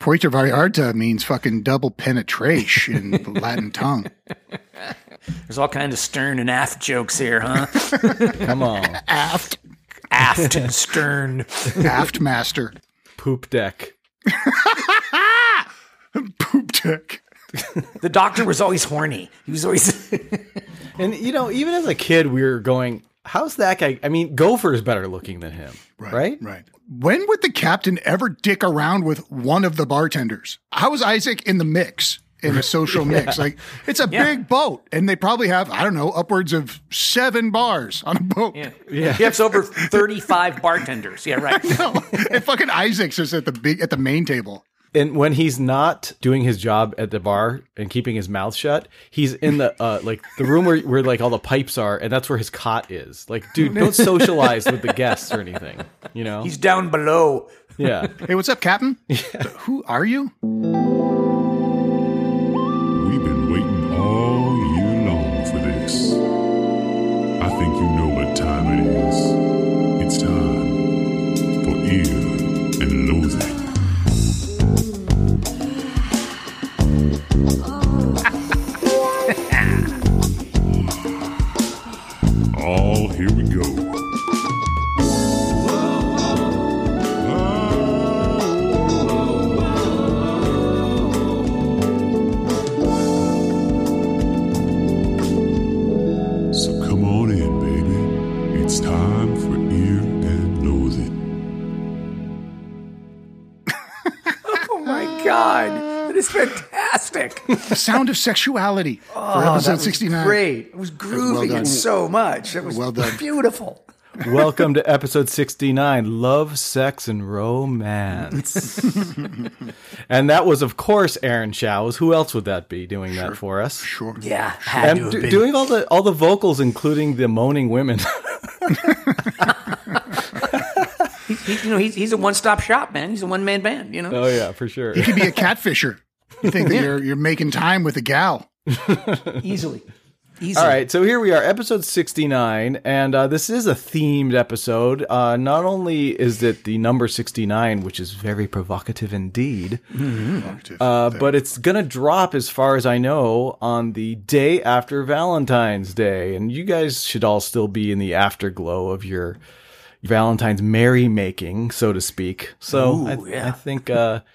Puerto Vallarta means fucking double penetration in the Latin tongue. There's all kinds of stern and aft jokes here, huh? Come on. Aft, aft and stern. aft master, Poop deck. poop deck. The doctor was always horny. He was always. And, you know, even as a kid, we were going, how's that guy? I mean, Gopher is better looking than him, right? Right. When would the captain ever dick around with one of the bartenders? How is Isaac in the mix, in a social mix? Like, it's a Yeah. big boat, and they probably have, I don't know, upwards of seven bars on a boat. yeah. He has over 35 bartenders. Yeah, right. No, and fucking Isaac's just at the big at the main table. And when he's not doing his job at the bar and keeping his mouth shut, he's in the uh, like the room where, where like all the pipes are, and that's where his cot is. Like, dude, don't socialize with the guests or anything. You know? He's down below. yeah. Hey, what's up, Captain? Who are you? We've been waiting all year long for this. I think you know what time it is. It's time for ear and loathing. Oh, here we go. Oh, oh, So come on in, baby. It's time for ear and loathing. Oh my God. That is fantastic. The sound of sexuality for episode sixty nine. Great. It was well groovy done. and so much. It was Well done. beautiful. Welcome to episode 69 Love, Sex, and Romance. and that was, of course, Aaron Showers. Who else would that be doing that for us? Sure. Yeah. Had to And have do- been. doing all the all the vocals, including the moaning women. He- you know, he's, he's a one stop shop, man. He's a one man band, you know? oh yeah, for sure. You could be a catfisher. You think that you're you're making time with a gal. Easily. Easily. All right, so here we are, episode 69, and uh, this is a themed episode. Uh, not only is it the number 69, which is very provocative indeed, uh, but it's going to drop, as far as I know, on the day after Valentine's Day. And you guys should all still be in the afterglow of your Valentine's merrymaking, so to speak. So I, I think. Uh,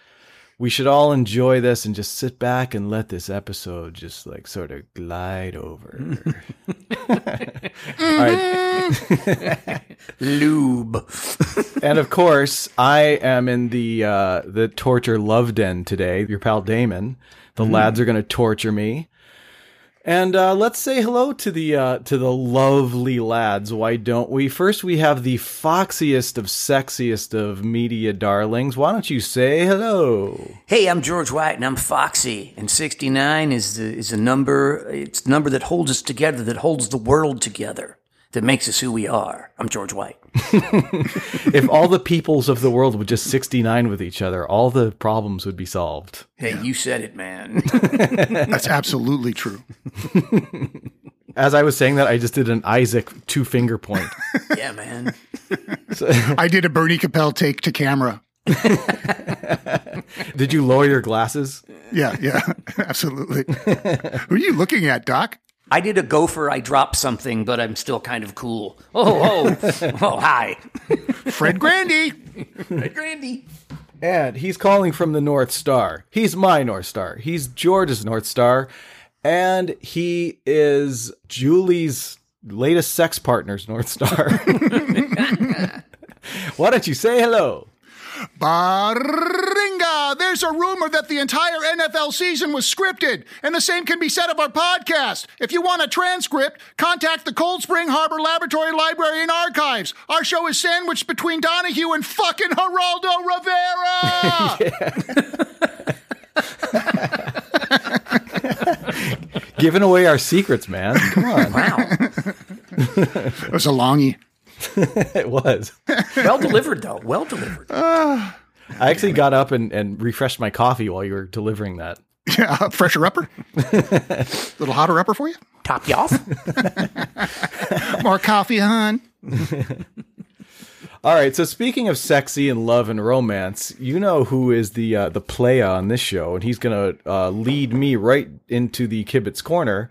we should all enjoy this and just sit back and let this episode just like sort of glide over. all right. Lube. And of course, I am in the uh, the torture love den today. Your pal Damon. The lads are going to torture me. And uh, let's say hello to the uh, to the lovely lads. Why don't we? First, we have the foxiest of sexiest of media darlings. Why don't you say hello? Hey, I'm George White, and I'm Foxy. And 69 is the is a number. It's the number that holds us together, that holds the world together, that makes us who we are. I'm George White. if all the peoples of the world would just 69 with each other, all the problems would be solved. Hey, you said it, man. That's absolutely true. As I was saying that, I just did an Isaac two finger point. yeah, man. I did a Bernie Capel take to camera. did you lower your glasses? Yeah, yeah, absolutely. Who are you looking at, Doc? I did a gopher. I dropped something, but I'm still kind of cool. Oh, oh, oh, hi. Fred Grandy. Hey, Grandy. And he's calling from the North Star. He's my North Star. He's George's North Star. And he is Julie's latest sex partner's North Star. Why don't you say hello? Baringa. There's a rumor that the entire NFL season was scripted, and the same can be said of our podcast. If you want a transcript, contact the Cold Spring Harbor Laboratory Library and Archives. Our show is sandwiched between Donahue and fucking Geraldo Rivera. Giving away our secrets, man. Come on. Wow. It was a longy. it was. Well delivered, though. Well delivered. I actually got up and, and refreshed my coffee while you were delivering that. Yeah, Uh, fresher upper. Little hotter upper for you. Top you off. More coffee, hon. All right. So speaking of sexy and love and romance, you know who is the uh, the playa on this show, and he's gonna uh, lead me right into the kibitz corner.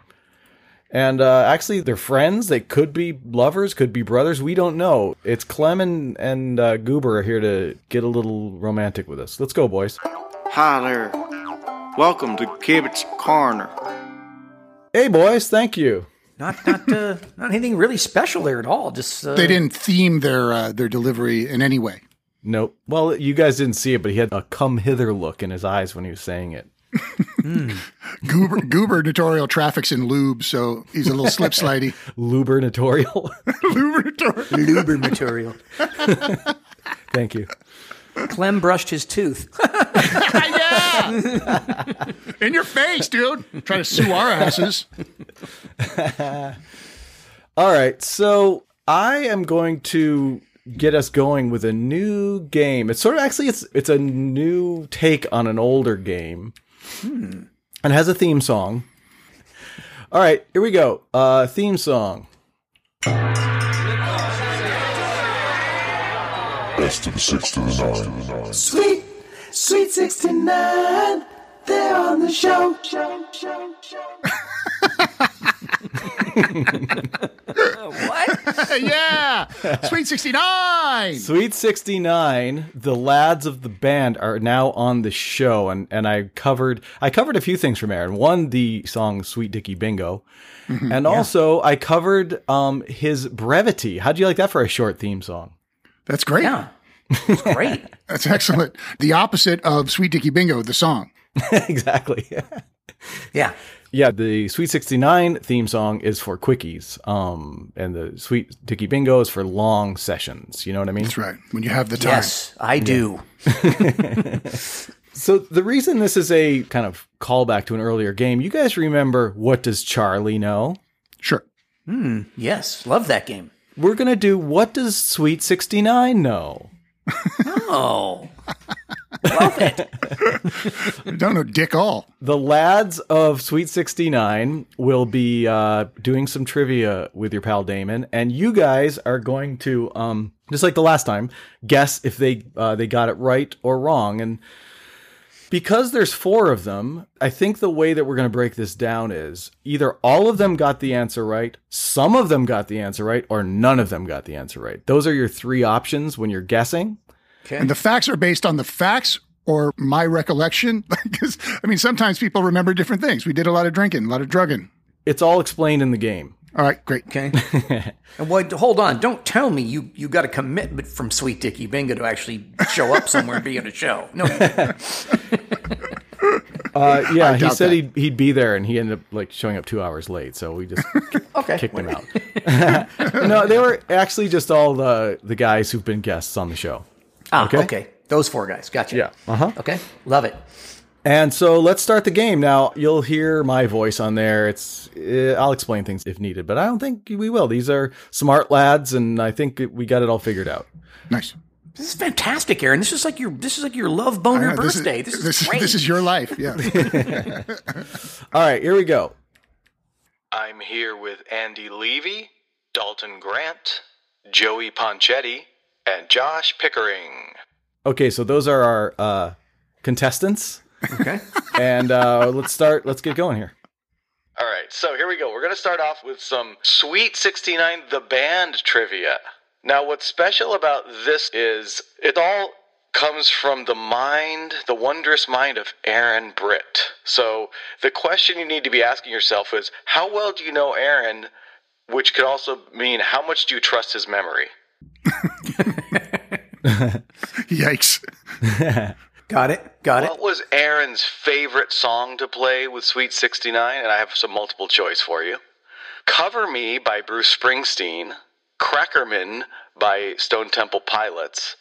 And uh, actually, they're friends. They could be lovers, could be brothers. We don't know. It's Clem and, and uh, Goober are here to get a little romantic with us. Let's go, boys. Hi there. Welcome to Kibitz Corner. Hey, boys. Thank you. Not not uh, not anything really special there at all. Just uh, They didn't theme their uh, their delivery in any way. Nope. Well, you guys didn't see it, but he had a come hither look in his eyes when he was saying it. Goober, Goober Notorial traffics in lube, so he's a little slip slidey. Lubernatorial. luber material. Thank you. Clem brushed his tooth. yeah! in your face, dude. Try to sue our asses. All right, so I am going to get us going with a new game. It's sort of actually it's it's a new take on an older game, and has a theme song. All right, here we go. Uh, theme song. Best of six to nine. Sweet, sweet 69. They're on the show. yeah! Sweet 69! Sweet 69, the lads of the band are now on the show and and I covered I covered a few things from Aaron. One the song Sweet Dicky Bingo. and also I covered um his brevity. How'd you like that for a short theme song? That's great. Yeah, it's great. That's excellent. The opposite of Sweet Dicky Bingo, the song. exactly. Yeah, Yeah, the Sweet 69 theme song is for quickies. Um, and the Sweet Dicky Bingo is for long sessions. You know what I mean? That's right. When you have the time. yes, I do. So the reason this is a kind of callback to an earlier game, you guys remember What Does Charlie Know? Sure. Yes, love that game. We're going to do What Does Sweet 69 Know? Oh, I don't know dick all. The lads of Sweet 69 will be uh, doing some trivia with your pal Damon, and you guys are going to, um, just like the last time, guess if they uh, they got it right or wrong. And because there's four of them, I think the way that we're going to break this down is either all of them got the answer right, some of them got the answer right, or none of them got the answer right. Those are your three options when you're guessing. And the facts are based on the facts or my recollection. Because, I mean, sometimes people remember different things. We did a lot of drinking, a lot of drugging. It's all explained in the game. All right, great. okay. and what? Hold on! Don't tell me you you got a commitment from Sweet Dickie Bingo to actually show up somewhere and be on a show. No, Uh, yeah, he doubt said that. he'd, he'd be there, and he ended up like showing up two hours late. So we just okay. kicked him out. no, they were actually just all the the guys who've been guests on the show. Ah, Okay. okay. Those four guys. Gotcha. Yeah. Uh-huh. Okay. Love it. And so let's start the game. Now you'll hear my voice on there. It's uh, I'll explain things if needed, but I don't think we will. These are smart lads, and I think it- we got it all figured out. Nice. This is fantastic, Aaron. This is like your this is like your love boner Yeah, birthday. This is, this, great. this is your life. Yeah. All right, here we go. I'm here with Andy Levy, Dalton Grant, Joey Ponchetti, and Josh Pickering. Okay, so those are our uh, contestants, okay. and uh, let's start. Let's get going here. All right, so here we go. We're going to start off with some Sweet 69 The Band trivia. Now, what's special about this is it all comes from the mind, the wondrous mind of Aaron Britt. So, the question you need to be asking yourself is how well do you know Aaron? Which could also mean how much do you trust his memory? Yikes. Got it. Got it. What was Aaron's favorite song to play with Sweet 69? And I have some multiple choice for you. Cover Me by Bruce Springsteen, Crackerman by Stone Temple Pilots,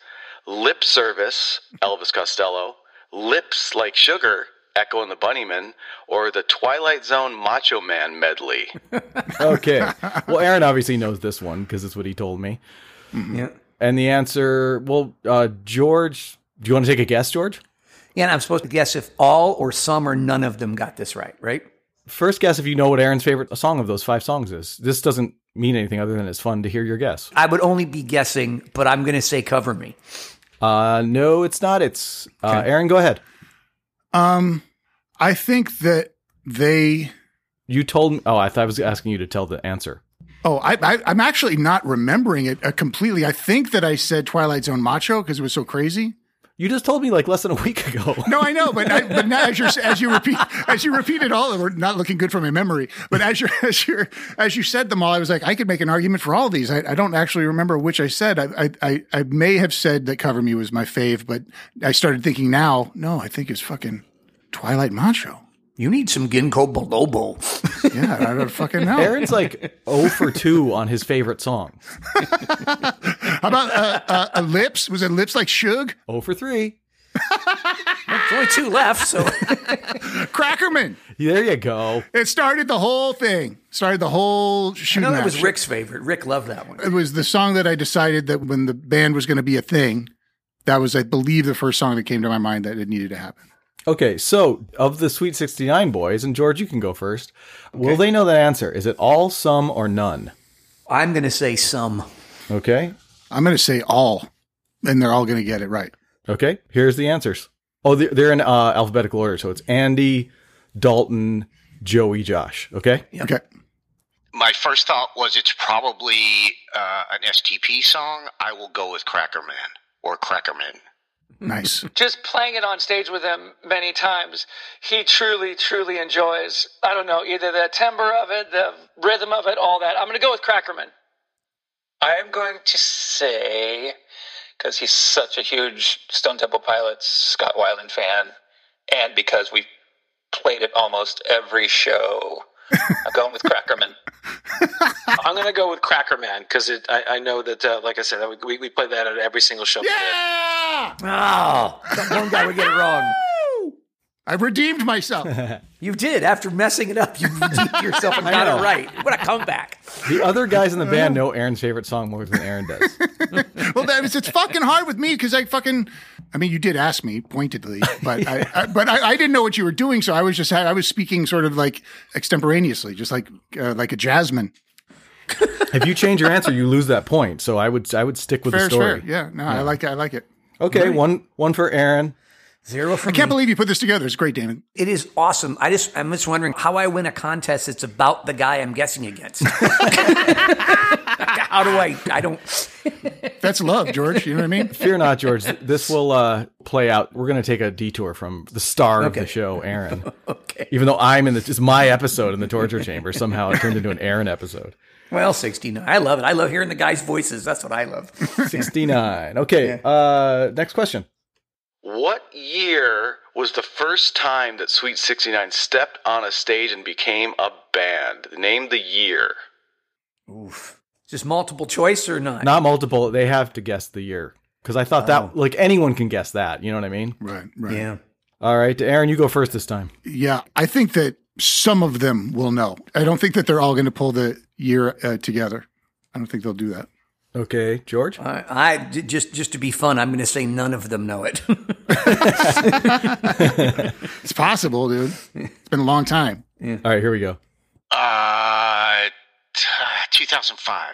Lip Service, Elvis Costello, Lips Like Sugar, Echo and the Bunnymen, or the Twilight Zone Macho Man medley. Okay. Well, Aaron obviously knows this one because it's what he told me. yeah. And the answer, well, uh, George, do you want to take a guess, George? Yeah, and I'm supposed to guess if all or some or none of them got this right, right? First guess if you know what Aaron's favorite song of those five songs is. This doesn't mean anything other than it's fun to hear your guess. I would only be guessing, but I'm going to say cover me. Uh, no, it's not. It's uh, Aaron. Go ahead. Um, I think that they. You told me. Oh, I thought I was asking you to tell the answer. Oh, I, I, I'm actually not remembering it uh, completely. I think that I said Twilight Zone Macho because it was so crazy. You just told me like less than a week ago. No, I know, but I, but now as you as you repeat as you repeated all, we're not looking good from my memory. But as you as you as you said them all, I was like, I could make an argument for all of these. I, I don't actually remember which I said. I, I I I may have said that Cover Me was my fave, but I started thinking now. No, I think it's fucking Twilight Macho. You need some ginkgo bilobo. Yeah, I don't fucking know. Aaron's like 0 for 2 on his favorite song. How about uh, uh, uh, lips? Was it lips like Suge 0 for 3. There's only two left, so Crackerman? There you go. It started the whole thing. Started the whole I shooting. know that was match. Rick's favorite. Rick loved that one. It was the song that I decided that when the band was going to be a thing, that was, I believe, the first song that came to my mind that it needed to happen. Okay, so of the Sweet 69 boys, and George, you can go first. Will they know that answer? Is it all, some, or none? I'm going to say some. Okay. I'm going to say all, and they're all going to get it right. Okay. Here's the answers. Oh, they're, they're in uh, alphabetical order. So it's Andy, Dalton, Joey, Josh. Okay. Okay. My first thought was it's probably uh, an STP song. I will go with Crackerman or Crackerman. Nice. just playing it on stage with him many times, he truly, truly enjoys, I don't know, either the timbre of it, the rhythm of it, all that. I'm going to go with Crackerman. I'm going to say, because he's such a huge Stone Temple Pilots, Scott Weiland fan, and because we've played it almost every show, I'm going with Crackerman. I'm going to go with Cracker Man because I, I know that, uh, like I said, that we, we play that at every single show. we did. Yeah! Oh, that one guy would get it wrong. I redeemed myself. You did. After messing it up, you redeemed yourself and got know. it right. What a comeback. The other guys in the band know Aaron's favorite song more than Aaron does. well, that was, it's fucking hard with me because I fucking. I mean, you did ask me pointedly, but I, I but I, I didn't know what you were doing, so I was just I was speaking sort of like extemporaneously, just like uh, like a jasmine. if you change your answer, you lose that point. So I would I would stick with Fair the is story. fair. Yeah, no, I like it. I like it. Okay, one one for Aaron. Zero for I can't me. believe you put this together. It's great, Damon. It is awesome. I just I'm just wondering how I win a contest that's about the guy I'm guessing against. how do I I don't That's love, George. You know what I mean? Fear not, George. This will uh, play out. We're going to take a detour from the star of the Okay. show, Aaron. Okay. Even though I'm in the, it's my episode in the torture chamber. Somehow it turned into an Aaron episode. Well, 69. I love it. I love hearing the guys' voices. That's what I love. 69. Okay. Uh, next question. What year was the first time that Sweet 69 stepped on a stage and became a band? Name the year. Oof. Just multiple choice or not? Not multiple. They have to guess the year because I thought that like anyone can guess that. You know what I mean? Right. Right. Yeah. All right, Aaron, you go first this time. Yeah, I think that some of them will know. I don't think that they're all going to pull the year uh, together. I don't think they'll do that. Okay, George. I, I j- just just to be fun, I'm going to say none of them know it. It's possible, dude. It's been a long time. All right, here we go. Uh, t- 2005.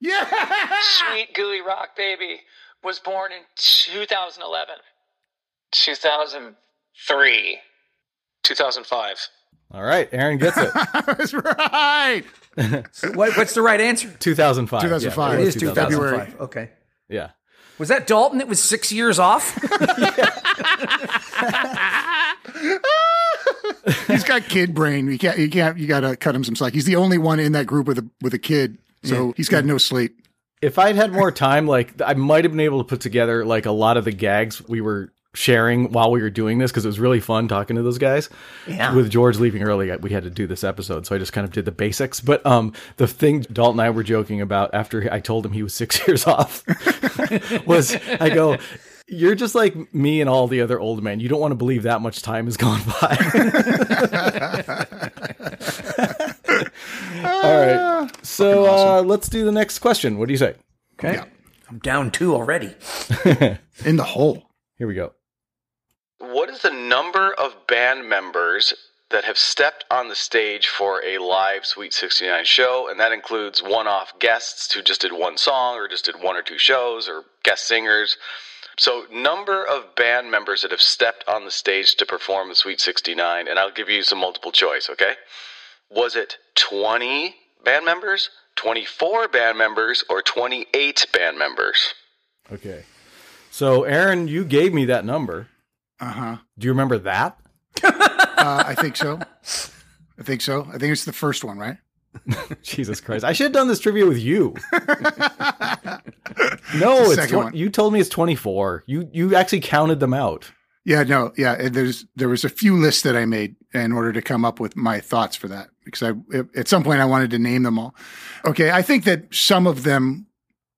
Yeah. Sweet Gooey Rock Baby was born in 2011. 2003. 2005. All right, Aaron gets it. That's right. So what, what's the right answer? 2005. Yeah, 2005. it It was is 2005. February. Okay. Yeah. Was that Dalton that was six years off? He's got kid brain. You can't. You can't. You got to cut him some slack. He's the only one in that group with a with a kid, so he's got no sleep. If I'd had more time, like I might have been able to put together like a lot of the gags we were sharing while we were doing this because it was really fun talking to those guys. Yeah. With George leaving early, we had to do this episode, so I just kind of did the basics. But um, the thing Dalton and I were joking about after I told him he was six years off was I go. You're just like me and all the other old men. You don't want to believe that much time has gone by. all right. So uh, let's do the next question. What do you say? Okay. I'm down two already. In the hole. Here we go. What is the number of band members that have stepped on the stage for a live Sweet 69 show, and that includes one off guests who just did one song or just did one or two shows or guest singers. So, number of band members that have stepped on the stage to perform the Sweet 69, and I'll give you some multiple choice, okay? Was it 20 band members, 24 band members, or 28 band members? Okay. So, Aaron, you gave me that number. Uh huh. Do you remember that? Uh, I think so. I think so. I think it's the first one, right? Jesus Christ. I should have done this trivia with you. no, it's second twen- one. you told me it's 24. You you actually counted them out. Yeah, no, yeah. and There's there was a few lists that I made in order to come up with my thoughts for that because I at- at some point I wanted to name them all. Okay, I think that some of them,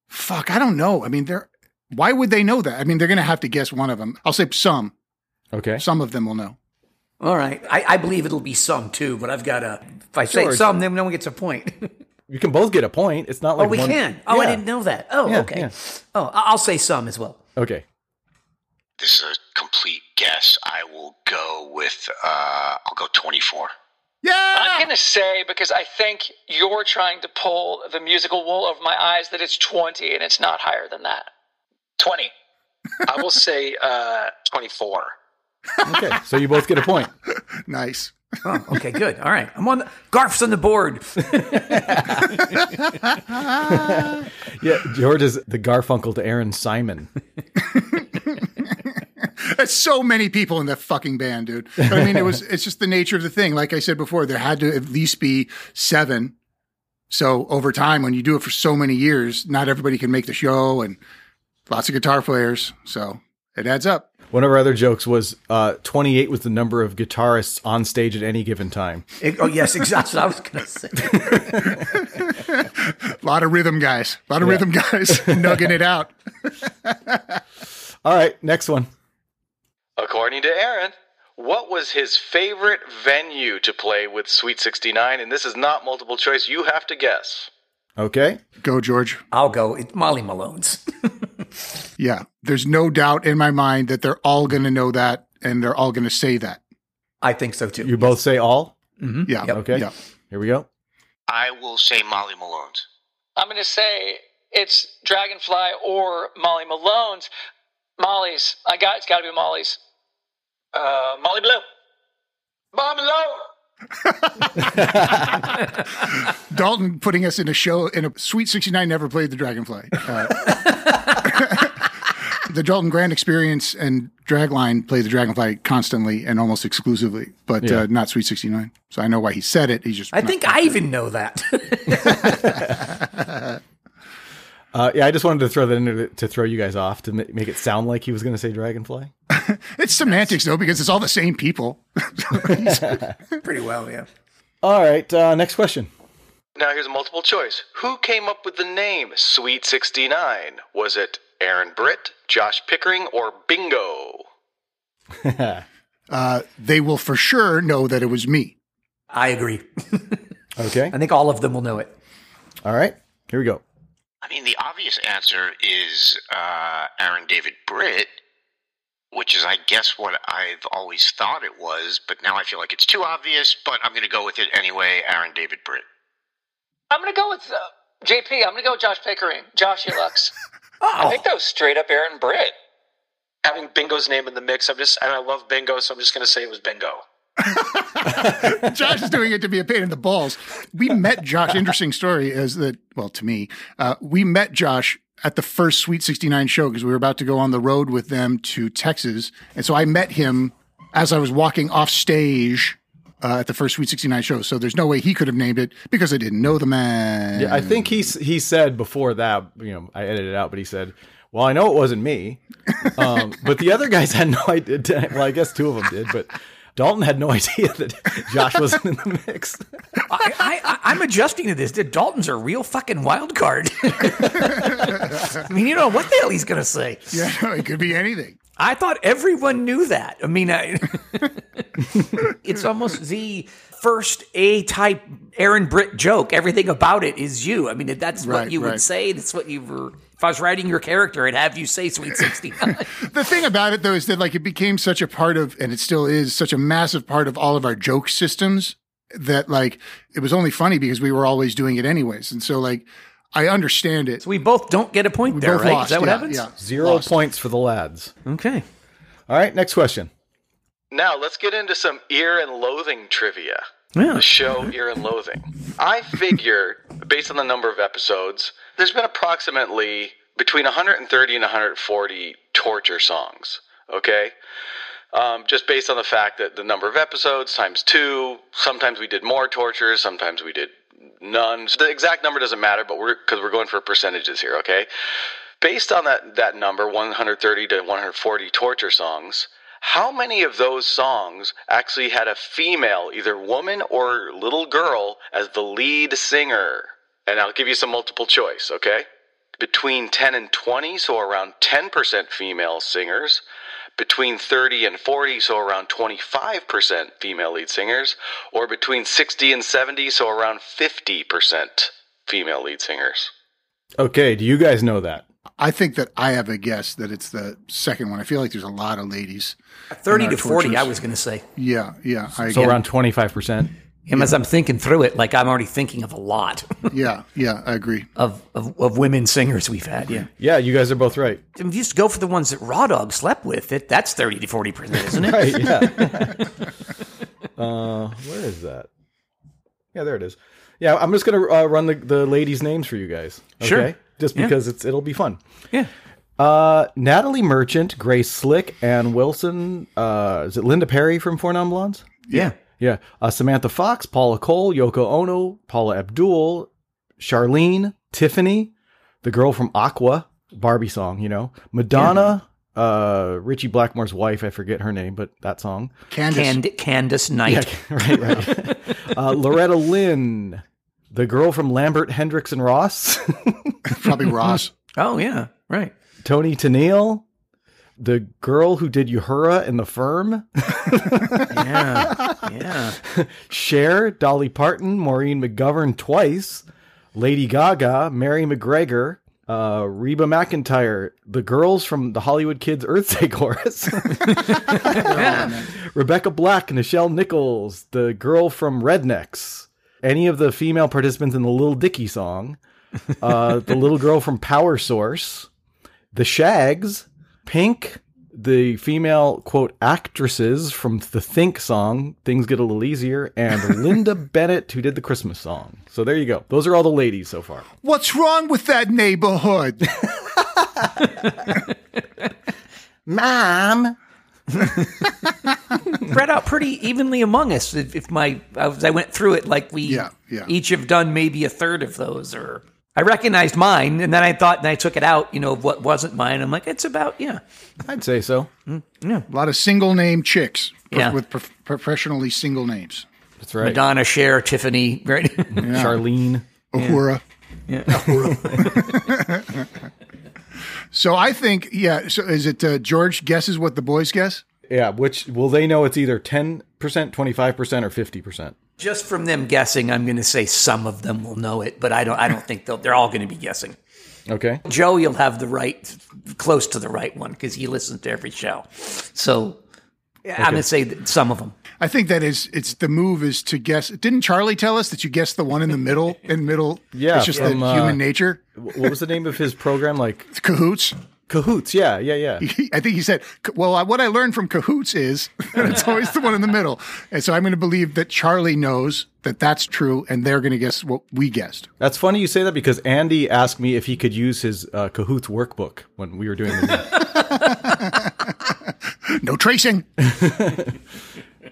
fuck, I don't know. I mean, they're why would they know that? I mean, they're gonna have to guess one of them. I'll say some. Okay. Some of them will know. All right. I, I believe it'll be some too, but I've got to. If I say Sure. some, then no one gets a point. You can both get a point. It's not oh, like we one- can. Oh, I Yeah. didn't know that. Oh, Yeah, okay. yeah. Oh, I- I'll say some as well. Okay. This is a complete guess. I will go with, uh, I'll go 24. Yeah, I'm going to say, because I think you're trying to pull the musical wool over my eyes, that it's 20 and it's not higher than that. 20. I will say uh, 24. Okay. So you both get a point. nice. Oh, okay, good. All right. I'm on the, Garf's on the board. Yeah, George is the Garfunkel to Aaron Simon. That's so many people in that fucking band, dude. But I mean, it was it's just the nature of the thing. Like I said before, there had to at least be seven. So over time, when you do it for so many years, not everybody can make the show, and lots of guitar players, so it adds up. One of our other jokes was uh, 28 was the number of guitarists on stage at any given time. It- oh, yes, exactly. what I was going to say. A lot of rhythm guys, a lot of rhythm guys nugging it out. All right, next one. According to Aaron, what was his favorite venue to play with Sweet 69? And this is not multiple choice. You have to guess. Okay. Go, George. I'll go. It's Molly Malone's. Yeah, there's no doubt in my mind that they're all going to know that, and they're all going to say that. I think so too. You both say all? Yeah. Okay. Yeah. Here we go. I will say Molly Malone's. I'm going to say it's Dragonfly or Molly Malone's. Molly's. I got it's got to be Molly's. Uh, Molly Blue. Molly Malone. Dalton putting us in a show in a Sweet 69 never played the Dragonfly. Uh, the Dalton Grand Experience and Dragline play the Dragonfly constantly and almost exclusively, but uh, Yeah. not Sweet 69. So I know why he said it. He's just I think I even know that. Uh, yeah, I just wanted to throw that in to- to throw you guys off to ma- make it sound like he was going to say Dragonfly. it's semantics though because it's all the same people. Pretty well, yeah. All right, uh, next question. Now, here's a multiple choice. Who came up with the name Sweet 69? Was it Aaron Britt, Josh Pickering, or Bingo? Uh, they will for sure know that it was me. I agree. Okay. I think all of them will know it. All right, here we go. I mean, the obvious answer is uh, Aaron David Britt, which is, I guess, what I've always thought it was, but now I feel like it's too obvious, but I'm going to go with it anyway Aaron David Britt. I'm going to go with uh, JP. I'm going to go with Josh Pickering. Josh Elux. I think that was straight up Aaron Britt. Having Bingo's name in the mix, I'm just, and I love Bingo, so I'm just going to say it was Bingo. Josh is doing it to be a pain in the balls. We met Josh. Interesting story is that, well, to me, uh, we met Josh at the first Sweet 69 show because we were about to go on the road with them to Texas. And so I met him as I was walking off stage. Uh, at the first Sweet 69 show. So there's no way he could have named it because I didn't know the man. Yeah, I think he s- he said before that, you know, I edited it out, but he said, "Well, I know it wasn't me, um, but the other guys had no idea. Well, I guess two of them did, but Dalton had no idea that Josh wasn't in the mix." I, I, I, I'm adjusting to this. The Dalton's a real fucking wild card. I mean, you know what the hell he's going to say. Yeah, no, it could be anything. I thought everyone knew that. I mean, I, it's almost the first A type Aaron Britt joke. Everything about it is you. I mean, that's Right, what you right. would say. That's what you were If I was writing your character, I'd have you say Sweet 69. The thing about it though is that like it became such a part of, and it still is such a massive part of all of our joke systems that like it was only funny because we were always doing it anyways. And so like I understand it. So we both don't get a point there, both right? lost, Is that what yeah, happens? yeah. Zero points for the lads. Okay. All right, next question. Now let's get into some ear and loathing trivia. Yeah. The Mm-hmm. show Ear and Loathing. I figure, based on the number of episodes, there's been approximately between 130 and 140 torture songs. Okay? Um, just based on the fact that the number of episodes times two, sometimes we did more tortures, sometimes we did none. So the exact number doesn't matter, but we're because we're going for percentages here. Okay? Based on that that number, 130 to 140 torture songs, how many of those songs actually had a female, either woman or little girl, as the lead singer? And I'll give you some multiple choice, okay? Between 10 and 20, so around 10% female singers. Between 30 and 40, so around 25% female lead singers. Or between 60 and 70, so around 50% female lead singers. Okay, do you guys know that? I think that I have a guess that it's the second one. I feel like there's a lot of ladies. in 30 our to 40, tortures. I was going to say. Yeah, yeah. I So agree. around 25%. And as I'm thinking through it, like I'm already thinking of a lot yeah, yeah, I agree. of, of, of women singers we've had. Yeah. Yeah, you guys are both right. If you just go for the ones that Raw Dog slept with, it, that's 30 to 40%, isn't it? Right, yeah. uh, where is that? Yeah, there it is. Yeah, I'm just going to uh, run the, the ladies' names for you guys. Okay? Sure. Just Yeah. because it's it'll be fun. Yeah. Uh, Natalie Merchant, Grace Slick, Ann Wilson. Uh, is it Linda Perry from Four Non Blondes? Yeah. Yeah. Uh, Samantha Fox, Paula Cole, Yoko Ono, Paula Abdul, Charlene, Tiffany, the girl from Aqua, Barbie song, you know, Madonna, uh, Richie Blackmore's wife, I forget her name, but that song. Candace. Cand- Candace Knight. right, right. uh, Loretta Lynn, the girl from Lambert, Hendricks, and Ross, probably Ross. Oh, yeah. Right. Tony Tennille, the girl who did Uhura in The Firm. Yeah. yeah. Cher, Dolly Parton, Maureen McGovern twice, Lady Gaga, Mary McGregor, uh, Reba McIntyre, the girls from the Hollywood Kids Earthday Chorus, Rebecca Black, Nichelle Nichols, the girl from Rednecks, any of the female participants in the Little Dicky song, uh, the little girl from Power Source, the Shags, Pink, the female quote actresses from the Think song, Things Get a Little Easier, and Linda Bennett, who did the Christmas song. So there you go. Those are all the ladies so far. What's wrong with that neighborhood? Mom. spread out pretty evenly among us. If, if my as I went through it, like we Yeah, yeah. each have done maybe a third of those, or I recognized mine, and then I thought, and I took it out, you know, of what wasn't mine. I'm like, it's about yeah, I'd say so. a lot of single name chicks pro- Yeah. with prof- professionally single names. That's right. Madonna, Cher, Tiffany, right? Charlene. Uhura. Uhura. so I think, yeah. So is it uh, George guesses what the boys guess? Yeah, which will they know it's either 10%, 25%, or 50%? Just from them guessing, I'm going to say some of them will know it, but I don't. I don't think they'll. They're all going to be guessing. Okay. Joe, you'll have the right, close to the right one, because he listens to every show. So. yeah, I'm going to say that some of them. I think that is it's the move is to guess. Didn't Charlie tell us that you guessed the one in the middle? In middle, Yeah, it's just from, the uh, human nature. Wh- What was the name of his program? Like It's cahoots. Cahoots. Yeah, yeah, yeah. I think he said, "Well, I, what I learned from cahoots is that it's always the one in the middle." And so I'm going to believe that Charlie knows that that's true, and they're going to guess what we guessed. That's funny you say that because Andy asked me if he could use his uh, Cahoots workbook when we were doing the No tracing.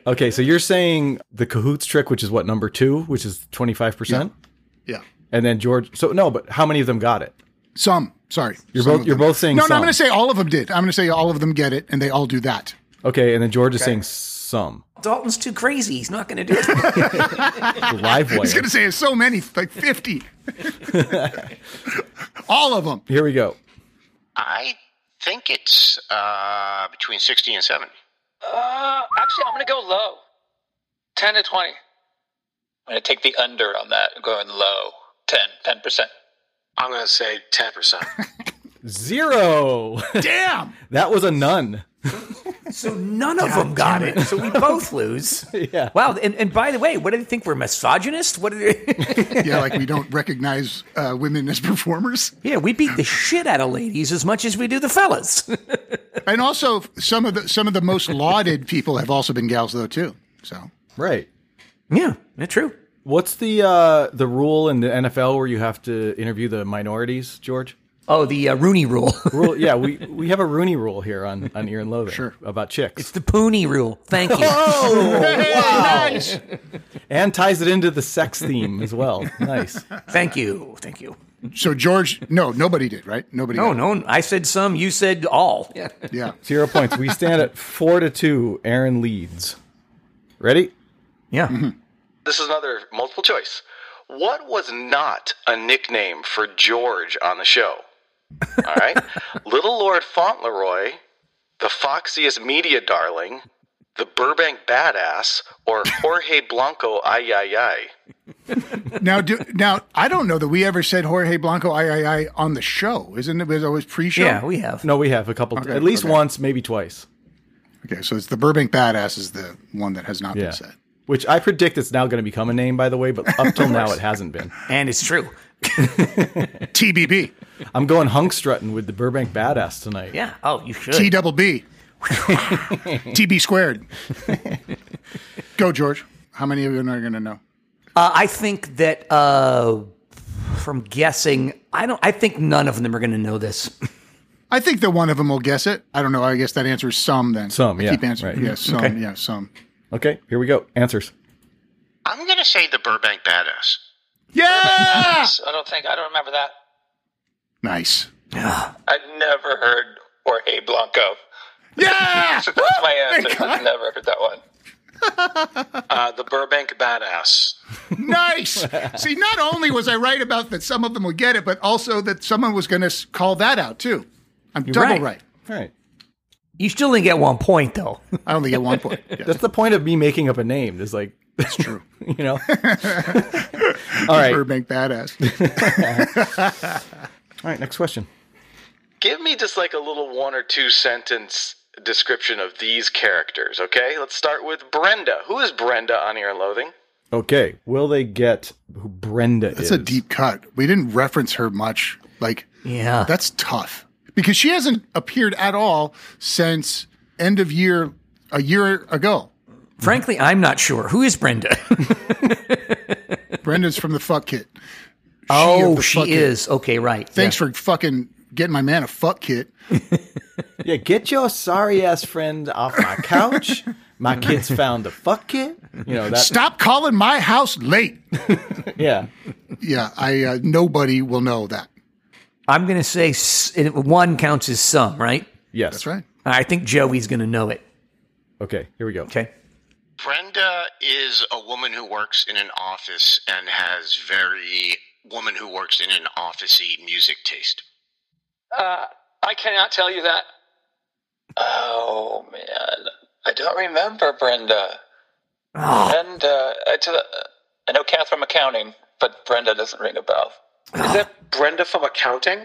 okay, so you're saying the Cahoots trick, which is what, number two, which is 25%? Yeah, And then George. So, no, but how many of them got it? some. Sorry, You're Some both- of you're them. both saying no. No, some. I'm going to say all of them did. I'm going to say all of them get it, and they all do that. Okay, and then George is saying some. Dalton's too crazy. He's not going to do it. The live I was wire. going to say it's so many, like fifty. all of them. Here we go. I think it's uh, between 60 and 70. Uh, actually, I'm going to go low 10 to 20. I'm going to take the under on that, going low. 10, 10%. I'm going to say 10%. Zero. Damn. that was a nun. So none of them got it. So we both lose. yeah. Wow. And, and by the way, what do they think? We're misogynist? What do they? yeah, like we don't recognize uh, women as performers. Yeah, we beat the shit out of ladies as much as we do the fellas. and also, some of the some of the most lauded people have also been gals though too. So Right. Yeah, that's true. What's the uh, the rule in the NFL where you have to interview the minorities, George? Oh, the uh, Rooney rule. rule. Yeah, we, we have a Rooney rule here on on Ear and Loathing sure. about chicks. It's the Pooney rule. Thank you. Oh, Hey, wow. nice. and ties it into the sex theme as well. Nice. Thank you. Thank you. So George, no, nobody did, right? Nobody. No, got it. Oh, no. I said some. You said all. Yeah. Yeah. Zero points. We stand at four to two. Aaron leads. Ready? Yeah. Mm-hmm. This is another multiple choice. What was not a nickname for George on the show? All right. Little Lord Fauntleroy, the foxiest media darling, the Burbank badass, or Jorge Blanco ay ay ay. Now, do, now I don't know that we ever said Jorge Blanco I I I on the show, isn't it? It was always pre-show. Yeah, we have. No, we have a couple. Okay, at least okay. once, maybe twice. Okay, so it's the Burbank Badass is the one that has not Yeah. been said. Which I predict it's now going to become a name, by the way. But up till now, it hasn't been. And it's true. TBB. I'm going hunk strutting with the Burbank Badass tonight. Yeah. Oh, you should. T double B. TB squared. Go, George. How many of you are going to know? Uh, I think that uh, from guessing, I don't. I think none of them are going to know this. I think that one of them will guess it. I don't know. I guess that answers some then. Some, I yeah, Keep answering. right. Yeah, some. Okay. Yeah, some. Okay, here we go. Answers. I'm going to say the Burbank Badass. Yeah. I don't think I don't remember that. Nice. I'd never heard Jorge Blanco. Yeah. So that's my answer. I've never heard that one. Uh, the Burbank Badass. nice. See, not only was I right about that some of them would get it, but also that someone was going to call that out too. I'm double right. right. All right. You still didn't get one point though. I only get one point. Yeah. That's the point of me making up a name. Is like, That's true. you know. All right. All Burbank badass. right. Next question. Give me just like a little one or two sentence description of these characters, okay? Let's start with Brenda. Who is Brenda on Ear and Loathing? Okay. Will they get who Brenda That's is? a deep cut. We didn't reference her much. Like Yeah. that's tough because she hasn't appeared at all since end of year a year ago. Frankly, I'm not sure. Who is Brenda? Brenda's from the fuck kit. of oh, the she fuck it. is. Okay, right. Thanks for fucking getting my man a fuck kit. Yeah, get your sorry ass friend off my couch. My kids found a fuck kid. You know that. Stop calling my house late. Yeah. Yeah, I uh, nobody will know that. I'm going to say s- and one counts as some, right? Yes. That's right. I think Joey's going to know it. Okay. Here we go. Okay. Brenda is a woman who works in an office and has very woman who works in an officey music taste. Uh, I cannot tell you that. Oh man, I don't remember Brenda. Brenda, I, to the, I know Catherine accounting, but Brenda doesn't ring a bell. Is that Brenda from accounting?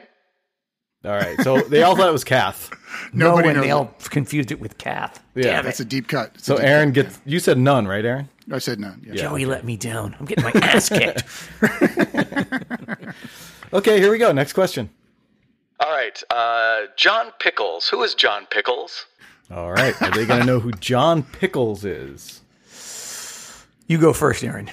All right. So they all thought it was Kath. Nobody no, Oh, and knows. they all confused it with Kath. Yeah. Damn it. That's a deep cut. It's a So deep Aaron gets. You said none, right, Aaron? cut. I said none. Yeah. Joey let me down. I'm getting my ass kicked. Okay. Here we go. Next question. All right, uh, John Pickles. Who is John Pickles? All right. Are they gonna know who John Pickles is? You go first, Aaron.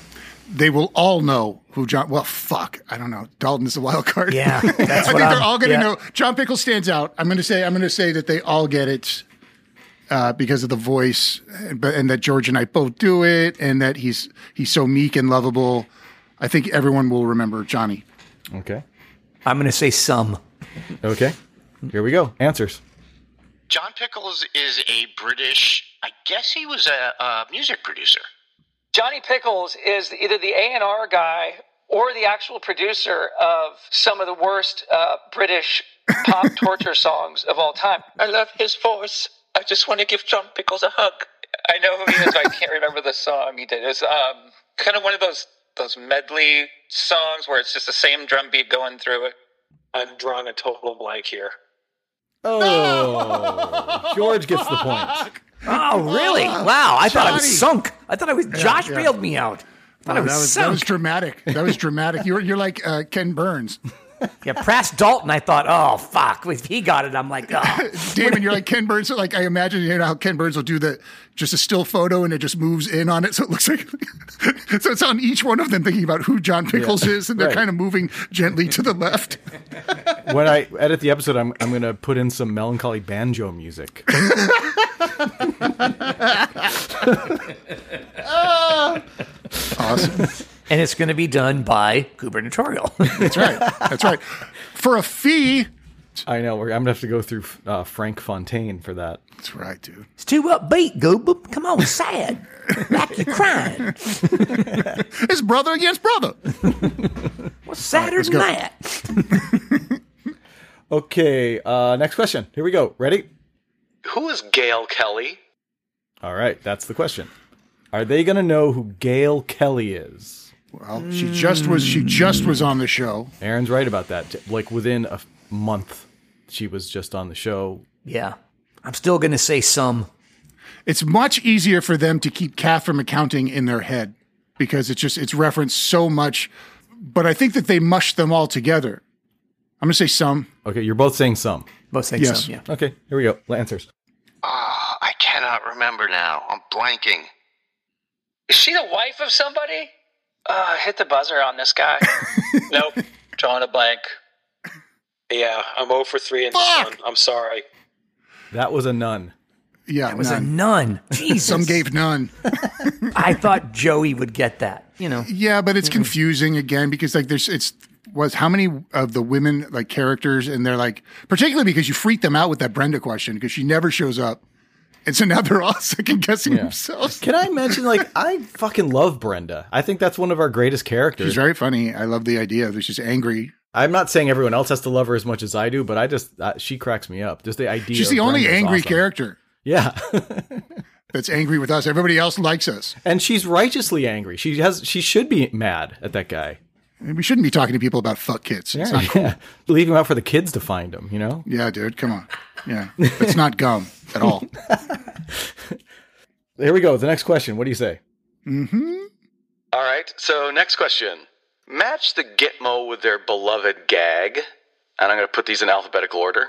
They will all know who John. Well, fuck. I don't know. Dalton is a wild card. Yeah, that's I think what they're I'm- all going to yeah. know. John Pickles stands out. I'm going to say. I'm going to say that they all get it uh, because of the voice, and, but- and that George and I both do it, and that he's he's so meek and lovable. I think everyone will remember Johnny. Okay. I'm going to say some. Okay. Here we go. Answers. John Pickles is a British. I guess he was a, a music producer. Johnny Pickles is either the A and R guy or the actual producer of some of the worst uh, British pop torture songs of all time. I love his voice. I just want to give John Pickles a hug. I know who he is, but I can't remember the song he did. It's um, kind of one of those those medley songs where it's just the same drum beat going through it. I'm drawing a total blank here. Oh, George gets the point. Oh, really? Wow. I thought I Johnny. was sunk. I thought I was. Josh yeah. bailed me out. I thought I Wow, was, that, was, sunk. that was dramatic. That was dramatic. You're you're like uh, Ken Burns, yeah, Prass Dalton. I thought, oh fuck, if he got it, I'm like, oh. Damon. You're like Ken Burns. Like I imagine you know how Ken Burns will do the just a still photo and it just moves in on it, so it looks like. so it's on each one of them thinking about who John Pickles Yeah. is, and they're Right. kind of moving gently to the left. When I edit the episode, I'm I'm gonna put in some melancholy banjo music. awesome. And it's going to be done by gubernatorial. That's right. That's right. For a fee. I know. We're, I'm gonna have to go through uh, Frank Fontaine for that. That's right, dude. It's too upbeat, Goob. Come on, sad. like you're crying. It's brother against brother. What's sadder let's than go. that? Okay. Uh, next question. Here we go. Ready? Who is Gail Kelly? All right. That's the question. Are they gonna know who Gail Kelly is? Well, she just was. She just was on the show. Aaron's right about that. Like within a f- month, she was just on the show. Yeah. I'm still going to say some. It's much easier for them to keep Kath from accounting in their head because it's just it's referenced so much. But I think that they mushed them all together. I'm gonna say some. Okay, you're both saying some. Both saying Yes. some, yeah. Okay, here we go. Answers. Ah, I cannot remember now. I'm blanking. Is she the wife of somebody? Uh, hit the buzzer on this guy. Nope. Drawing a blank. Yeah, I'm 0 for 3 in this one. I'm sorry. That was a nun. Yeah, It was a none. nun. Jesus. some gave none. I thought Joey would get that, you know. Yeah, but Mm-hmm. it's confusing again because like there's it's was how many of the women like characters and they're like particularly because you freaked them out with that Brenda question because she never shows up. And so now they're all second guessing Yeah. themselves. Can I mention, like, I fucking love Brenda. I think that's one of our greatest characters. She's very funny. I love the idea that she's angry. I'm not saying everyone else has to love her as much as I do, but I just, uh, she cracks me up. Just the idea. She's of the only Brenda is angry awesome. character Yeah. that's angry with us. Everybody else likes us. and she's righteously angry. She has, she should be mad at that guy. And we shouldn't be talking to people about fuck kids. It's Yeah. not cool. yeah. Leave him out for the kids to find him, you know? Yeah, dude, come on. Yeah. It's not gum at all. Here we go. The next question. What do you say? Mm-hmm. All right, so next question. Match the Gitmo with their beloved gag. And I'm going to put these in alphabetical order.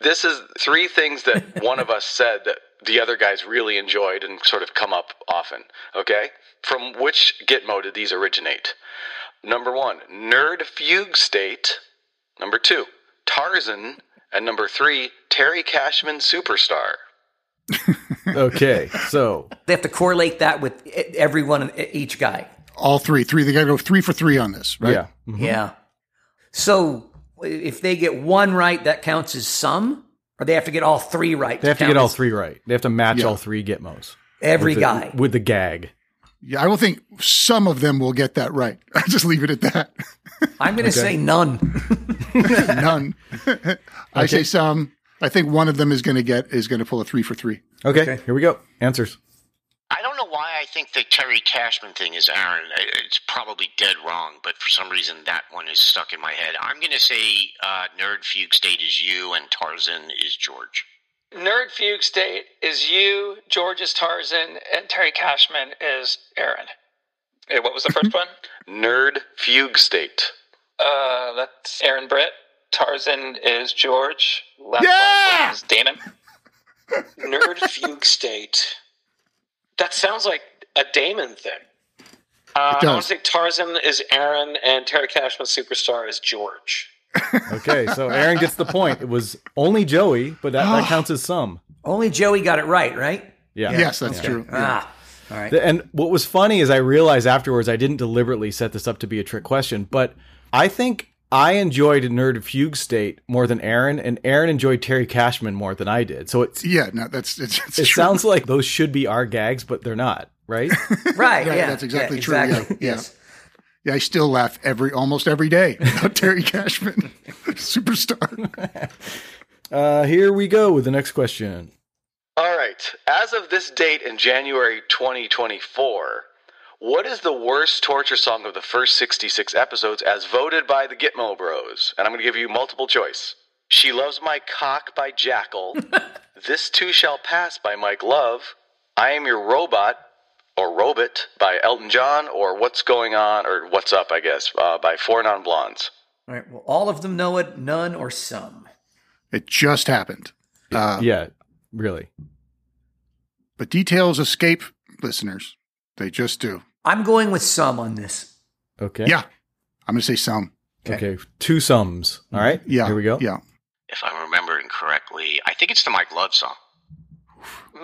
This is three things that one of us said that the other guys really enjoyed and sort of come up often. Okay? From which Gitmo did these originate? Number one, Nerd Fugue State. Number two, Tarzan. And number three, Terry Cashman Superstar. Okay. So They have to correlate that with e- everyone, and e- each guy. All three. Three. They got to go three for three on this, right? Yeah. Yeah. So if they get one right, that counts as some, or they have to get all three right. They have to count get all as three right. They have to match Yeah. all three Gitmos. Every with the- guy. with the gag. Yeah, I will think some of them will get that right. I just leave it at that. I'm going to say none. None. I say some. I think one of them is going to get is going to pull a three for three. Okay, here we go. Answers. I don't know why I think the Terry Cashman thing is Aaron. I- It's probably dead wrong, but for some reason that one is stuck in my head. I'm going to say uh, Nerd Fugue State is you and Tarzan is George. Nerd Fugue State is you, George is Tarzan, and Terry Cashman is Aaron. Hey, what was the first one? Nerd Fugue State. Uh, that's Aaron Britt. Tarzan is George. Last Yeah! one is Damon. Nerd Fugue State. That sounds like a Damon thing. Uh, It I does. want to say Tarzan is Aaron and Terry Cashman Superstar is George. Okay, so Aaron gets the point. It was only Joey, but that, that counts as some. Only Joey got it right, right? Yeah. Uh, Yes, that's true. Ah. All right. The- And what was funny is I realized afterwards I didn't deliberately set this up to be a trick question, but I think I enjoyed Nerd Fugue State more than Aaron, and Aaron enjoyed Terry Cashman more than I did. So it's, Yeah, no, that's it's, it's it true. sounds like those should be our gags, but they're not, right? Right. Yeah, Yeah, that's exactly yeah, true, Exactly. yeah, yeah. Yes. Yeah, I still laugh every almost every day about Terry Cashman, superstar. Uh, here we go with the next question. All right. As of this date in January 2024, What is the worst torture song of the first 66 episodes as voted by the Gitmo Bros? And I'm going to give you multiple choice. She Loves My Cock by Jackal. this Too Shall Pass by Mike Love. I Am Your Robot or Robot by Elton John. Or What's Going On or What's Up, I guess, uh, by Four Non Blondes. All right. Well, all of them know it, none or some. It just happened. Uh, yeah, really. But details escape listeners. They just do. I'm going with some on this. Okay. Yeah. I'm going to say some. Okay. Two sums. All right. Yeah. Here we go. Yeah. If I'm remembering correctly, I think it's the Mike Love song.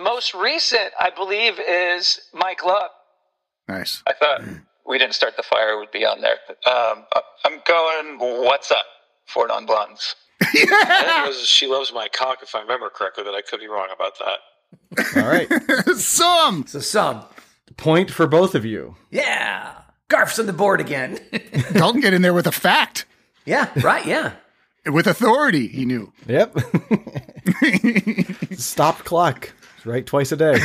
Most recent, I believe, is Mike Love. Nice. I thought we didn't start the fire would be on there. Um, I- I'm going. What's up? Four non blondes. That was She Loves My Cock, if I remember correctly, but I could be wrong about that. All right. some. So some. Point for both of you. Yeah. Garf's on the board again. Dalton get in there with a fact. Yeah. Right. Yeah. With authority, he knew. Yep. Stop clock. It's right twice a day.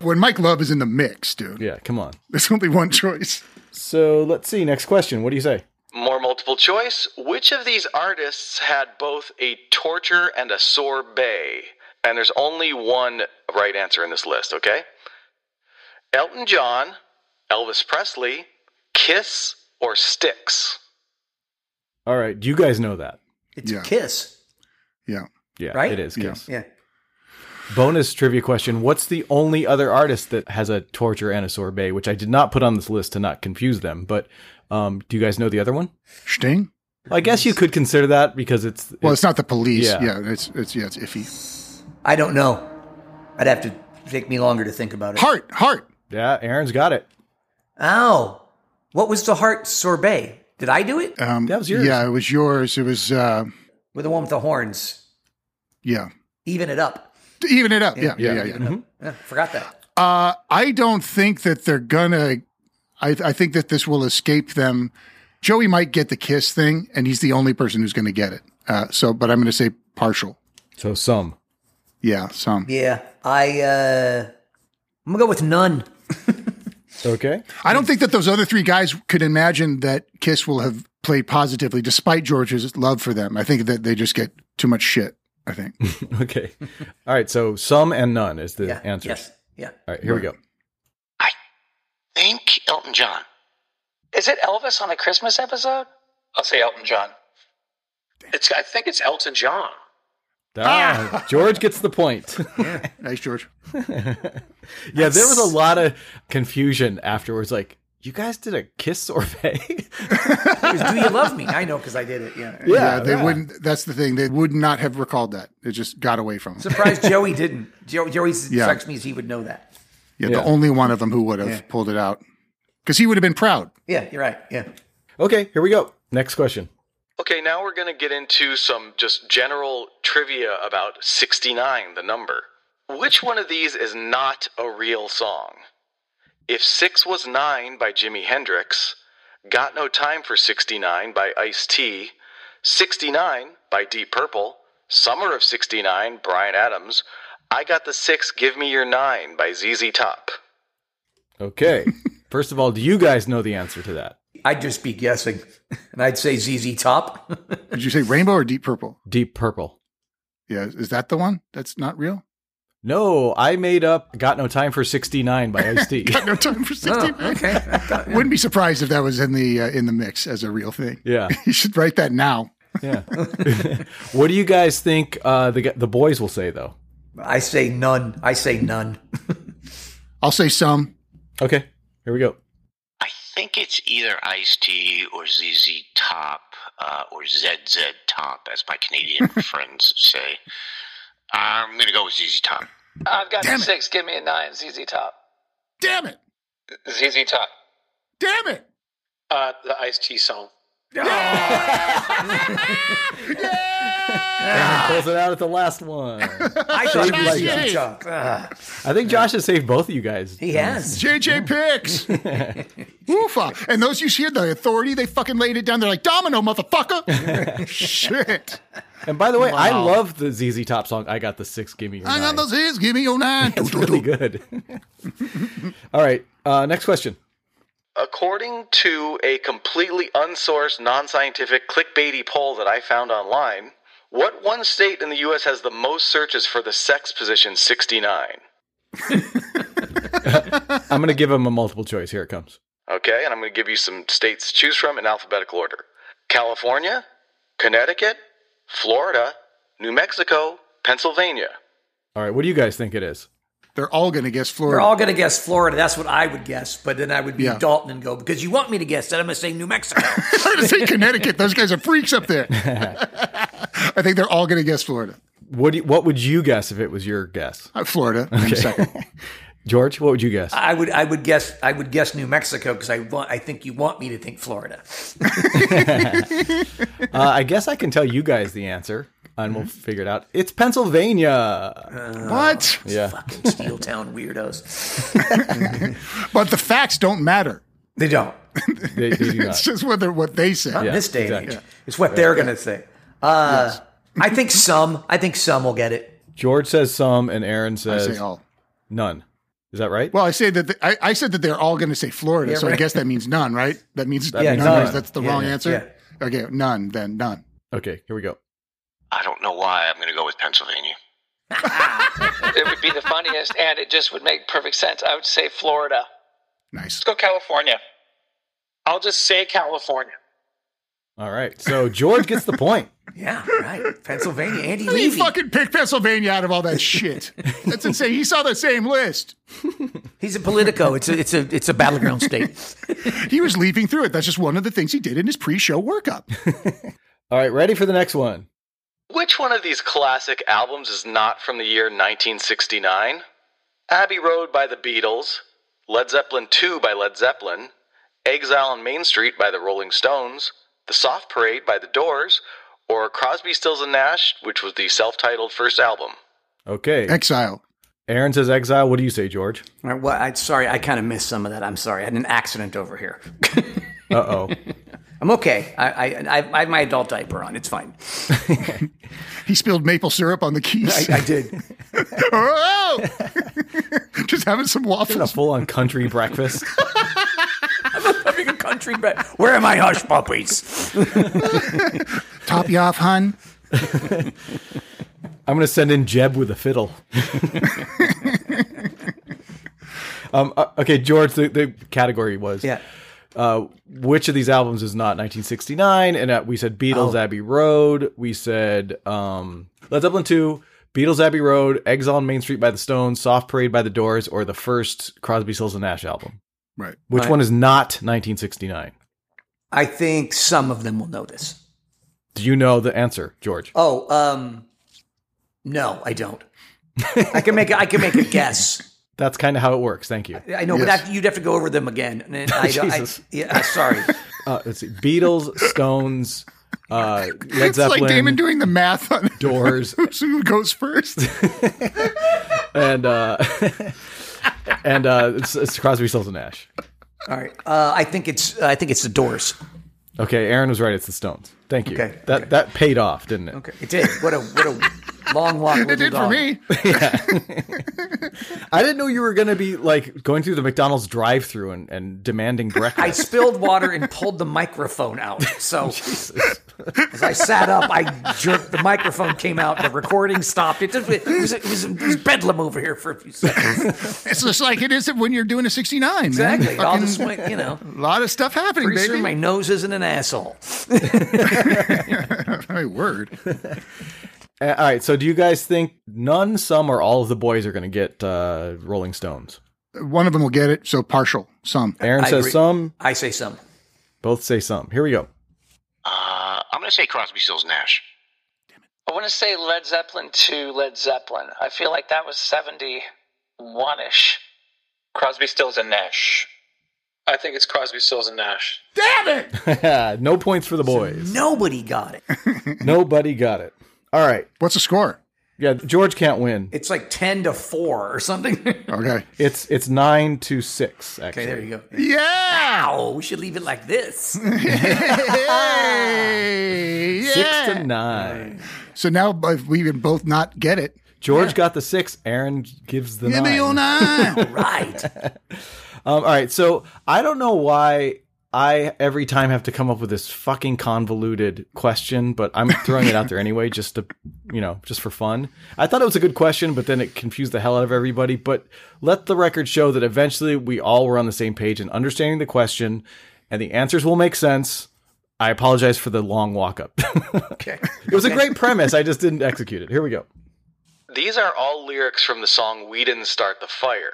When Mike Love is in the mix, dude, yeah, come on. there's only one choice. So let's see. Next question. What do you say? More multiple choice. Which of these artists had both a torture and a sorbet? And there's only one right answer in this list, okay? Elton John, Elvis Presley, Kiss, or Styx? All right. You guys know that. It's Yeah. Kiss. Yeah. Yeah, Right? it is. Yeah. Kiss. Yeah. Bonus trivia question. What's the only other artist that has a torture and a sorbet, which I did not put on this list to not confuse them, but um, do you guys know the other one? Sting? I guess you could consider that because it's, Well, it's not the police. Yeah. Yeah, it's it's yeah, it's iffy. I don't know. I'd have to take me longer to think about it. Heart, heart. yeah, Aaron's got it. Oh. What was the heart sorbet? Did I do it? Um, That was yours. Yeah, it was yours. It was uh, With the one with the horns. yeah. Even it up. To even it up. Yeah, yeah, yeah. Mm-hmm. yeah. Yeah, forgot that. Uh, I don't think that they're gonna. I, I think that this will escape them. Joey might get the kiss thing, and he's the only person who's going to get it. Uh, so, but I'm going to say partial. So some. Yeah, some. Yeah. I uh I'm gonna go with none. Okay. I don't think that those other three guys could imagine that Kiss will have played positively, despite George's love for them. I think that they just get too much shit. I think. Okay. All right. So some and none is the Yeah. answer. Yes. Yeah. All right. Here we go. Think Elton John. Is it Elvis on the Christmas episode? I'll say Elton John. It's I think it's Elton John. Ah, George gets the point. Nice, George. yeah, there was a lot of confusion afterwards. Like, you guys did a kiss sorbet? It was, do you love me? I know because I did it. Yeah. Yeah, they yeah. wouldn't. That's the thing. They would not have recalled that. It just got away from them. Surprised Joey didn't. Joe, Joey Yeah. strikes me as he would know that. yeah, Yeah. the only one of them who would have Yeah. pulled it out because he would have been proud. Yeah, you're right. Yeah. okay. Here we go. Next question. Okay, now we're going to get into some just general trivia about 69, the number. Which one of these is not a real song? If Six Was Nine by Jimi Hendrix, Got No Time for 69 by Ice T, 69 by Deep Purple, Summer of 69, Brian Adams, I Got the Six, Give Me Your Nine by ZZ Top. Okay. First of all, do you guys know the answer to that? I'd just be guessing, and I'd say ZZ Top. Did you say rainbow or deep purple? Deep Purple. Yeah, is that the one? That's not real. No, I made up Got No Time for 69 by Ice T. Got no time for sixty. oh, okay. I thought- Wouldn't be surprised if that was in the uh, in the mix as a real thing. yeah. You should write that now. Yeah. what do you guys think uh, the, the boys will say, though? I say none. I say none. I'll say some. Okay. Here we go. I think it's either Ice T or ZZ Top uh, or ZZ Top, as my Canadian friends say. I'm going to go with ZZ Top. I've got Damn a it. six. Give me a nine. ZZ Top. Damn it! ZZ Top. Damn it! Uh, the Ice T song. And he pulls it out at the last one. I thought it was a chunk. Ah. I think Josh has saved both of you guys. He has. JJ Picks. Woofa. ah. And those you hear the authority, they fucking laid it down. They're like, Domino, motherfucker. Shit. And by the way, I Wow. love the ZZ Top song. I got the six. Give me your I nine. got those ears. Give me your nine. It's really good. All right. Uh, next question. According to a completely unsourced, non scientific, clickbaity poll that I found online, what one state in the U.S. has the most searches for the sex position 69? I'm going to give him a multiple choice. Here it comes. Okay, and I'm going to give you some states to choose from in alphabetical order California, Connecticut, Florida, New Mexico, Pennsylvania. All right. What do you guys think it is? They're all going to guess Florida. We're all going to guess Florida. That's what I would guess. But then I would be Yeah. Dalton and go, because you want me to guess that, I'm going to say New Mexico. I'm going to say Connecticut. Those guys are freaks up there. I think they're all going to guess Florida. What do you, What would you guess if it was your guess? Uh, Florida. I'm second. George, what would you guess? I would, I would guess, I would guess New Mexico because I want, I think you want me to think Florida. Uh, I guess I can tell you guys the answer, and we'll figure it out. It's Pennsylvania. What? yeah. Fucking Steel Town weirdos. But the facts don't matter. They don't. They, they do It's not. just whether what they say. Not in this day and exactly. age. It's what they're going to think. Uh, I think some. I think some will get it. George says some, and Aaron I says say all. none. Is that right? Well, I say that the, I, I said that they're all going to say Florida, Yeah, so I right. guess that means none, right? That means That none. means right? none. That's the Yeah, wrong yeah, answer. Okay, none. Then none. Okay. Here we go. I don't know why I'm going to go with Pennsylvania. it would be the funniest, and it just would make perfect sense. I would say Florida. Nice. Let's go California. I'll just say California. All right. So George gets the point. Yeah, right. Pennsylvania. Andy He Levy. fucking picked Pennsylvania out of all that shit. That's insane. He saw the same list. He's a Politico. It's a, it's a, it's a battleground state. He was leafing through it. That's just one of the things he did in his pre-show workup. All right. Ready for the next one? Which one of these classic albums is not from the year 1969? Abbey Road by the Beatles, Led Zeppelin II by Led Zeppelin, Exile on Main Street by the Rolling Stones, The Soft Parade by the Doors, or Crosby, Stills, and Nash, which was the self titled first album? Okay. Exile. Aaron says exile. What do you say, George? All right, well, I, sorry, I kind of missed some of that. I'm sorry. I had an accident over here. Uh oh. I'm okay. I, I, I, I have my adult diaper on. It's fine. He spilled maple syrup on the keys. I, I did. oh, just having some a waffles. full on country breakfast. Having a country bed. Where are my hush puppies? Top you off, hun. I'm gonna send in Jeb with a fiddle. um. uh, Okay, George. The, the category was Yeah. uh, which of these albums is not 1969? And uh, we said Beatles, Oh. Abbey Road. We said um, Led Zeppelin 2, Beatles, Abbey Road, Exile on Main Street by the Stones, Soft Parade by the Doors, or the first Crosby, Stills, and Nash album. Right. Which Right. one is not 1969? I think some of them will know this. Do you know the answer, George? Uh, Oh, um, no, I don't. I can make a, I can make a guess. That's kind of how it works. Thank you. I know, Yes. but that, you'd have to go over them again. And then I, don't- I- Jesus. yeah, sorry. Uh, let's see. Beatles, Stones, uh, Led It's Zeppelin, like Damon doing the math on Doors, who goes first. and uh, and uh, it's, it's Crosby, Stills, and Nash. All right. Uh, I think it's I think it's the Doors. Okay, Aaron was right. It's the Stones. Thank you. Okay, That okay. that paid off, didn't it? Okay, it did. What a what a long walk. It did for me. I didn't know you were going to be like going through the McDonald's drive-through and, and demanding I breakfast. spilled water and pulled the microphone out. So as I sat up, I jerked. The microphone came out. The recording stopped. It, just, it, was, it, was, it was bedlam over here for a few seconds. It's just like it is when you're doing a 69. Exactly. Man. It all Fucking- just went, you know. a lot of stuff happening, Pretty baby. sure my nose isn't an asshole. My word. Uh, All right, so do you guys think none, some, or all of the boys are going to get uh, Rolling Stones? One of them will get it, so partial. Some. Aaron I says agree. some. I say some. Both say some. Here we go. Uh, I'm going to say Crosby, Stills, Nash. I want to say Led Zeppelin to Led Zeppelin. I feel like that was 71 ish. Crosby, Stills, and Nash. I think it's Crosby, Stills, and Nash. Damn it! no points for the boys. Nobody got it. Nobody got it. All right. What's the score? Yeah, George can't win. It's like ten to four or something. Okay. It's it's nine to six. Actually. okay, there you go. Yeah. Wow, we should leave it like this. Hey, yeah. Six to nine. So now if we can both not get it. George got the six. Aaron gives the Give nine. me your nine. right. Um, all right, so I don't know why I every time have to come up with this fucking convoluted question, but I'm throwing it out there anyway, just to you know, just for fun. I thought it was a good question, but then it confused the hell out of everybody. But let the record show that eventually we all were on the same page in understanding the question, and the answers will make sense. I apologize for the long walk up. Okay. it was a great premise. I just didn't execute it. Here we go. These are all lyrics from the song We Didn't Start the Fire.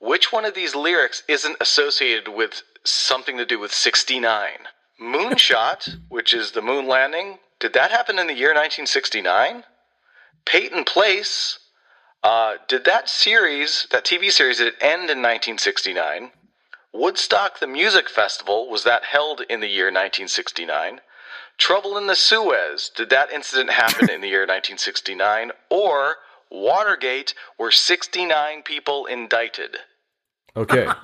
Which one of these lyrics isn't associated with something to do with 69? Moonshot, which is the moon landing, did that happen in the year 1969? Peyton Place, uh, did that series, that TV series, did it end in 1969? Woodstock, the music festival, was that held in the year 1969? Trouble in the Suez, did that incident happen in the year 1969? Or Watergate, were 69 people indicted? Okay.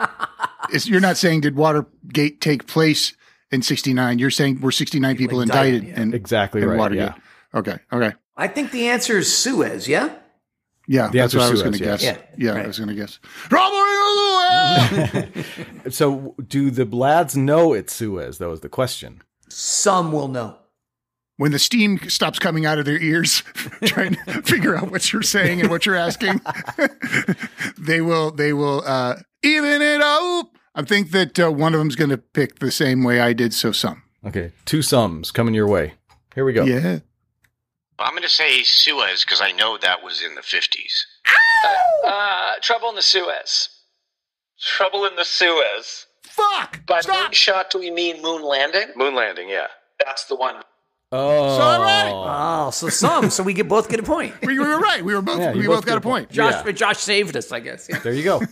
It's- you're not saying did Watergate take place in 69. You're saying were 69 people indicted, indicted, in, Exactly in right. Watergate. Yeah. Okay. Okay. I think the answer is Suez. Yeah. Yeah. The that's answer's what I was going Suez, to yes. guess. Yeah. Yeah, I right. was going to guess. Robert in the world! So do the Blads know it's Suez? That was the question. Some will know. when the steam stops coming out of their ears, trying to figure out what you're saying and what you're asking, they will they will uh, even it up. I think that uh, one of them's going to pick the same way I did. So some, Okay, two sums coming your way. Here we go. yeah, I'm going to say Suez because I know that was in the 50s. Uh, Trouble in the Suez. Trouble in the Suez. fuck, By stop. moonshot, do we mean moon landing? Moon landing, yeah. That's the one. Oh, Oh, so some. so we get both get a point. We, we were right. We were both Yeah, you we both, both got get a a point. Josh, Yeah. Josh saved us, I guess. Yeah. There you go.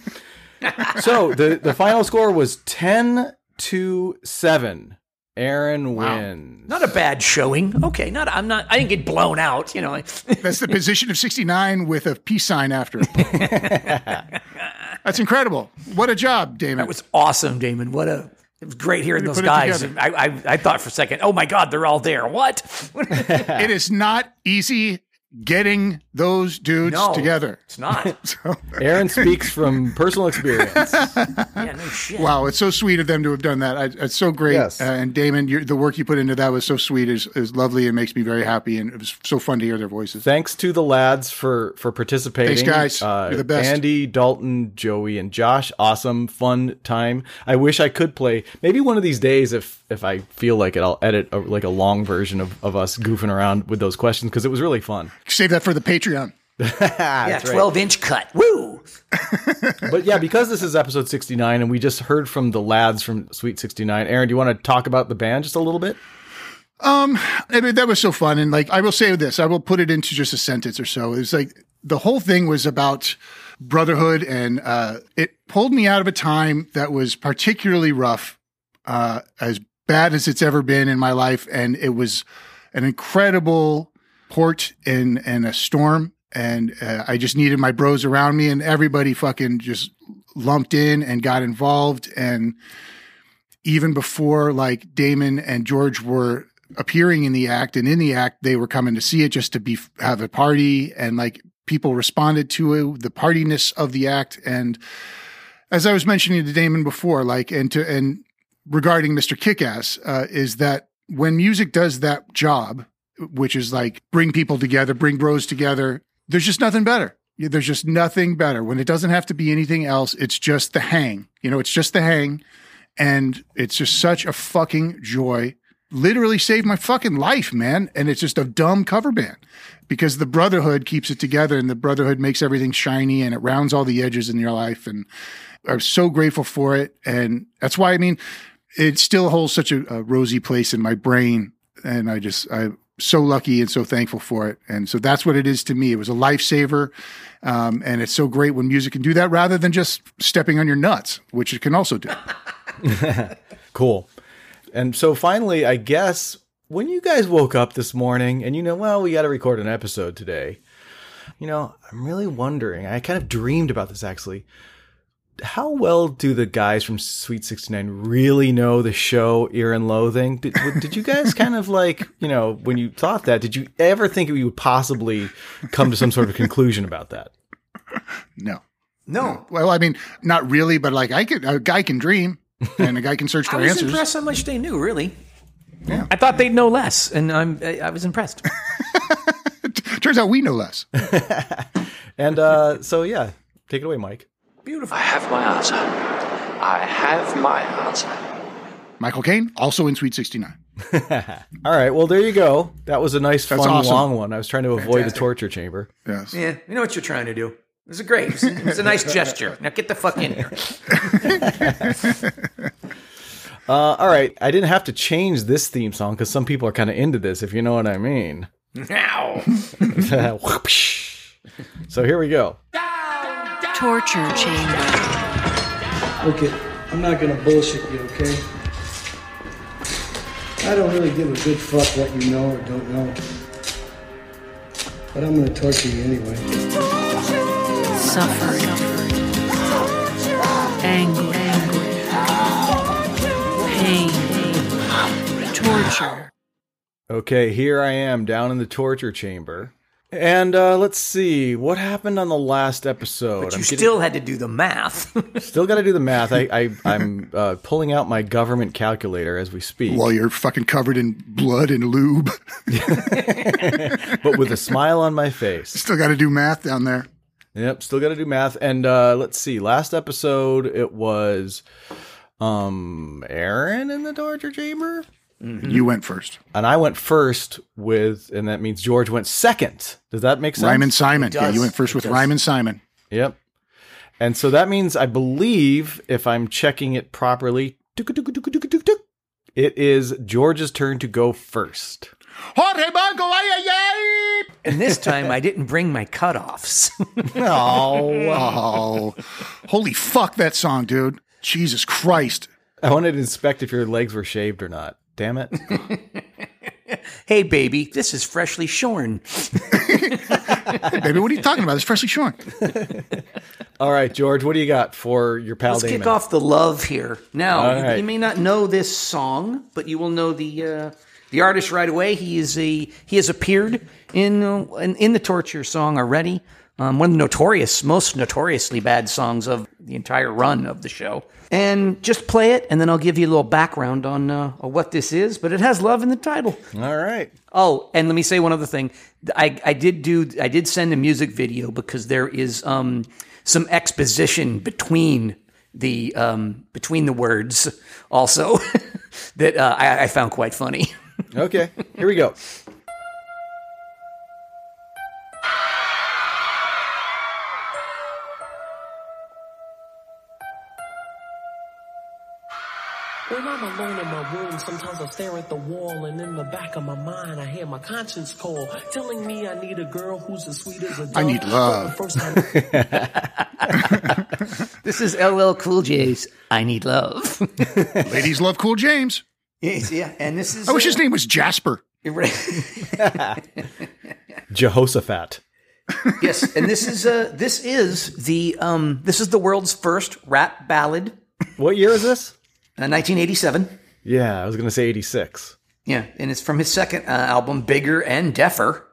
so the the final score was ten to seven. Aaron wins. Not a bad showing. Okay, not. I'm not. I didn't get blown out. You know. I- That's the position of 69 with a peace sign after. it. That's incredible. What a job, Damon. That was awesome, Damon. What a it was great hearing We those put it guys. together. I, I I thought for a second, oh my God, they're all there. What? it is not easy getting those dudes No, together. It's not. So Aaron speaks from personal experience. Yeah, no shit. Wow, it's so sweet of them to have done that. I, it's so great. Yes. Uh, and Damon, your, the work you put into that was so sweet. is is lovely and makes me very happy. And it was so fun to hear their voices. Thanks to the lads for for participating. Thanks, guys. Uh, You're the best. Andy, Dalton, Joey, and Josh. Awesome, fun time. I wish I could play. Maybe one of these days, if if I feel like it, I'll edit a, like a long version of of us goofing around with those questions because it was really fun. Save that for the Patreon. Yeah, That's right. twelve inch cut. Woo! But yeah, because this is episode 69 and we just heard from the lads from Sweet 69, Aaron, do you want to talk about the band just a little bit? I mean, that was so fun. And like, I will say this, I will put it into just a sentence or so. It was like the whole thing was about brotherhood, and uh, it pulled me out of a time that was particularly rough, uh, as bad as it's ever been in my life. And it was an incredible port in, in a storm. And uh, I just needed my bros around me, and everybody fucking just lumped in and got involved. And even before like Damon and George were appearing in the act and in the act they were coming to see it just to be have a party and like people responded to it, the partiness of the act and as I was mentioning to Damon before like and to and regarding Mr. Kickass uh, is that when music does that job which is like bring people together bring bros together there's just nothing better Yeah, there's just nothing better when it doesn't have to be anything else it's just the hang you know it's just the hang and it's just such a fucking joy. Literally saved my fucking life, man. And it's just a dumb cover band because the brotherhood keeps it together and the brotherhood makes everything shiny and it rounds all the edges in your life. And I'm so grateful for it. And that's why, I mean, it still holds such a, a rosy place in my brain. And I just, I'm so lucky and so thankful for it. And so that's what it is to me. It was a lifesaver. Um, and it's so great when music can do that rather than just stepping on your nuts, which it can also do. cool. And so finally, I guess when you guys woke up this morning and you know, well, we got to record an episode today, you know, I'm really wondering. I kind of dreamed about this actually. How well do the guys from Sweet 69 really know the show Ear and Loathing? Did, w- did you guys kind of like, you know, when you thought that, did you ever think you would possibly come to some sort of conclusion about that? No. No. Well, I mean, not really, but like I could, a guy can dream and a guy can search I for was answers. impressed how much they knew, really. I thought they'd know less, and I'm I I was impressed. Turns out we know less. And uh, so, yeah, take it away, Mike. Beautiful. I have my answer. I have my answer. Michael Caine, also in Sweet 69. All right. Well, there you go. That was a nice, That's fun, awesome. long one. I was trying to avoid the Fantastic. torture chamber. Yes. Yeah, you know what you're trying to do. It was a great. It was, it was a nice gesture. Now get the fuck in here. Uh, all right. I didn't have to change this theme song because some people are kind of into this, if you know what I mean. Now. Whoopsh. so here we go. Torture chamber. Look, it, I'm not gonna bullshit you, okay? I don't really give a good fuck what you know or don't know. But I'm gonna torture you anyway. Suffering. Anger. Pain. Torture. Okay. Here I am down in the torture chamber. And uh, let's see what happened on the last episode. But I'm you getting- still had to do the math. Still got to do the math. I, I I'm uh, pulling out my government calculator as we speak. While you're fucking covered in blood and lube. but with a smile on my face. Still got to do math down there. Yep, still got to do math. And uh, let's see. Last episode, it was um Aaron in the torture chamber, You went first. and I went first with, and that means George went second. Does that make sense? Ryman Simon. Yeah, you went first with Ryman Simon. Yep. And so that means I believe if I'm checking it properly, tuk-tuk-tuk-tuk-tuk-tuk, it is George's turn to go first. Jorge Banco, ay, ay, ay. and this time I didn't bring my cutoffs. Oh, holy fuck that song, dude. Jesus Christ. I wanted to inspect if your legs were shaved or not. Damn it. hey, baby, this is freshly shorn. Baby, what are you talking about? It's freshly shorn. All right, George, what do you got for your pal Let's Damon? kick off the love here. Now, All you- right. you may not know this song, but you will know the uh, the artist right away. He is a he has appeared in uh, in, in the torture song already. Um, one of the notorious, most notoriously bad songs of the entire run of the show. And just play it, and then I'll give you a little background on, uh, on what this is. But it has love in the title. All right. Oh, and let me say one other thing. I, I did do I did send a music video because there is um, some exposition between the um, between the words also that uh, I, I found quite funny. Okay, here we go. When I'm alone in my room, sometimes I stare at the wall and in the back of my mind I hear my conscience call, telling me I need a girl who's as sweet as a dove. I need love. But the first time this is LL Cool J's "I Need Love." Ladies love Cool James. Yes, yeah, and this is. I wish his uh, name was Jasper. Jehoshaphat. yes, and this is uh, this is the um, this is the world's first rap ballad. What year is this? Uh, 1987. Yeah, I was going to say 86. Yeah, and it's from his second uh, album, Bigger and Deafer.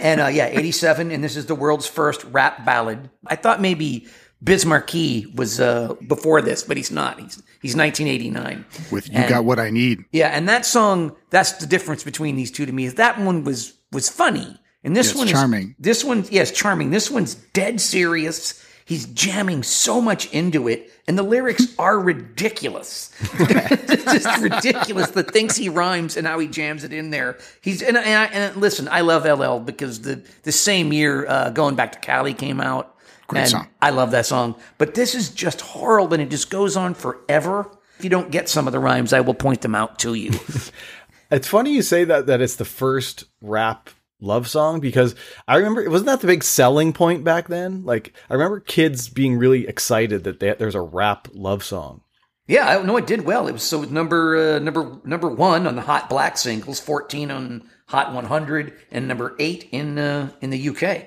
and uh, yeah, 87, and this is the world's first rap ballad. I thought maybe Bismarcky was uh, before this, but he's not. He's, he's 1989. With You And- Got What I Need. Yeah, and that song, that's the difference between these two to me, is that one was was funny. And this Yes, one is charming. This one, yes, charming. This one's dead serious. He's jamming so much into it, and the lyrics are ridiculous. it's just ridiculous. The things he rhymes and how he jams it in there. He's and, and, I, and listen, I love LL because the the same year, uh, going back to Cali came out. Great and song. I love that song, but this is just horrible, and it just goes on forever. If you don't get some of the rhymes, I will point them out to you. It's funny you say that that it's the first rap love song because I remember wasn't that the big selling point back then? Like I remember kids being really excited that they, there's a rap love song. Yeah, I know it did well. It was so number uh, number number one on the Hot Black singles, fourteen on Hot 100, and number eight in uh, in the UK.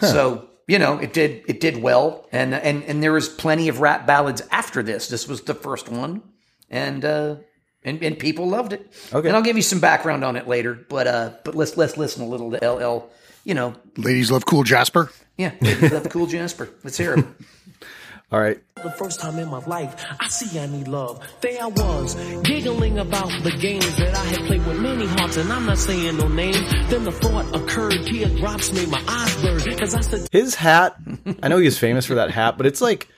So you know it did it did well, and and and there was plenty of rap ballads after this. This was the first one, and uh, and and people loved it. Okay, and I'll give you some background on it later, but uh, but let's let's listen a little to LL. You know, Ladies love cool Jasper. yeah, love cool Jasper. Let's hear him. All right. The first time in my life, I see I need love. There I was, giggling about the games that I had played with many hearts, and I'm not saying no names. Then the thought occurred, teardrops made my eyes blur, cause I said, His hat, I know he was famous for that hat, but it's like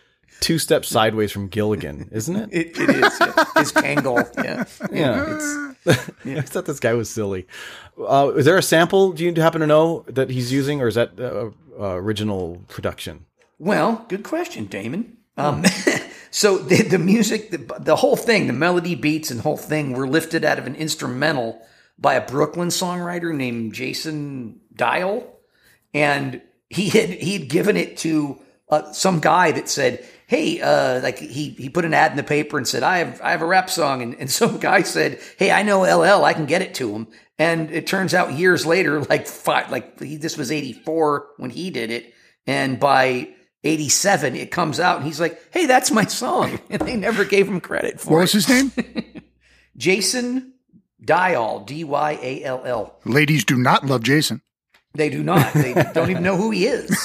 two steps sideways from Gilligan, isn't it? It, it is. Yeah. His Kangol. Yeah. Yeah. I thought this guy was silly. Uh, is there a sample? Do you happen to know that he's using, or is that uh, uh, original production? Well, good question, Damon. Um, so the, the music, the, the whole thing, the melody, beats, and whole thing were lifted out of an instrumental by a Brooklyn songwriter named Jason Dial, and he had he had given it to uh, some guy that said, "Hey, uh, like he he put an ad in the paper and said, I have I have a rap song," and, and some guy said, "Hey, I know LL, I can get it to him." And it turns out years later, like five, like he, this was '84 when he did it, and by '87 it comes out, and he's like, "Hey, that's my song," and they never gave him credit for What it. was his name? Jason Dial, D Y A L L. Ladies do not love Jason. They do not. They don't even know who he is.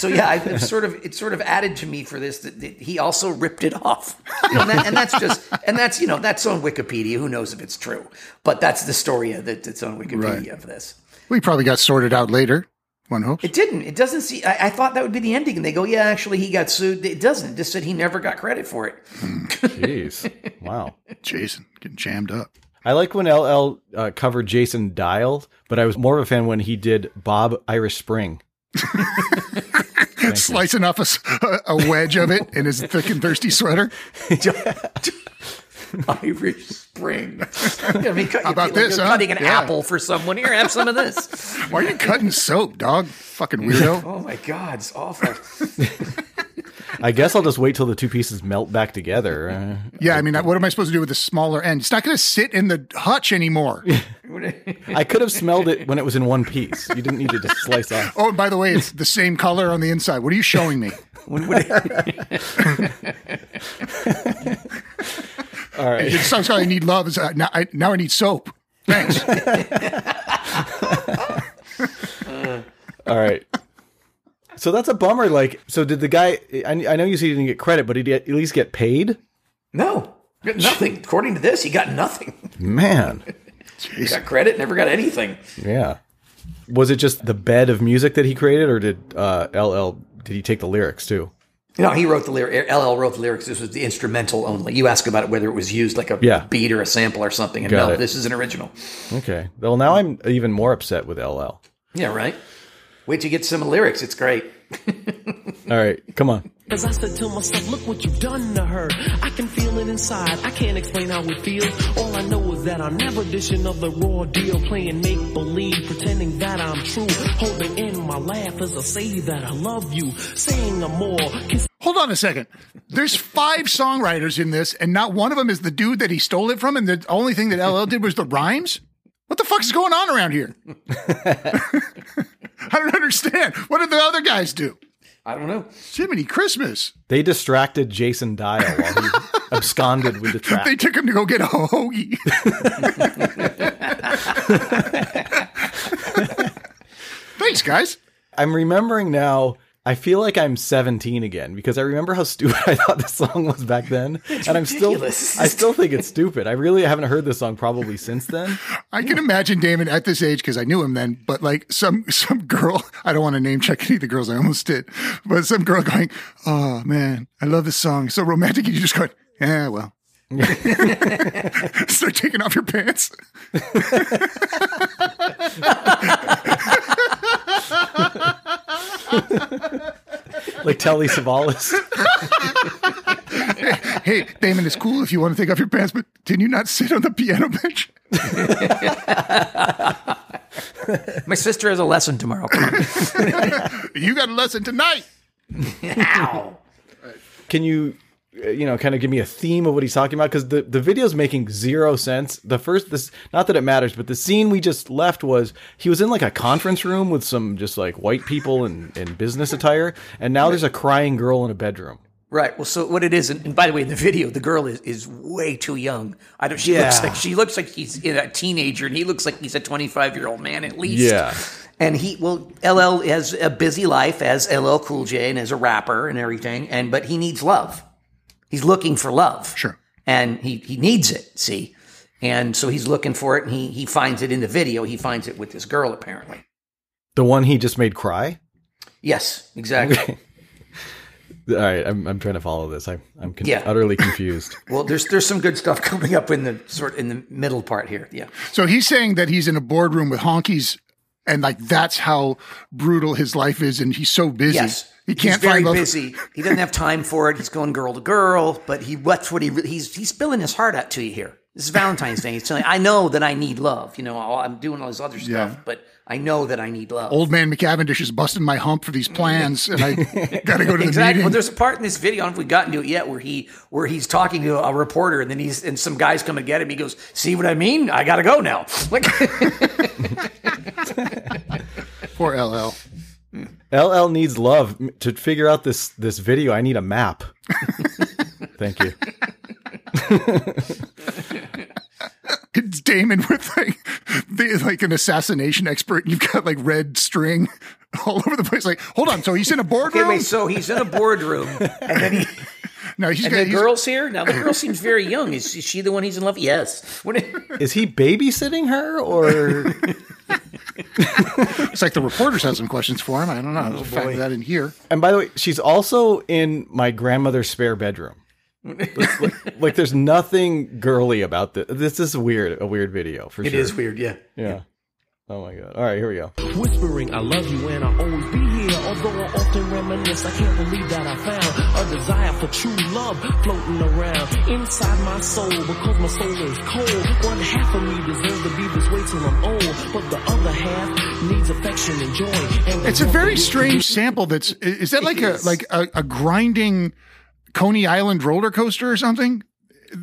So yeah, I, it's sort of it's sort of added to me for this that, that he also ripped it off, You know, and, that- and that's just and that's you know that's on Wikipedia. Who knows if it's true? But that's the story that, that's on Wikipedia of this. We probably got sorted out later. One hopes. It didn't. It doesn't see. I, I thought that would be the ending, and they go, "Yeah, actually, he got sued." It doesn't. It just said he never got credit for it. Jeez. Wow. Jason getting jammed up. I like when LL uh, covered Jason Dial, but I was more of a fan when he did Bob Irish Spring. Slicing off a, s- a wedge of it in his thick and thirsty sweater. Irish spring. I mean, cut, How about like this, You're huh? cutting an Yeah. apple for someone. Here, have some of this. Why are you cutting soap, dog? Fucking weirdo. Oh my God, it's awful. I guess I'll just wait till the two pieces melt back together. Uh, Yeah, I mean, what am I supposed to do with the smaller end? It's not going to sit in the hutch anymore. I could have smelled it when it was in one piece. You didn't need to just slice off. Oh, and by the way, it's the same color on the inside. What are you showing me? All right. It sounds like I need love. Is, uh, now, I, now I need soap. Thanks. All right. So that's a bummer. Like, so did the guy? I, I know you said he didn't get credit, but did he at least get paid? No, got nothing. According to this, he got nothing. Man, He got credit, never got anything. yeah. Was it just the bed of music that he created, or did uh, LL did he take the lyrics too? No, he wrote the lyric. LL wrote the lyrics. This was the instrumental only. You ask about it whether it was used like a Yeah. beat or a sample or something, and Got no, it. this is an original. Okay. Well, now I'm even more upset with LL. All Yeah, right. Wait till you get some of the lyrics. It's great. right, come on. As I said to myself, look what you've done to her. I can feel it inside. I can't explain how it feels. All I know is that I'm never dishing of the raw deal, playing make believe, pretending that I'm true. Holding in my laugh as I say that I love you, saying I'm more. Kiss- Hold on a second. There's five songwriters in this, and not one of them is the dude that he stole it from, and the only thing that LL did was the rhymes? What the fuck is going on around here? I don't understand. What did the other guys do? I don't know. Jiminy Christmas. They distracted Jason Dial while he absconded with the track. They took him to go get a hoagie. Thanks, guys. I'm remembering now. I feel like I'm 17 again because I remember how stupid I thought this song was back then, and I'm ridiculous. still I still think it's stupid. I really haven't heard this song probably since then. I can imagine Damon at this age because I knew him then, but like some some girl, I don't want to name check any of the girls, I almost did, but some girl going, "Oh man, I love this song, it's so romantic," and you just going, "Yeah, well." Start taking off your pants. Like Telly Savalas. Hey, Damon, it's cool if you want to take off your pants, but can you not sit on the piano bench? My sister has a lesson tomorrow. Come on. you got a lesson tonight. Can you, uh, you know, kind of give me a theme of what he's talking about? Because the the video's making zero sense. The first, this not that it matters, but the scene we just left was he was in like a conference room with some just like white people in, in business attire, and now there's a crying girl in a bedroom. Right. Well, so what it is, and, and by the way, in the video, the girl is, is way too young. I don't. She looks Yeah. like she looks like he's a teenager, and he looks like he's a twenty five year old man at least. Yeah. And he well, LL has a busy life as LL Cool J and as a rapper and everything, and but he needs love. He's looking for love. Sure. And he he needs it. See. And so he's looking for it, and he he finds it in the video. He finds it with this girl apparently. The one he just made cry. Yes. Exactly. All right, I'm I'm trying to follow this. I'm I'm con- Yeah. utterly confused. Well, there's there's some good stuff coming up in the sort in the middle part here. Yeah. So he's saying that he's in a boardroom with honkies, and like that's how brutal his life is, and he's so busy Yes. he can't he's very find love. busy. He doesn't have time for it. He's going girl to girl, but he what's what he re- he's he's spilling his heart out to you here. This is Valentine's Day. He's telling you, I know that I need love. You know, all- I'm doing all this other stuff, Yeah. but I know that I need love. Old man McAvendish is busting my hump for these plans, and I gotta go to the exactly. Well, meeting. there's a part in this video. I don't know if we've gotten to it yet, where he where he's talking to a reporter, and then he's and some guys come and get him. He goes, "See what I mean? I gotta go now." Like, Poor LL. LL needs love M- to figure out this this video. I need a map. Thank you. It's Damon with like the, like an assassination expert. You've got like red string all over the place. Like, hold on. So he's in a boardroom. anyway, so he's in a boardroom, and then he no, he's and got the he's- girl's here. Now the girl seems very young. Is, is she the one he's in love? Yes. What- Is he babysitting her or It's like the reporters had some questions for him. I don't know. Oh, Let's factor that in here. And by the way, she's also in my grandmother's spare bedroom. It's like, like there's nothing girly about this. This is weird, a weird video for It sure. is weird, yeah. Yeah. Oh my god. All right, here we go. Whispering, I love you and I'll always be here. Although I often reminisce, I can't believe that I found a desire for true love floating around inside my soul because my soul is cold. One half of me deserves to be this way till I'm old, but the other half needs affection and joy. And It's a very strange sample. That's i- is that like a like a, a grinding Coney Island roller coaster or something?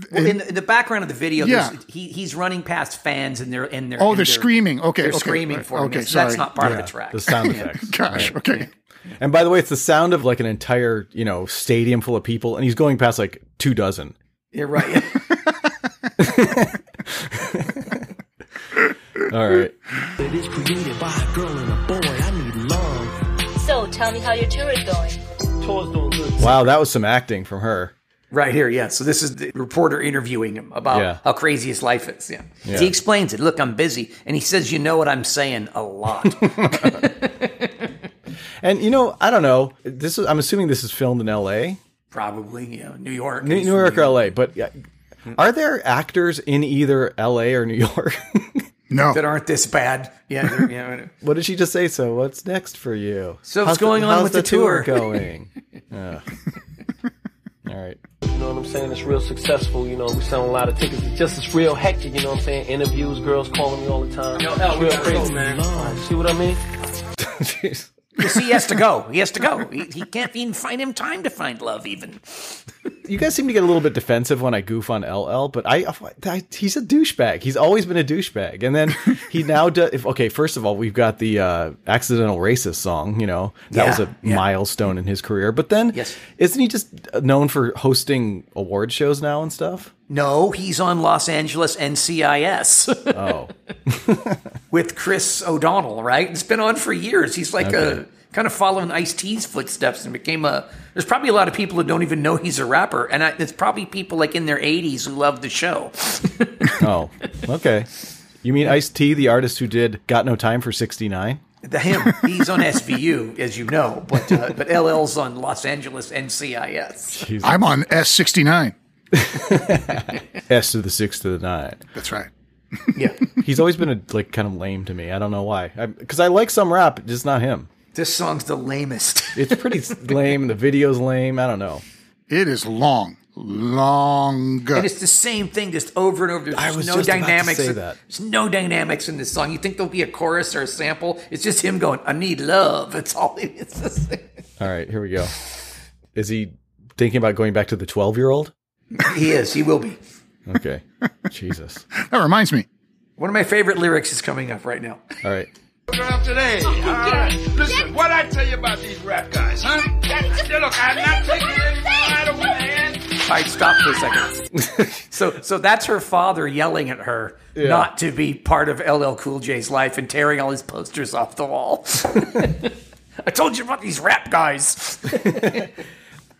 Well, in, the, in the background of the video, Yeah. there's he, he's running past fans and they're and they're Oh, and they're screaming. Okay, they're okay, screaming right. for him. Okay, It's- that's sorry. not part Yeah. of the track. The sound effects. Gosh, okay. And by the way, it's the sound of like an entire, you know, stadium full of people and he's going past like two dozen. You're right. All right. It is created by a girl and a boy. I need love. So tell me how your tour is going. Tours don't look Wow, that was some acting from her. Right here, yeah. So this is the reporter interviewing him about Yeah. how crazy his life is. Yeah. Yeah. He explains it. Look, I'm busy. And he says, You know what I'm saying a lot. And you know, I don't know. This is I'm assuming this is filmed in LA. Probably, yeah. New York. New, He's New from York uh, or LA, but yeah. are there actors in either LA or New York? no. That aren't this bad. Yeah. they're- yeah. What did she just say? So, what's next for you? So what's going on how's with the tour, tour? going? Ugh. All right. You know what I'm saying? It's real successful. You know, we selling a lot of tickets. It's just it's real hectic. You know what I'm saying? Interviews, girls calling me all the time. Yo, L, It's we real gotta go, man. Lord, See what I mean? Because he has to go. He has to go. He, he can't even find him time to find love, even. You guys seem to get a little bit defensive when I goof on LL, but I, I he's a douchebag. He's always been a douchebag, and then he now does. If, okay, first of all, we've got the uh, accidental racist song. You know that was Yeah, a yeah. milestone in his career. But then, isn't he just known for hosting award shows now and stuff? No, he's on Los Angeles NCIS. Oh. With Chris O'Donnell, right? It's been on for years. He's like Okay. a kind of following Ice T's footsteps and became a. There's probably a lot of people who don't even know he's a rapper, and I, it's probably people like in their 80s who love the show. oh, okay. You mean Ice T, the artist who did "Got No Time for '69"? The him, he's on SVU, as you know, but uh, but LL's on Los Angeles NCIS. I'm on S sixty nine. S to the six to the nine. That's right. yeah, he's always been a, like kind of lame to me. I don't know why. Because I, like some rap, just not him. This song's the lamest. It's pretty lame. The video's lame. I don't know. It is long. long. And it's the same thing, just over and over. There's I was no just about to dynamics. say that. There's no dynamics in this song. You think there'll be a chorus or a sample? It's just him going, "I need love." That's all. It is. All right, here we go. Is he thinking about going back to the 12 year old? he is. He will be. Okay. Jesus. That reminds me. One of my favorite lyrics is coming up right now. All right. around today. All right. Listen, what I tell you about these rap guys, huh? Yeah, look, I'm not taking any more out of one hand. All right, stop for a second. so, so that's her father yelling at her Yeah. not to be part of LL Cool J's life and tearing all his posters off the wall. I told you about these rap guys.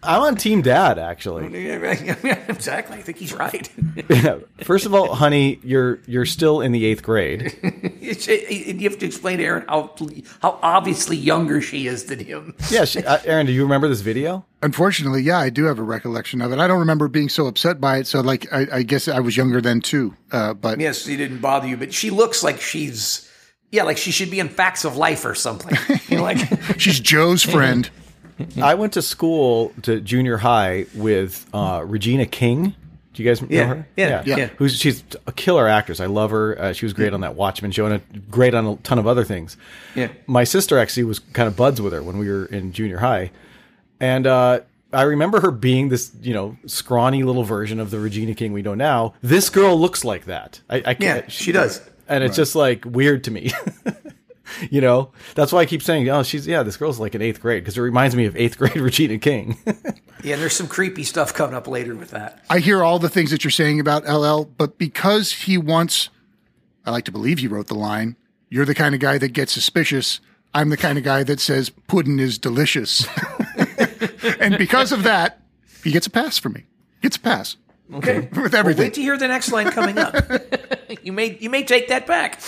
I'm on Team Dad, actually. exactly. I think he's right. Yeah. First of all, honey, you're you're still in the eighth grade. It's- it- it- you have to explain to Aaron how how obviously younger she is than him. Yeah, she, uh, Aaron, do you remember this video? Unfortunately, yeah, I do have a recollection of it. I don't remember being so upset by it. So, like, I, I guess I was younger then too. Uh, but Yes, she didn't bother you, but she looks like she's yeah, like she should be in Facts of Life or something. You know, like she's Joe's friend. I went to school to junior high with uh, Regina King. Do you guys Yeah. know her? Yeah. Yeah. Who's she's a killer actress. I love her. Uh, she was great on that Watchmen show and a, great on a ton of other things. Yeah. My sister actually was kind of buds with her when we were in junior high, and uh, I remember her being this you know scrawny little version of the Regina King we know now. This girl looks like that. I, I can't, Yeah, she does. and it's Right. just like weird to me. You know, that's why I keep saying, "Oh, she's yeah, this girl's like in eighth grade," because it reminds me of eighth grade Regina King. yeah, there's some creepy stuff coming up later with that. I hear all the things that you're saying about LL, but because he once, I like to believe he wrote the line, you're the kind of guy that gets suspicious. I'm the kind of guy that says puddin' is delicious. and because of that, he gets a pass from me. Gets a pass. Okay. With Well, everything. wait to hear the next line coming up. you may you may take that back.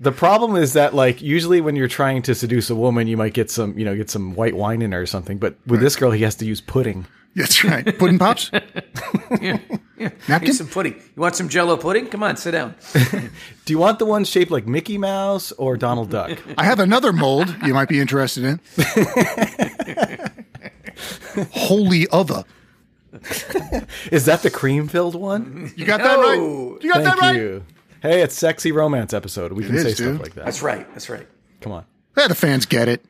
the problem is that, like, usually when you're trying to seduce a woman, you might get some, you know, get some white wine in her or something. But with this girl, he has to use pudding. That's right. Puddin' pops. Napkin? some pudding. You want some Jello pudding? Come on, sit down. Do you want the one shaped like Mickey Mouse or Donald Duck? I have another mold you might be interested in. Holy other. Is that the cream filled one? You got that right. You got that right. You. Hey, it's sexy romance episode. We It can is, say dude. stuff like that. That's right. That's right. Come on. Yeah, the fans get it.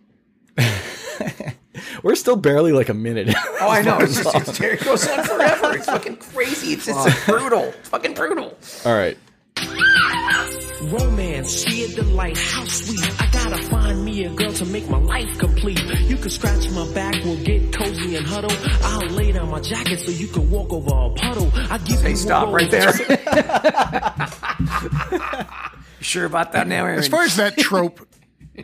We're still barely like a minute. Oh, I know. It's just, it's, it goes on forever. It's fucking crazy. It's just brutal. It's fucking brutal. All right. Romance, sheer delight, how sweet. I gotta find me a girl to make my life complete. You can scratch my back, we'll get cozy and huddle. I'll lay down my jacket so you can walk over a puddle. I give you stop a right rose. Sure about that now, Aaron? As far as that trope,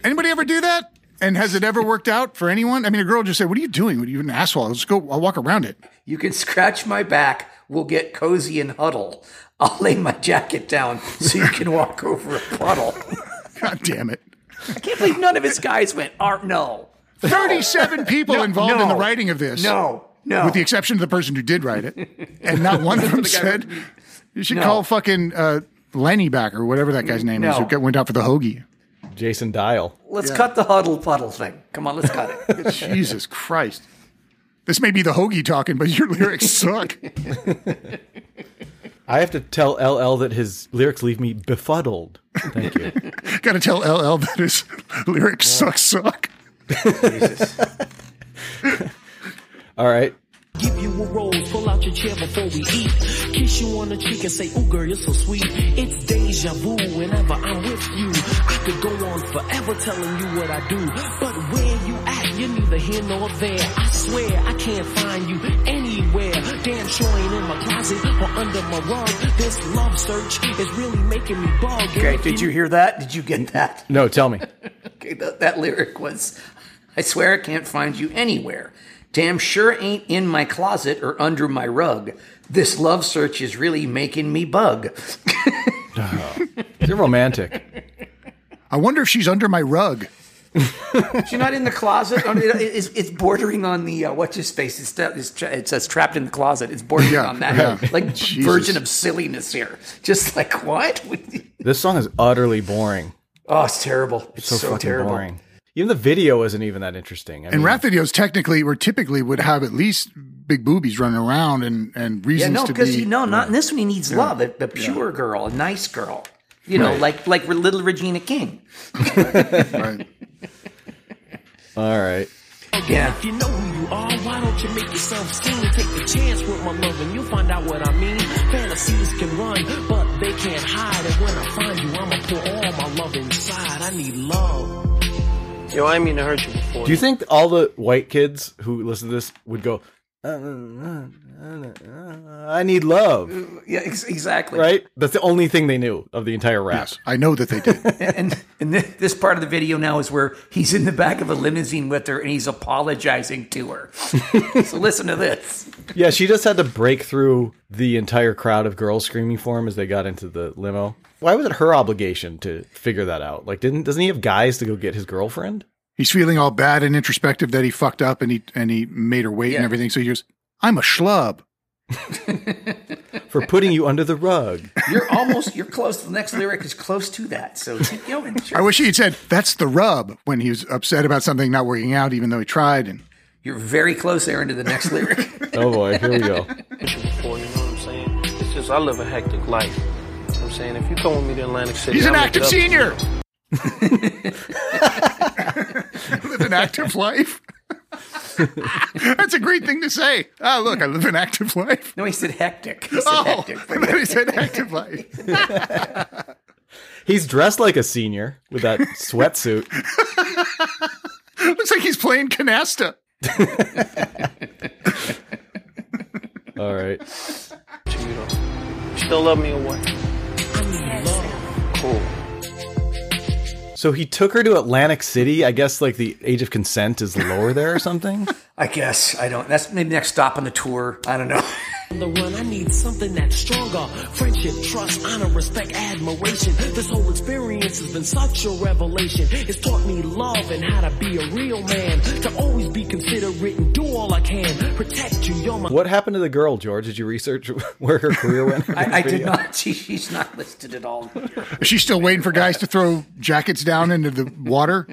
anybody ever do that? And has it ever worked out for anyone? I mean, a girl just said, "What are you doing? What are you an asshole? Let's go. I'll walk around it." You can scratch my back. We'll get cozy and huddle. I'll lay my jacket down so you can walk over a puddle. God damn it! I can't believe none of his guys went. Are no. Thirty-seven people No, involved in the no. writing of this. No, no. With the exception of the person who did write it, and not one of them The guy said, "You should No. call fucking uh, Lenny back or whatever that guy's name is who No. got- went out for the hoagie." Jason Dial. Let's Yeah. cut the huddle puddle thing. Come on, let's cut it. Jesus Christ! This may be the hoagie talking, but your lyrics suck. I have to tell LL that his lyrics leave me befuddled. got to tell LL that his lyrics suck suck. All right. Give you a rose, pull out your chair before we eat. Kiss you on the cheek and say, ooh girl, you're so sweet. It's deja vu whenever I'm with you. I could go on forever telling you what I do. But where you at, you're neither here nor there. I swear I can't find you anywhere. Damn sure ain't in my closet or under my rug. This love search is really making me bug. And Okay, if did you hear that? Did you get that? No, tell me. Okay, that, that lyric was, I swear I can't find you anywhere. Damn sure ain't in my closet or under my rug. This love search is really making me bug. You're romantic. I wonder if she's under my rug. She's not in the closet. I mean, it- It's, it's bordering on the, uh, what's his face? It's, tra- it's, tra- it says trapped in the closet. It's bordering Yeah, on that yeah. like Jesus. version of silliness here. Just like, what? This song is utterly boring. oh, it's terrible. It's so, fucking terrible. boring. Even the video isn't even that interesting. I and mean, rap videos technically or typically would have at least big boobies running around and, and Yeah, reasons no, to because be. you know, not in this one. He needs Yeah. love, a, a pure girl, a nice girl. You know, Right. like like little Regina King. all right. Yeah. If you know who you are, why don't you make yourself seen? Take the chance with my love and you'll find out what I mean. Fantasies can run, but they can't hide. And when I find you, I'ma pour all my love inside. I need love. Yo, I mean to hurt you before. Do you think all the white kids who listen to this would go, "Uh, I need love? Yeah, ex- exactly. Right? That's the only thing they knew of the entire rap. I know that they did. and and thi- this part of the video now is where he's in the back of a limousine with her and he's apologizing to her. so listen to this. yeah, she just had to break through the entire crowd of girls screaming for him as they got into the limo. Why was it her obligation to figure that out? Like, didn't doesn't he have guys to go get his girlfriend? He's feeling all bad and introspective that he fucked up and he and he made her wait and everything. So he goes, "I'm a schlub." For putting you under the rug. You're almost you're close. The next lyric is close to that. So keep going. I wish he had said, "That's the rub" when he was upset about something not working out, even though he tried. And You're very close, Aaron, to the next lyric. oh boy, here we go. Before, you know what I'm saying? It's just I live a hectic life. You know what I'm saying if you come with me to Atlantic City, he's an I'll make it active up to you. senior. live an active life. That's a great thing to say. Ah, look, I live an active life. No, he said hectic. He said oh, hectic. I thought he said active life. He's dressed like a senior with that sweatsuit. Looks like he's playing canasta. All right. You Still love me or what? Cool. So he took her to Atlantic City. I guess like the age of consent is lower there or something. I guess I don't. That's maybe next stop on the tour. I don't know. On the run, I need something that's stronger. Friendship, trust, honor, respect, admiration. This whole experience has been such a revelation. It's taught me love and how to be a real man. To always be considerate and do all I can. Protect you, you're my What happened to the girl, George? Did you research where her career went? I, I did not. She, she's not listed at all. She's still waiting for guys to throw jackets down into the water.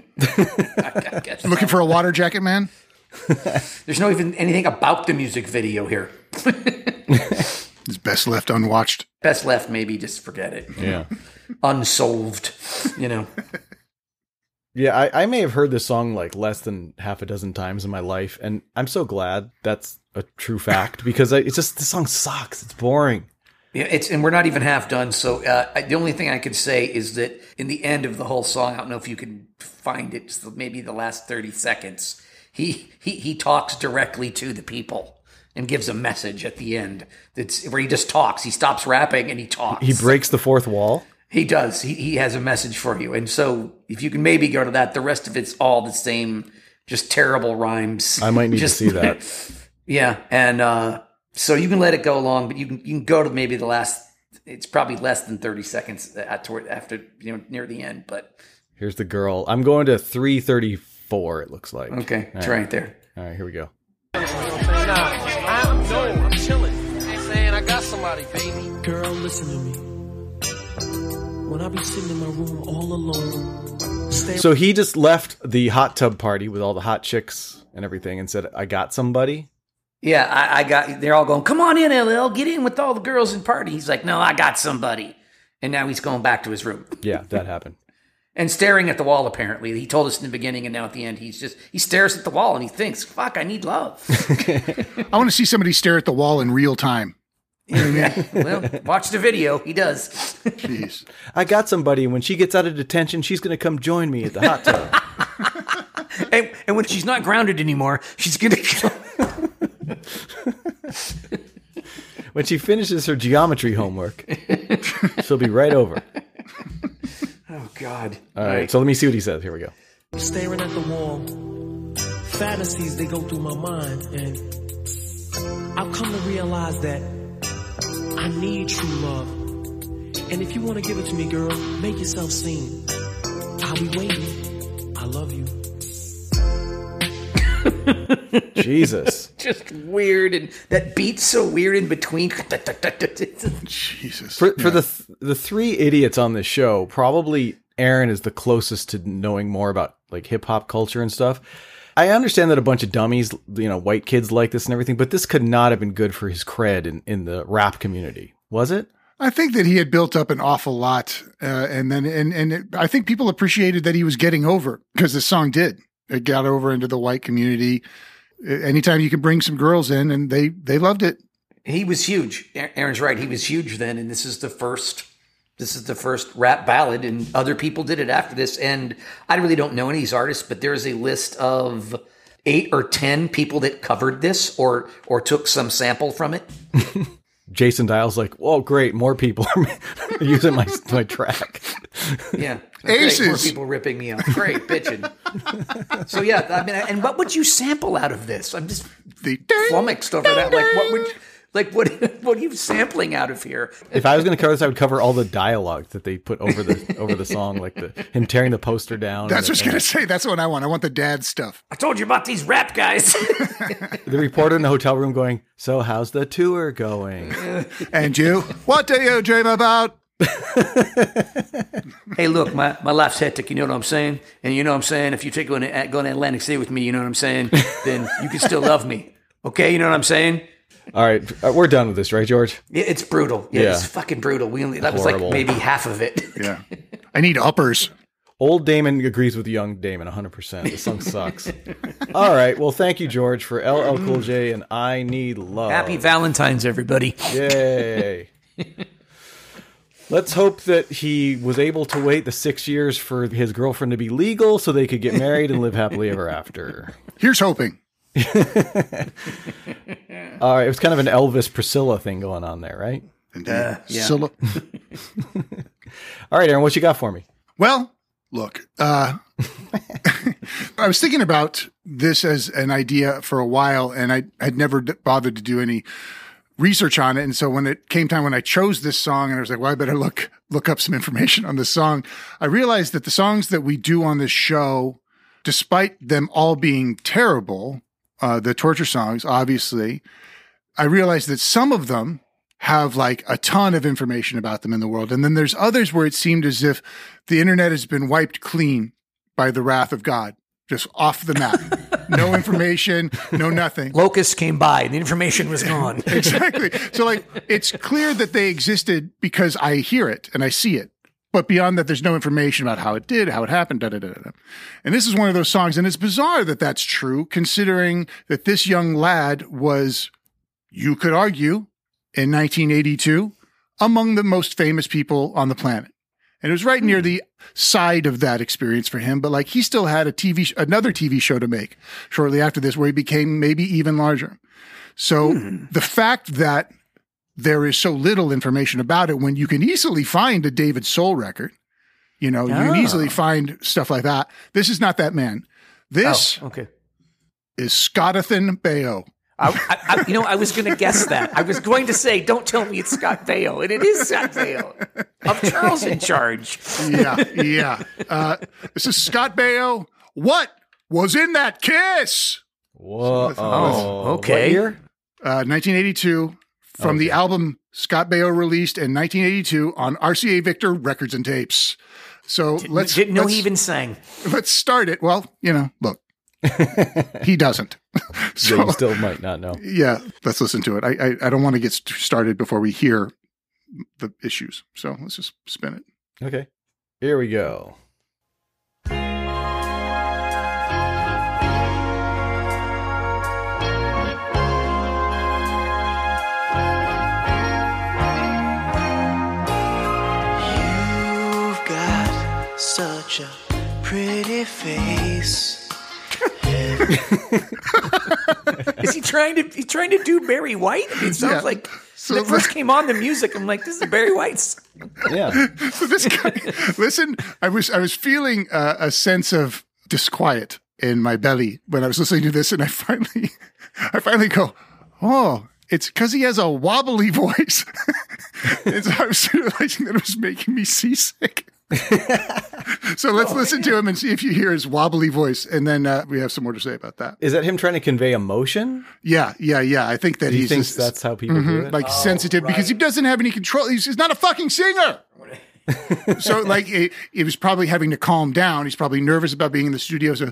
Looking for a water jacket man. There's no even anything about the music video here. It's best left unwatched. Best left, maybe just forget it. Yeah. Unsolved. You know. Yeah, I, I may have heard this song like less than half a dozen times in my life, and I'm so glad that's a true fact because I, it's just this song sucks. It's boring. Yeah, it's and we're not even half done. So uh, I, the only thing I could say is that in the end of the whole song, I don't know if you can find it. just maybe the last thirty seconds, he he he talks directly to the people and gives a message at the end. That's where he just talks. He stops rapping and he talks. He breaks the fourth wall. He does. He, he has a message for you. And so if you can maybe go to that, the rest of it's all the same, just terrible rhymes. I might need to Just- see that. yeah. And uh, so you can let it go along, but you can, you can go to maybe the last, it's probably less than 30 seconds at, toward, after, you know, near the end. But Here's the girl. I'm going to 334. It looks like. Okay, it's right there. All right, here we go. I'm doing. I'm chilling. Saying I got somebody, baby. Girl, listen to me. When I be sitting in my room all alone, staring So he just left the hot tub party with all the hot chicks and everything, and said, "I got somebody." yeah, I, I got, they're all going, come on in, LL, get in with all the girls and party. He's like, no, I got somebody. And now he's going back to his room. Yeah, that happened. and staring at the wall apparently he told us in the beginning and now at the end he's just he stares at the wall and he thinks fuck i need love I want to see somebody stare at the wall in real time. well watch the video he does Jeez. I got somebody, and when she gets out of detention, she's going to come join me at the hot tub. and, and when she's not grounded anymore she's gonna when she finishes her geometry homework, she'll be right over. oh god All right, so let me see what he says. Here we go. staring at the wall. Fantasies they go through my mind, and I've come to realize that I need true love. And if you want to give it to me, girl, make yourself seen. I'll be waiting. I love you. Jesus. just weird and that beat's so weird in between jesus For, for the th- the three idiots on this show, probably Aaron is the closest to knowing more about like hip hop culture and stuff. I understand that a bunch of dummies, you know, white kids like this and everything, but this could not have been good for his cred in, in the rap community, was it? I think that he had built up an awful lot, uh, and then and and it, I think people appreciated that he was getting over because this song did. It got over into the white community. Uh, Anytime you could bring some girls in, and they they loved it. He was huge. A- Aaron's right. He was huge then, and this is the first. This is the first rap ballad, and other people did it after this. And I really don't know any of these artists, but there is a list of eight or ten people that covered this or or took some sample from it. Jason Dial's like, "Well, great, more people are using my my track." Yeah, Great, More Aces. people ripping me off. Great bitching. so yeah, I mean, and what would you sample out of this? I'm just flummoxed over that. Like, what would, like, what, what are you sampling out of here? If I was going to cover this, I would cover all the dialogue that they put over the over the song, like the him tearing the poster down. That's what and I was the- gonna say. That's what I want. I want the dad stuff. I told you about these rap guys. The reporter in the hotel room going, "So how's the tour going?" and you, what do you dream about? hey, look, my, my life's hectic. You know what I'm saying? And you know what I'm saying? If you take going to, going to Atlantic City with me, you know what I'm saying? Then you can still love me. Okay, you know what I'm saying? All right, uh, we're done with this, right, George? Yeah, it's brutal. Yeah, Yeah. it's fucking brutal. We only, that was Horrible. like maybe half of it. Yeah, I need uppers. Old Damon agrees with young Damon 100%. The song sucks. All right. Well, thank you, George, for LL Cool J and I Need Love. Happy Valentine's, everybody. Yay. Let's hope that he was able to wait the six years for his girlfriend to be legal so they could get married and live happily ever after. Here's hoping. All right. Uh, It was kind of an Elvis Priscilla thing going on there, right? Uh, yeah. Silla- All right, Aaron, what you got for me? Well, look, uh, I was thinking about this as an idea for a while, and I had never d- bothered to do any research on it. And so when it came time when I chose this song, and I was like, "Well, I better look look up some information on this song," I realized that the songs that we do on this show, despite them all being terrible, uh, the torture songs, obviously, I realized that some of them have like a ton of information about them in the world. And then there's others where it seemed as if the internet has been wiped clean by the wrath of God, just off the map. no information, no nothing. Locusts came by and the information was gone. exactly. So like it's clear that they existed because I hear it and I see it. But beyond that, there's no information about how it did, how it happened, da da da da. da. And this is one of those songs, and it's bizarre that that's true, considering that this young lad was, you could argue, in 1982, among the most famous people on the planet. And it was right Hmm. near the side of that experience for him, but like he still had a TV, sh- another TV show to make shortly after this, where he became maybe even larger. So Hmm. the fact that there is so little information about it when you can easily find a David Soul record, you know, you Ah. can easily find stuff like that. This is not that man. This Oh, okay. is Scottathan Bayo. I, I, I- you know, I was going to guess that. I was going to say, don't tell me it's Scott Baio, and it is Scott Baio. Of Charles in charge. yeah, yeah. Uh, this is Scott Baio. What was in that kiss? Whoa. Oh, okay. What year? Uh, 1982 from the album Scott Baio released in 1982 on RCA Victor Records and Tapes. So let's Didn't know let's- he even sang. let's start it. Well, you know, look, he doesn't. So, you still might not know. Yeah, let's listen to it. I I, I don't want to get st- started before we hear the issues. So let's just spin it. Okay. Here we go. You've got such a pretty face. Is he trying to? He's trying to do Barry White. It sounds Yeah. like So- when it first came on the music. I'm like, this is Barry White's. Yeah. so this guy, listen, I was I was feeling uh, a sense of disquiet in my belly when I was listening to this, and I finally, I finally go, oh, it's because he has a wobbly voice. and so I was realizing that it was making me seasick. so let's listen to him and see if you hear his wobbly voice, and then uh, we have some more to say about that. Is that him trying to convey emotion? Yeah, yeah, yeah. I think that He he's thinks just- that's how people do Mhm, it? like sensitive because he doesn't have any control. He's, he's not a fucking singer. so like it, it was probably having to calm down. He's probably nervous about being in the studio. So,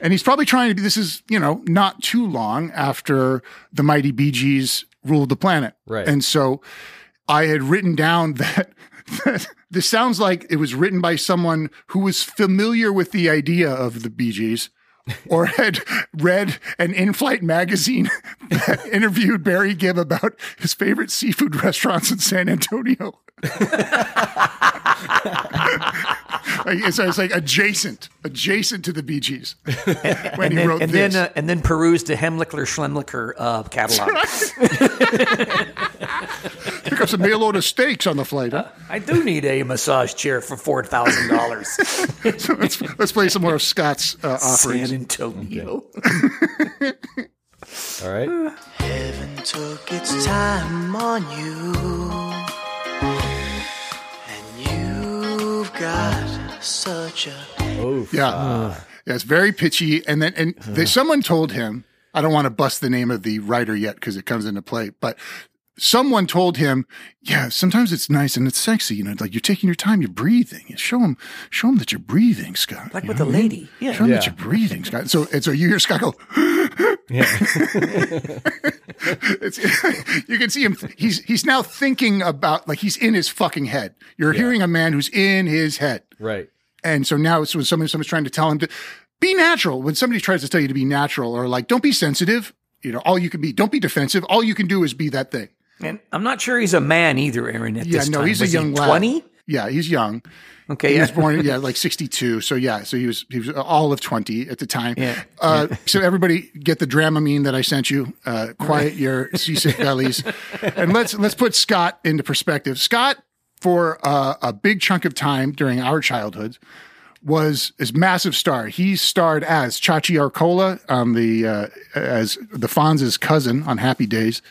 and he's probably trying to be. This is you know not too long after the mighty Bee Gees ruled the planet, Right. And so I had written down that. that this sounds like it was written by someone who was familiar with the idea of the Bee Gees or had read an in-flight magazine that interviewed Barry Gibb about his favorite seafood restaurants in San Antonio. like, it's, it's like adjacent, adjacent to the Bee Gees. when and he then, wrote and this. then uh, and then peruse the Hemlickler Schlemlicker uh, catalog. Pick up some meal of steaks on the flight. huh? I do need a massage chair for four thousand dollars. so let's, let's play some more of Scott's uh, offerings. San Antonio. All right. Heaven took its time on you, and you've got such a Yeah. Uh. yeah, it's very pitchy. And then, and they, someone told him, I don't want to bust the name of the writer yet because it comes into play, but someone told him, yeah, sometimes it's nice and it's sexy. You know, like you're taking your time, you're breathing. Show him, show him that you're breathing, Scott. Like with the lady. Yeah. Show him that Yeah. you're breathing, Scott. So, and so you hear Scott go, it's, you can see him. He's, he's now thinking about, like, he's in his fucking head. You're hearing a man who's in his head. Right. And so now it's when somebody, someone's trying to tell him to be natural. When somebody tries to tell you to be natural or like, don't be sensitive, you know, all you can be, don't be defensive. All you can do is be that thing. And I'm not sure he's a man either, Aaron. At yeah, this no, time. he's a Was he young lad. 20? Yeah, he's young. Okay, he yeah. was born yeah like 62. So yeah, so he was he was all of 20 at the time. Yeah. Uh, so everybody get the Dramamine that I sent you. Uh, quiet your seasick bellies, and let's let's put Scott into perspective. Scott, for uh, a big chunk of time during our childhood, was his massive star. He starred as Chachi Arcola on the uh, as the Fonz's cousin on Happy Days,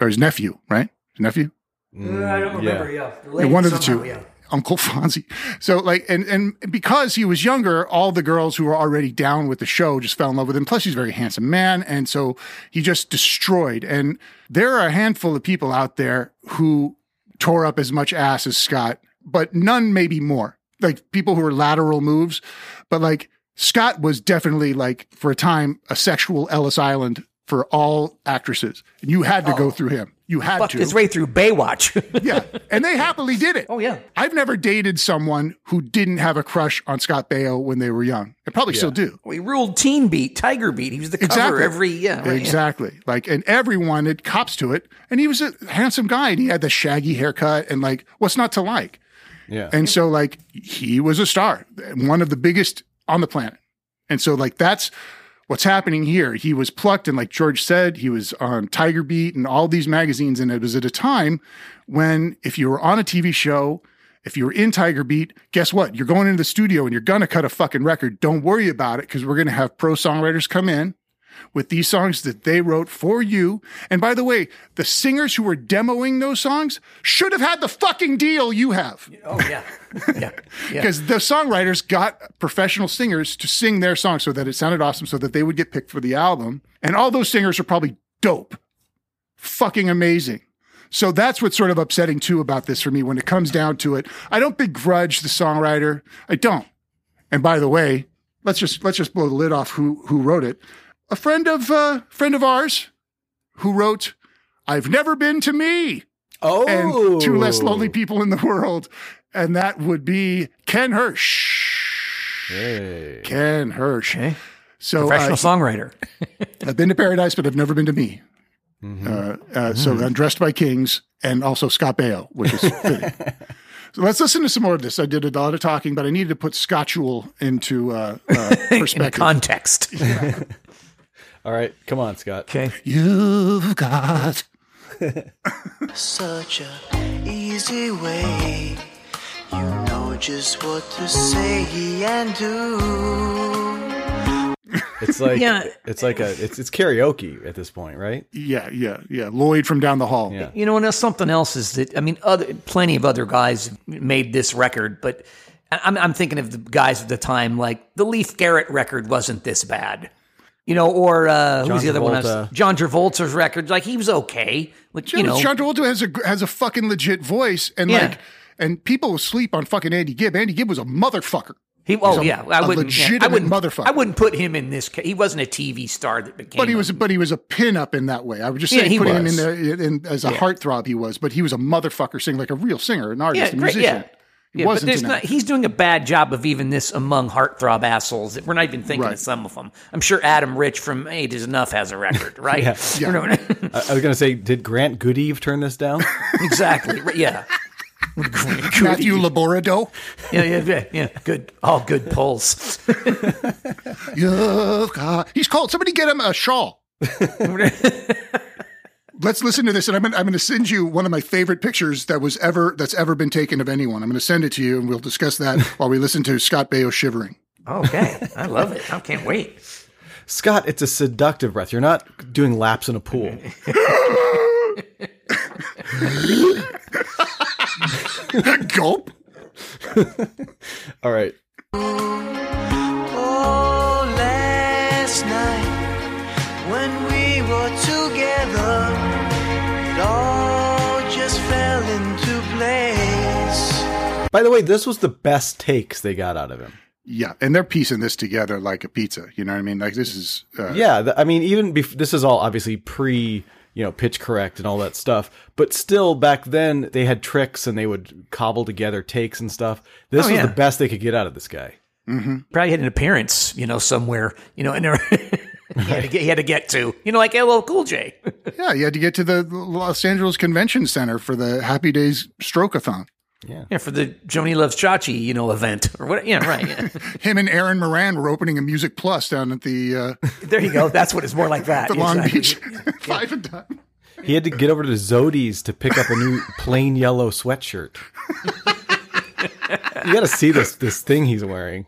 or his nephew, right? His nephew. I don't remember. Yeah, Yeah, Related one of the somehow, two. yeah. Uncle Fonzie. So like, and and because he was younger, all the girls who were already down with the show just fell in love with him. Plus, he's a very handsome man, and so he just destroyed. And there are a handful of people out there who tore up as much ass as Scott, but none maybe more. Like people who were lateral moves, but like Scott was definitely like for a time a sexual Ellis Island for all actresses, and you had to go through him. You had Fucked to his way through Baywatch. yeah. And they happily did it. Oh, yeah. I've never dated someone who didn't have a crush on Scott Baio when they were young. They probably still do. Well, he ruled Teen Beat, Tiger Beat. He was the cover every yeah. right, yeah. exactly. Like, and everyone had cops to it. And he was a handsome guy and he had the shaggy haircut and like, what's not to like? Yeah. And so, like, he was a star, one of the biggest on the planet. And so, like, that's what's happening here. He was plucked, and like George said, he was on Tiger Beat and all these magazines. And it was at a time when, if you were on a TV show, if you were in Tiger Beat, guess what? You're going into the studio and you're going to cut a fucking record. Don't worry about it because we're going to have pro songwriters come in with these songs that they wrote for you. And by the way, the singers who were demoing those songs should have had the fucking deal you have Oh yeah. Yeah. because the songwriters got professional singers to sing their song so that it sounded awesome so that they would get picked for the album and all those singers are probably dope fucking amazing so that's what's sort of upsetting too about this for me when it comes down to it i don't begrudge the songwriter i don't and by the way let's just let's just blow the lid off who who wrote it a friend of uh friend of ours who wrote i've never been to me Oh, and two less lonely people in the world. And that would be Ken Hirsch. Hey. Ken Hirsch. So, Professional uh, songwriter. I've been to paradise, but I've never been to me. Uh, uh, so, Undressed by Kings and also Scott Baio, which is fitting. So, let's listen to some more of this. I did a lot of talking, but I needed to put Scottual into uh, uh, perspective. Context. All right. Come on, Scott. Okay. You've got. such a easy way. You know just what to say and do. It's like Yeah. it's like a it's it's karaoke at this point, right? Yeah, yeah, yeah. Lloyd from down the hall. Yeah. You know, and that's something else is that I mean, other plenty of other guys made this record, but I- I'm I'm thinking of the guys at the time like the Leaf Garrett record wasn't this bad. You know, or uh, who's John the other one? I was- Travolta. John Travolta's records. Like he was okay. Like you know, John Travolta has a gr- has a fucking legit voice, and Yeah. like, and people sleep on fucking Andy Gibb. Andy Gibb was a motherfucker. He, was oh a- yeah, I a wouldn't. yeah, legitimate I wouldn't. motherfucker. I wouldn't put him in this. Ca- he wasn't a TV star that became. But he a- was, but he was a pin up in that way. I would just Yeah, say he putting him in was. there in, as a Yeah. heartthrob. He was, but he was a motherfucker, singing like a real singer, an artist, yeah, a great, musician. yeah. He Yeah, but wasn't there's in not, that. he's doing a bad job of even this among heartthrob assholes. We're not even thinking of some of them. I'm sure Adam Rich from Eight Is Enough has a record, right? Yeah. You know, I, I was gonna say, did Grant Goodeve turn this down? exactly. right, Yeah. Matthew Laborado. Yeah, yeah, yeah, yeah. Good. All good polls. You've got- he's cold. Somebody get him a shawl. Let's listen to this, and I'm gonna, I'm going to send you one of my favorite pictures that was ever that's ever been taken of anyone. I'm going to send it to you, and we'll discuss that while we listen to Scott Baio shivering. Okay, I love it. I can't wait. Scott, it's a seductive breath. You're not doing laps in a pool. Gulp. All right. Oh, last night when we were together, it all just fell into place. By the way, this was the best takes they got out of him. Yeah, and they're piecing this together like a pizza. You know what I mean? Like this is uh, yeah, th- I mean, even bef- this is all obviously pre, you know, pitch correct and all that stuff. But still, back then they had tricks and they would cobble together takes and stuff. This Oh, was yeah. the best they could get out of this guy. Probably had an appearance, you know, somewhere, you know, and there, he, had to get, he had to get to, you know, like LL Cool J. yeah. You had to get to the Los Angeles Convention Center for the Happy Days Strokeathon. Yeah, for the Joni Loves Chachi, you know, event or what? Yeah, right. yeah. Him and Aaron Moran were opening a Music Plus down at the uh, there you go. That's what it's more like that. the Long Exactly. Beach Five and Dime. He had to get over to Zodi's to pick up a new plain yellow sweatshirt. you got to see this this thing he's wearing.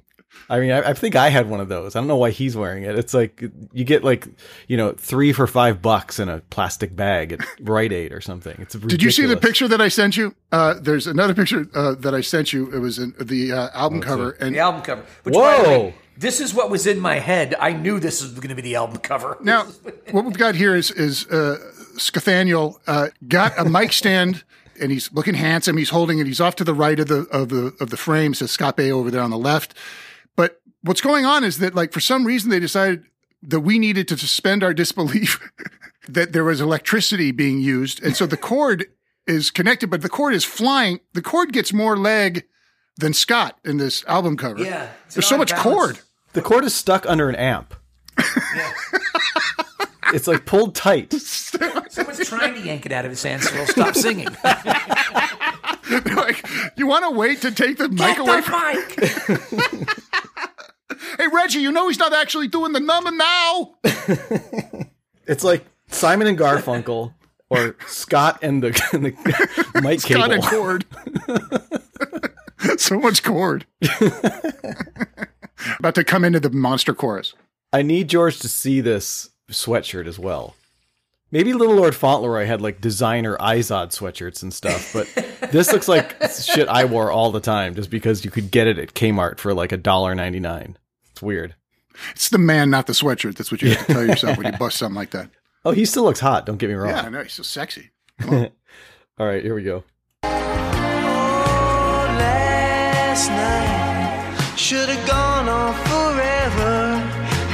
I mean, I, I think I had one of those. I don't know why he's wearing it. It's like you get like you know three for five bucks in a plastic bag at Rite Aid or something. It's ridiculous. Did you see the picture that I sent you? Uh, there's another picture uh, that I sent you. It was in the uh, album cover, and The album cover. Which, by the Whoa. way, this is what was in my head. I knew this was going to be the album cover. Now, what we've got here is is uh, Scathaniel uh, got a mic stand, and he's looking handsome. He's holding it. He's off to the right of the of the of the frame. Says Scott Bay over there on the left. But what's going on is that like for some reason they decided that we needed to suspend our disbelief that there was electricity being used, and so the cord is connected, but the cord is flying. The cord gets more leg than Scott in this album cover. Yeah, it's there's so not much balanced. cord. The cord is stuck under an amp. it's like pulled tight. Someone's trying to yank it out of his hands, so he'll stop singing. like, you want to wait to take the mic Get away the from mic! Hey Reggie, you know he's not actually doing the number now. It's like Simon and Garfunkel or Scott and the, and the Mike Scott Cable. and cord. so much cord. About to come into the monster chorus. I need George to see this sweatshirt as well. Maybe Little Lord Fauntleroy had like designer Izod sweatshirts and stuff, but this looks like shit I wore all the time just because you could get it at Kmart for like a dollar ninety nine. It's weird. It's the man, not the sweatshirt. That's what you have to tell yourself when you bust something like that. Oh, he still looks hot, don't get me Yeah, I wrong. know. He's so sexy. all right, here we go. Oh, last night should have gone on forever,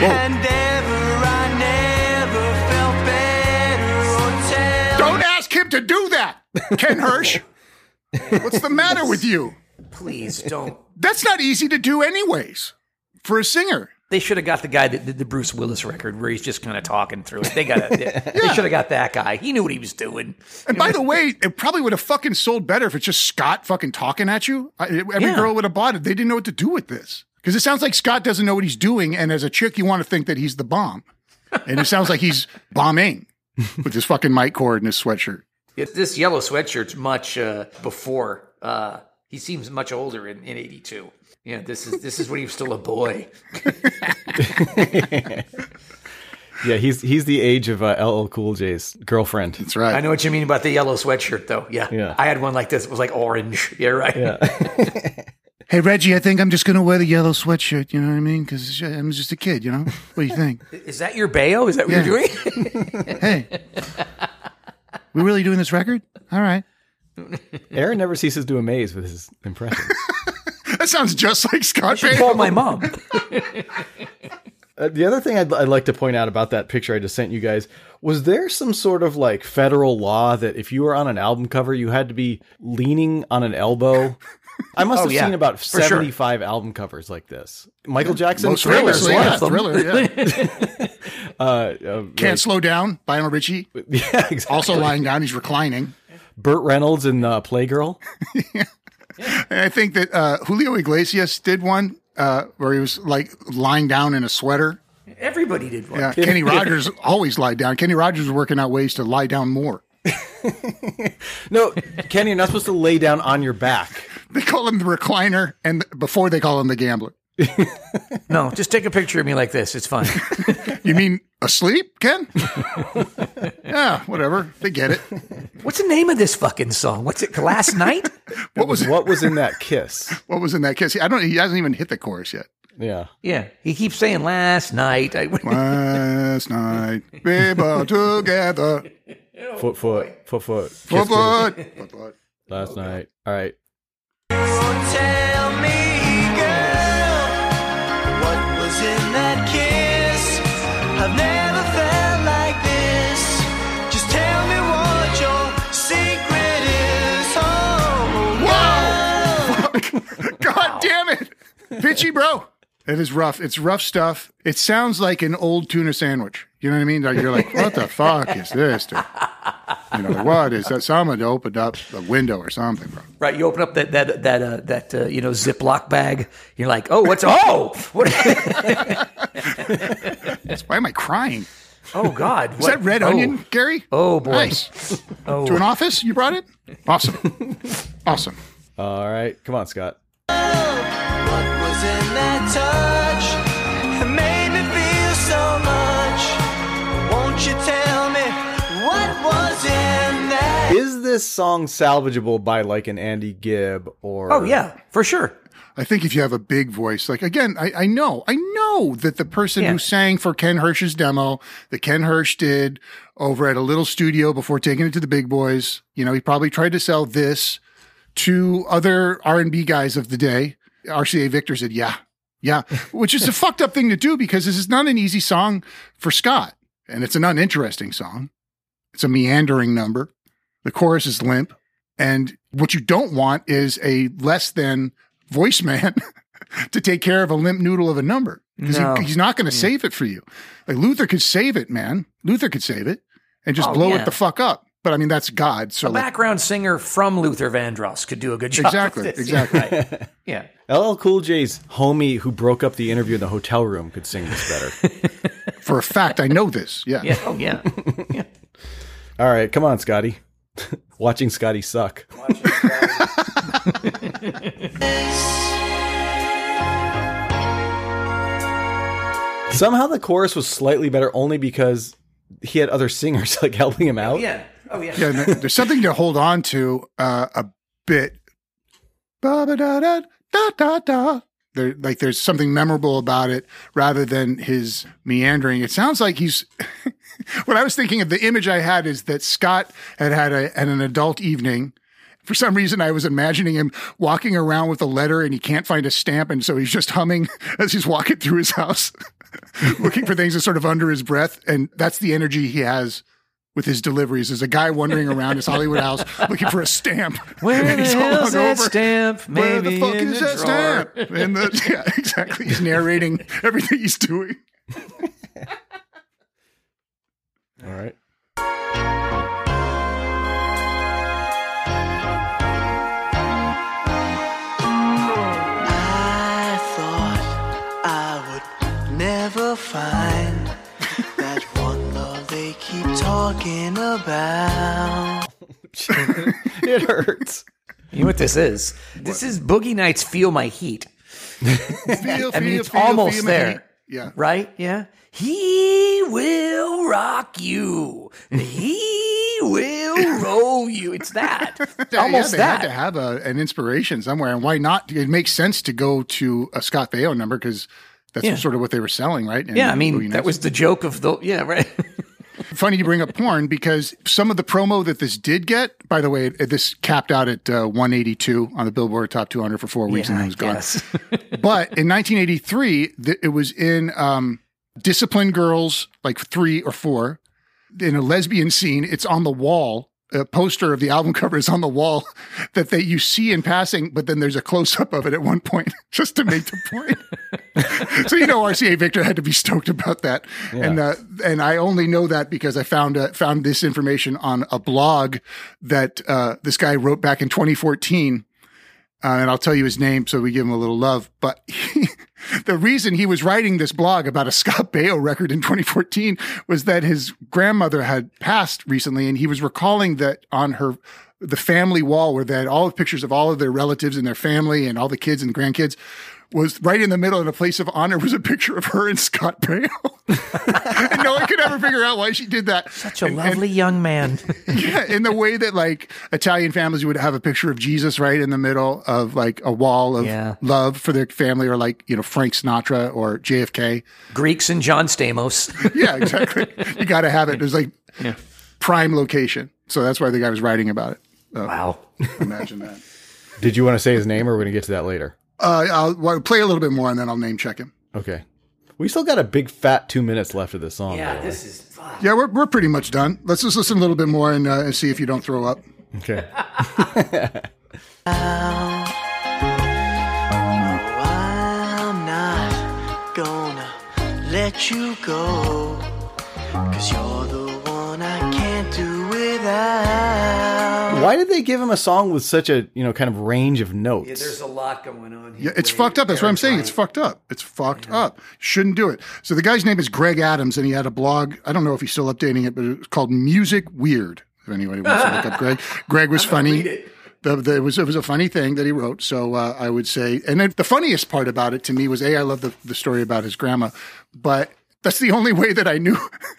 and ever I never felt better. Oh, tell Don't ask him to do that, Ken Hirsch. What's the matter with you? Please don't. That's not easy to do, anyways, for a singer. They should have got the guy that did the Bruce Willis record, where he's just kind of talking through it. They got. They, they should have got that guy. He knew what he was doing. And by the way, it probably would have fucking sold better if it's just Scott fucking talking at you. I, every Yeah. girl would have bought it. They didn't know what to do with this because it sounds like Scott doesn't know what he's doing. And as a chick, you want to think that he's the bomb, and it sounds like he's bombing with his fucking mic cord and his sweatshirt. If this yellow sweatshirt's much uh, before. Uh, he seems much older in, in '82. Yeah, this is this is when he was still a boy. Yeah, he's he's the age of uh, LL Cool J's girlfriend. That's right. I know what you mean about the yellow sweatshirt, though. Yeah, Yeah. I had one like this. It was like orange. Yeah, right. Yeah. Hey Reggie, I think I'm just gonna wear the yellow sweatshirt. You know what I mean? Because I'm just a kid. You know. What do you think? Is that your bayo? Is that what you're doing? hey, we really doing this record? All right. Aaron never ceases to amaze with his impressions. That sounds just like Scott. should Baio. call my mom. Uh, the other thing I'd, I'd like to point out about that picture I just sent you guys was there some sort of like federal law that if you were on an album cover, you had to be leaning on an elbow? I must Oh, have yeah, seen about for sure. 75 album covers like this. Michael Jackson, Most Thriller, famously, one yeah, of them. Thriller, uh, uh, Can't like slow down. Lionel Richie. Yeah, exactly. Also lying down. He's reclining. Burt Reynolds and uh, Playgirl. And I think that uh, Julio Iglesias did one uh, where he was like lying down in a sweater. Everybody did one. Yeah, Kenny Rogers always lied down. Kenny Rogers was working out ways to lie down more. No, Kenny, you're not supposed to lay down on your back. They call him the recliner, and before they call him the gambler. no, just take a picture of me like this. It's fine. you mean asleep, Ken? yeah, whatever. They get it. What's the name of this fucking song? What's it? Last night? What was what was in that kiss? What was in that kiss? I don't. He hasn't even hit the chorus yet. Yeah. Yeah. He keeps saying last night. I, Last night, we were together. Foot, foot, foot, foot. Kiss, Foot, kiss. foot. Foot, foot. Last night. All right. Tell me, girl, what was in that kiss? I've never felt like this. Just tell me what your secret is. Oh, God damn it, Pitchy bro. It is rough. It's rough stuff. It sounds like an old tuna sandwich. You know what I mean? Like you're like, what the fuck is this? Dude? You know what is that? Someone opened up the window or something, bro. Right, you open up that that that uh, that uh, you know Ziploc bag. You're like, oh, what's oh, what? Why am I crying? Oh God, Is what- that red oh. onion, Gary? Oh boy, Nice. Oh. To an office? You brought it? Awesome. awesome. All right. Come on, Scott. What was in that touch? It made me feel so much. Won't you tell me what was in that? Is this song salvageable by like an Andy Gibb or? Oh, for sure. I think if you have a big voice, like again, I, I know, I know that the person Yeah. who sang for Ken Hirsch's demo that Ken Hirsch did over at a little studio before taking it to the big boys, you know, he probably tried to sell this to other R and B guys of the day. RCA Victor said, "Yeah, yeah," which is a fucked up thing to do because this is not an easy song for Scott, and it's an uninteresting song. It's a meandering number. The chorus is limp. And what you don't want is a less than voice man to take care of a limp noodle of a number because No. he's not going to save it for you. Like Luther could save it, man. Luther could save it and just blow Oh, yeah. it the fuck up. But I mean, that's God. So a like, background singer from Luther Vandross could do a good job. of Exactly, this. exactly. You're right. Yeah, LL Cool J's homie who broke up the interview in the hotel room could sing this better. for a fact, I know this. Yeah. yeah, oh yeah. All right, come on, Scotty. Watching Scotty suck. Somehow the chorus was slightly better only because he had other singers like helping him out. Yeah. Oh yeah. Yeah. and there- There's something to hold on to uh, a bit. Ba ba da da da da da. There, like there's something memorable about it rather than his meandering. It sounds like he's. what I was thinking of the image I had is that Scott had had a, an, an adult evening. For some reason, I was imagining him walking around with a letter and he can't find a stamp. And so he's just humming as he's walking through his house, looking for things that's sort of under his breath. And that's the energy he has with his deliveries is a guy wandering around his Hollywood house looking for a stamp. Where And the he's all hell's that hungover. stamp? Where the Maybe fuck in is the that drawer. stamp? And the, yeah, exactly. He's narrating everything he's doing. All right. I thought I would never find that one love they keep talking about. It hurts. You know what this is? This is Boogie Nights. Feel my heat. Feel, I mean, feel, it's feel, almost feel my there. heat. Yeah. Right? Yeah. He will rock you. He will roll you. It's that. Yeah, Almost yeah, they that. had to have a, an inspiration somewhere, and why not? It makes sense to go to a Scott Baio number because that's Yeah. sort of what they were selling, right? And yeah, I Louis mean, that Nelson. was the joke of the. Yeah, right. Funny you bring up porn because some of the promo that this did get, by the way, this capped out at uh, 182 on the Billboard Top 200 for four weeks Yeah, and I then it was gone. guess. but in 1983, th- it was in um, Disciplined Girls, like three or four, in a lesbian scene. It's on the wall. A poster of the album cover is on the wall that they you see in passing, but then there's a close up of it at one point just to make the so you know RCA Victor had to be stoked about that. And uh, and I only know that because I found uh, found this information on a blog that uh, this guy wrote back in 2014. Uh, and I'll tell you his name so we give him a little love. But he, the reason he was writing this blog about a Scott Baio record in 2014 was that his grandmother had passed recently, and he was recalling that on her the family wall where they had all the pictures of all of their relatives and their family and all the kids and grandkids was right in the middle in a place of honor was a picture of her and Scott Baio. and no one could ever figure out why she did that. Such a lovely young man. yeah, in the way that like Italian families would have a picture of Jesus right in the middle of like a wall of love for their family, or like you know Frank Sinatra or JFK. Greeks and John Stamos. yeah, exactly. You got to have it. There's like Yeah. prime location, so that's why the guy was writing about it. Uh, wow, imagine that. Did you want to say his name, or we're gonna get to that later? Uh, I'll well, play a little bit more and then I'll name check him. Okay. We still got a big fat two minutes left of this song. by the way. is Yeah, we're we're pretty much done. Let's just listen a little bit more and uh, and see if you don't throw up. Okay. I'm not gonna let you go. Cause you're the one I can't do without. Why did they give him a song with such a you know kind of range of notes? a lot going on Yeah, it's fucked up. That's what I'm saying. It's fucked up. It's fucked up. Shouldn't do it. So the guy's name is Greg Adams, and he had a blog. I don't know if he's still updating it, but it's called Music Weird. If anybody wants to look up Greg, Greg was funny. The, the, it was it was a funny thing that he wrote. So uh, I would say, and then the funniest part about it to me was a I love the the story about his grandma, but that's the only way that I knew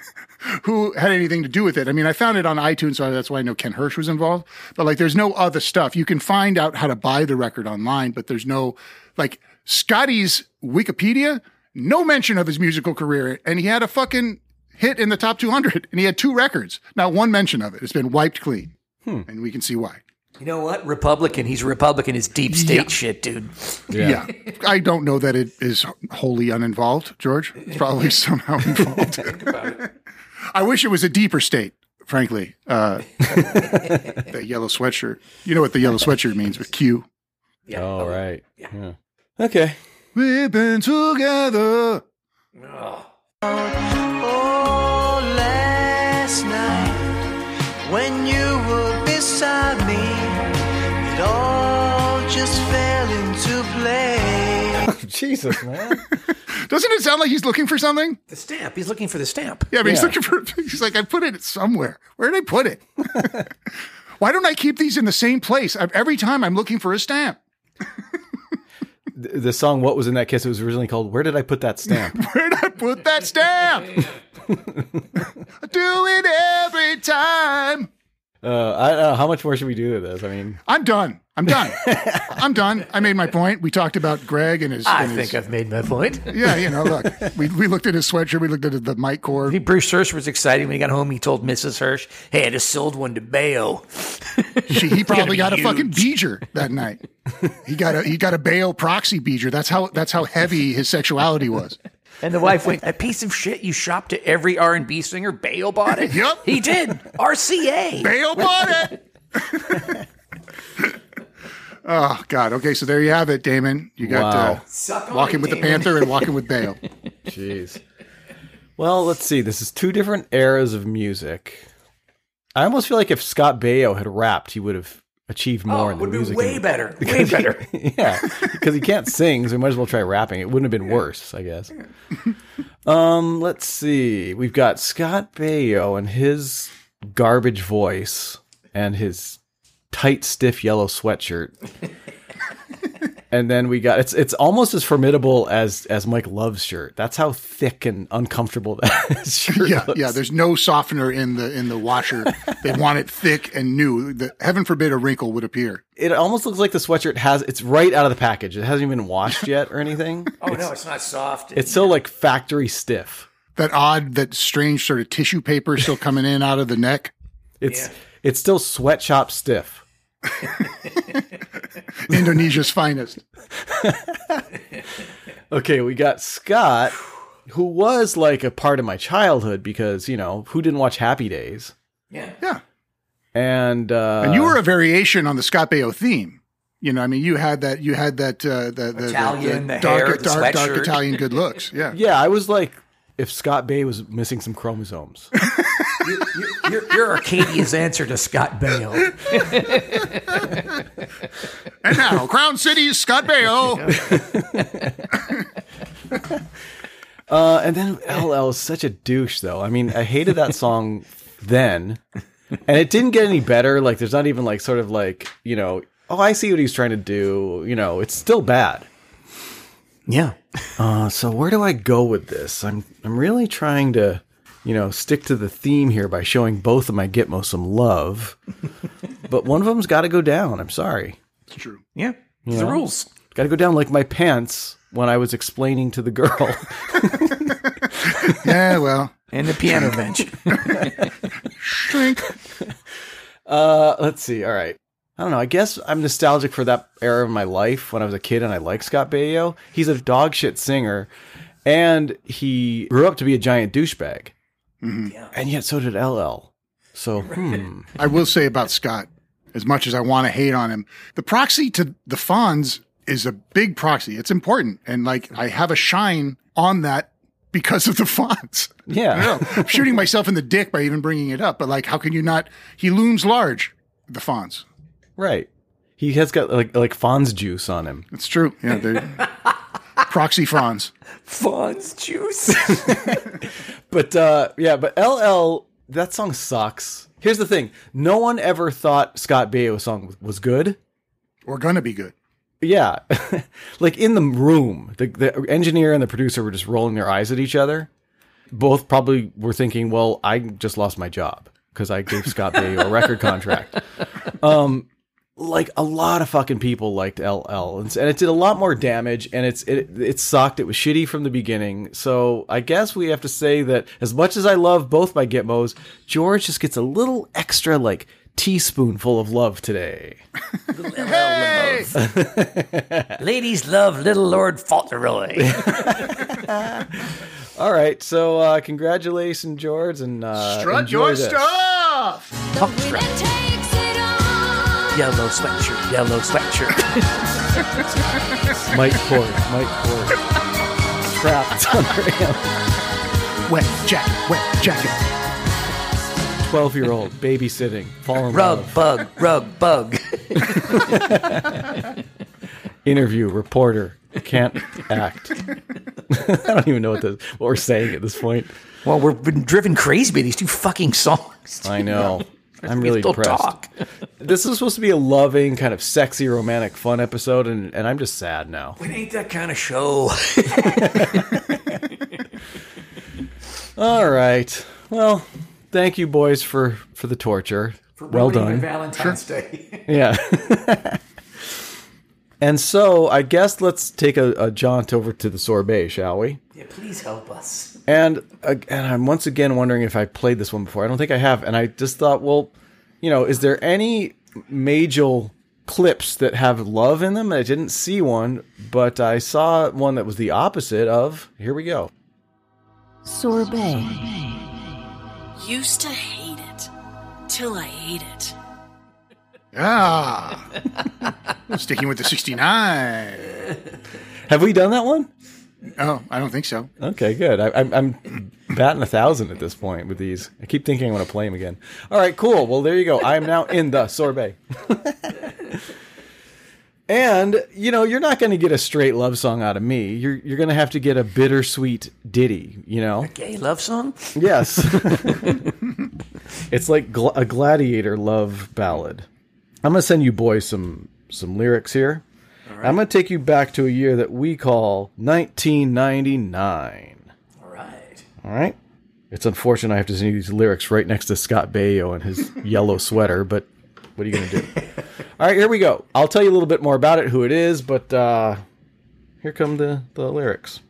who had anything to do with it. I mean, I found it on iTunes, so that's why I know Ken Hirsch was involved. But like, there's no other stuff. You can find out how to buy the record online, but there's no like Scotty's Wikipedia, no mention of his musical career, and he had a fucking hit in the top 200, and he had two records, not one mention of it. It's been wiped clean, and we can see why. You know what? Republican. He's a Republican. It's deep state Yeah. shit, dude. Yeah. I don't know that it is wholly uninvolved, George. It's probably somehow involved. I wish it was a deeper state, frankly. Uh, that yellow sweatshirt. You know what the yellow sweatshirt means with Q. Yeah. All right. Yeah. Okay. We've been together. Oh, last night when you were beside me, it all just fell into place. Jesus, man. Doesn't it sound like he's looking for something? The stamp. He's looking for the stamp. Yeah, but he's looking for. He's like, I put it somewhere. Where did I put it? Why don't I keep these in the same place? i every time I'm looking for a stamp. Th- The song "What Was in That Kiss" it was originally called "Where Did I Put That Stamp." Where did I put that stamp? I do it every time. Uh, I don't know how much more should we do to this. I mean, I'm done. I'm done. I'm done. I made my point. We talked about Greg and his. I and his- think I've made my point. Yeah, you know, look, we, we looked at his sweatshirt. We looked at the mic cord. He, Bruce Hirsch was excited when he got home. He told Mrs. Hirsch, "Hey, I just sold one to Bayo." She, he probably got a huge. fucking beeger that night. He got a he got a Bayo proxy beeger. That's how that's how heavy his sexuality was. And the wife went, "That piece of shit you shopped to every R and B singer. Bayo bought it. Yep. he did. RCA. Bayo bought it. Oh God. Okay, so there you have it, Damon. You got Wow. Suck uh, on walking it, with the Damon. Panther and walking with Bayo. Jeez. Well, let's see. This is two different eras of music. I almost feel like if Scott Baio had rapped, he would have achieved more in the Oh, would be music. way and- better, because way he- better. yeah, because he can't sing, so we might as well try rapping. It wouldn't have been worse, I guess. Um, let's see. We've got Scott Baio and his garbage voice and his tight, stiff yellow sweatshirt. And then we got it's it's almost as formidable as as Mike Love's shirt. That's how thick and uncomfortable that shirt yeah, looks. yeah. There's no softener in the in the washer. they want it thick and new. The, heaven forbid a wrinkle would appear. It almost looks like the sweatshirt has it's right out of the package. It hasn't even been washed yet or anything. Oh no, it's not soft. It's still like factory stiff. That odd, that strange sort of tissue paper still coming in out of the neck. It's it's still sweatshop stiff. Indonesia's finest. Okay, we got Scott, who was like a part of my childhood because, you know, who didn't watch Happy Days? Yeah. Yeah. And uh and you were a variation on the Scott Baio theme. You know, I mean, you had that, you had that, uh, the, the- the, the Italian, the dark, hair, the dark, dark sweatshirt. Italian good looks. Yeah. Yeah, I was like if Scott Bay was missing some chromosomes. You're, you're Arcadia's answer to Scott Baio. And now, Crown City's Scott Baio. Uh, and then LL is such a douche, though. I mean, I hated that song then, and it didn't get any better. Like, there's not even like sort of like you know, oh, I see what he's trying to do. You know, it's still bad. Yeah. Uh, so where do I go with this? I'm I'm really trying to, you know, stick to the theme here by showing both of my Gitmo some love, but one of them's got to go down. I'm sorry. It's true. Yeah. You It's the know? rules. Got to go down like my pants when I was explaining to the girl. yeah, well. And the piano bench. Shrink. Uh, let's see. All right. I don't know. I guess I'm nostalgic for that era of my life when I was a kid and I like Scott Baio. He's a dog shit singer and he grew up to be a giant douchebag. And yet so did LL. So, hmm. I will say about Scott, as much as I want to hate on him, the proxy to the Fonz is a big proxy. It's important. And like, I have a shine on that because of the Fonz. Yeah. I don't know. I'm shooting myself in the dick by even bringing it up. But like, how can you not? He looms large, the Fonz. Right. He has got like like Fonz juice on him. It's true. Yeah. they're- proxy Fonz. Fonz juice. But uh yeah, but LL that song sucks. Here's the thing. No one ever thought Scott Baio's song was good. We're going to be good. Yeah. like in the room, the, the engineer and the producer were just rolling their eyes at each other. Both probably were thinking, well, I just lost my job because I gave Scott Bay a record contract. Um, like a lot of fucking people liked LL and, s- and it did a lot more damage and it's it it sucked it was shitty from the beginning so I guess we have to say that as much as I love both my Gitmos George just gets a little extra like teaspoonful of love today Hey! Ladies love Little Lord Fauntleroy. All right, so uh, congratulations, George, and uh, Strut enjoy your this. stuff. Yellow sweatshirt, yellow sweatshirt. Mike Ford, Mike Ford. Crap, it's unreal. Wet jacket, wet jacket. Twelve-year-old babysitting, fall in Rug, love. bug, rug, bug. Interview reporter can't act. I don't even know what this, what we're saying at this point. Well, we've been driven crazy by these two fucking songs. I know. I'm We really still depressed. talk. This is supposed to be a loving, kind of sexy, romantic, fun episode, and, and I'm just sad now. It ain't that kind of show. All right. Well, thank you, boys, for for the torture. well done. Valentine's Day. Yeah. and so I guess let's take a, a jaunt over to the sorbet, shall we? Yeah, please help us. And uh, and I'm once again wondering if I played this one before. I don't think I have. And I just thought, well, you know, is there any major clips that have love in them? I didn't see one, but I saw one that was the opposite of. Here we go. Sorbet. Used to hate it till I ate it. Ah. Sticking with the 69. Have we done that one? Oh, I don't think so. Okay, good. I, I'm, I'm batting a thousand at this point with these. I keep thinking I'm going to play them again. All right, cool. Well, there you go. I am now in the sorbet. and you know, you're not going to get a straight love song out of me. You're you're going to have to get a bittersweet ditty. You know, Gay love song? yes. it's like gl- a gladiator love ballad. I'm going to send you boys some some lyrics here. I'm going to take you back to a year that we call 1999. All right. All right. It's unfortunate I have to send you these lyrics right next to Scott Baio and his yellow sweater, but what are you going to do? All right, here we go. I'll tell you a little bit more about it, who it is, but uh, here come the, the lyrics.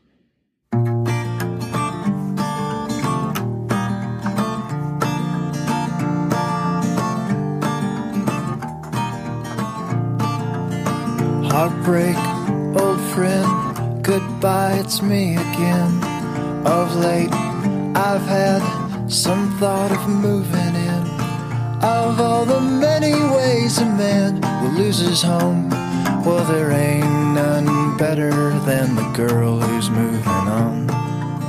Heartbreak, old friend, goodbye, it's me again. Of late, I've had some thought of moving in. Of all the many ways a man will lose his home, well, there ain't none better than the girl who's moving on.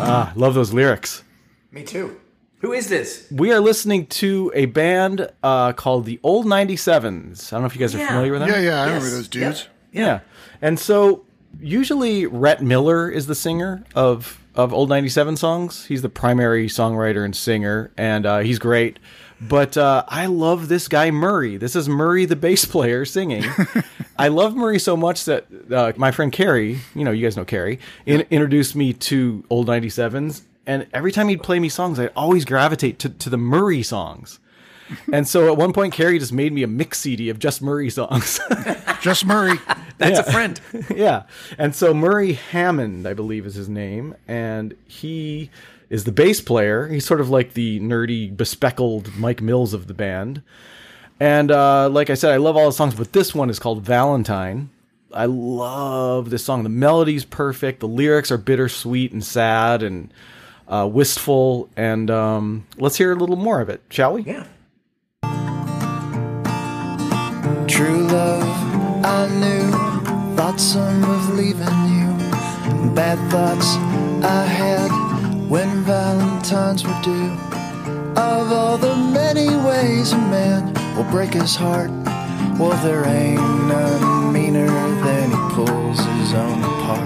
Ah, love those lyrics. Me too. Who is this? We are listening to a band uh, called the Old 97s. I don't know if you guys are Yeah. familiar with them. Yeah, yeah, I Yes. remember those dudes. Yeah. And so usually Rhett Miller is the singer of of Old 97 songs. He's the primary songwriter and singer and uh, he's great. But uh, I love this guy Murray. This is Murray the bass player singing. I love Murray so much that uh, my friend Carrie, you know, you guys know Carrie, in- introduced me to Old 97s and every time he'd play me songs, I'd always gravitate to, to the Murray songs. And so at one point, Carrie just made me a mix CD of just Murray songs. just Murray. That's a friend. yeah. And so Murray Hammond, I believe, is his name. And he is the bass player. He's sort of like the nerdy, bespeckled Mike Mills of the band. And uh, like I said, I love all the songs, but this one is called Valentine. I love this song. The melody's perfect. The lyrics are bittersweet and sad and uh, wistful. And um, let's hear a little more of it, shall we? Yeah. True love, I knew. Thought some of leaving you. Bad thoughts I had when Valentines were due. Of all the many ways a man will break his heart, well, there ain't none meaner than he pulls his own apart.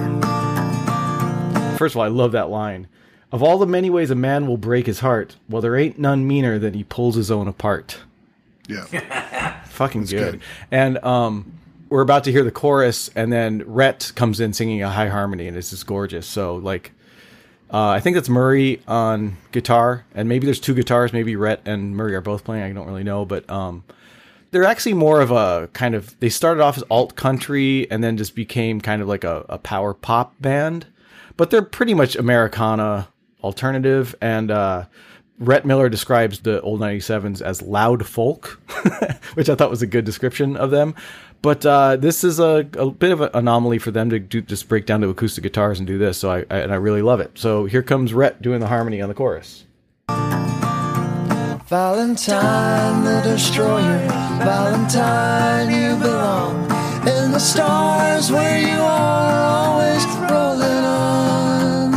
First of all, I love that line. Of all the many ways a man will break his heart, well, there ain't none meaner than he pulls his own apart. Yeah. Fucking good. And um, we're about to hear the chorus, and then Rhett comes in singing a high harmony, and it's just gorgeous. So, like, uh, I think that's Murray on guitar, and maybe there's two guitars. Maybe Rhett and Murray are both playing. I don't really know, but um, they're actually more of a kind of. They started off as alt country, and then just became kind of like a, a power pop band. But they're pretty much Americana alternative, and uh, Rhett Miller describes the old '97s as loud folk, which I thought was a good description of them. But uh, this is a, a bit of an anomaly for them to do, just break down to acoustic guitars and do this. So I, I and I really love it. So here comes Rhett doing the harmony on the chorus. Valentine the destroyer, Valentine you belong. In the stars where you are always rolling on.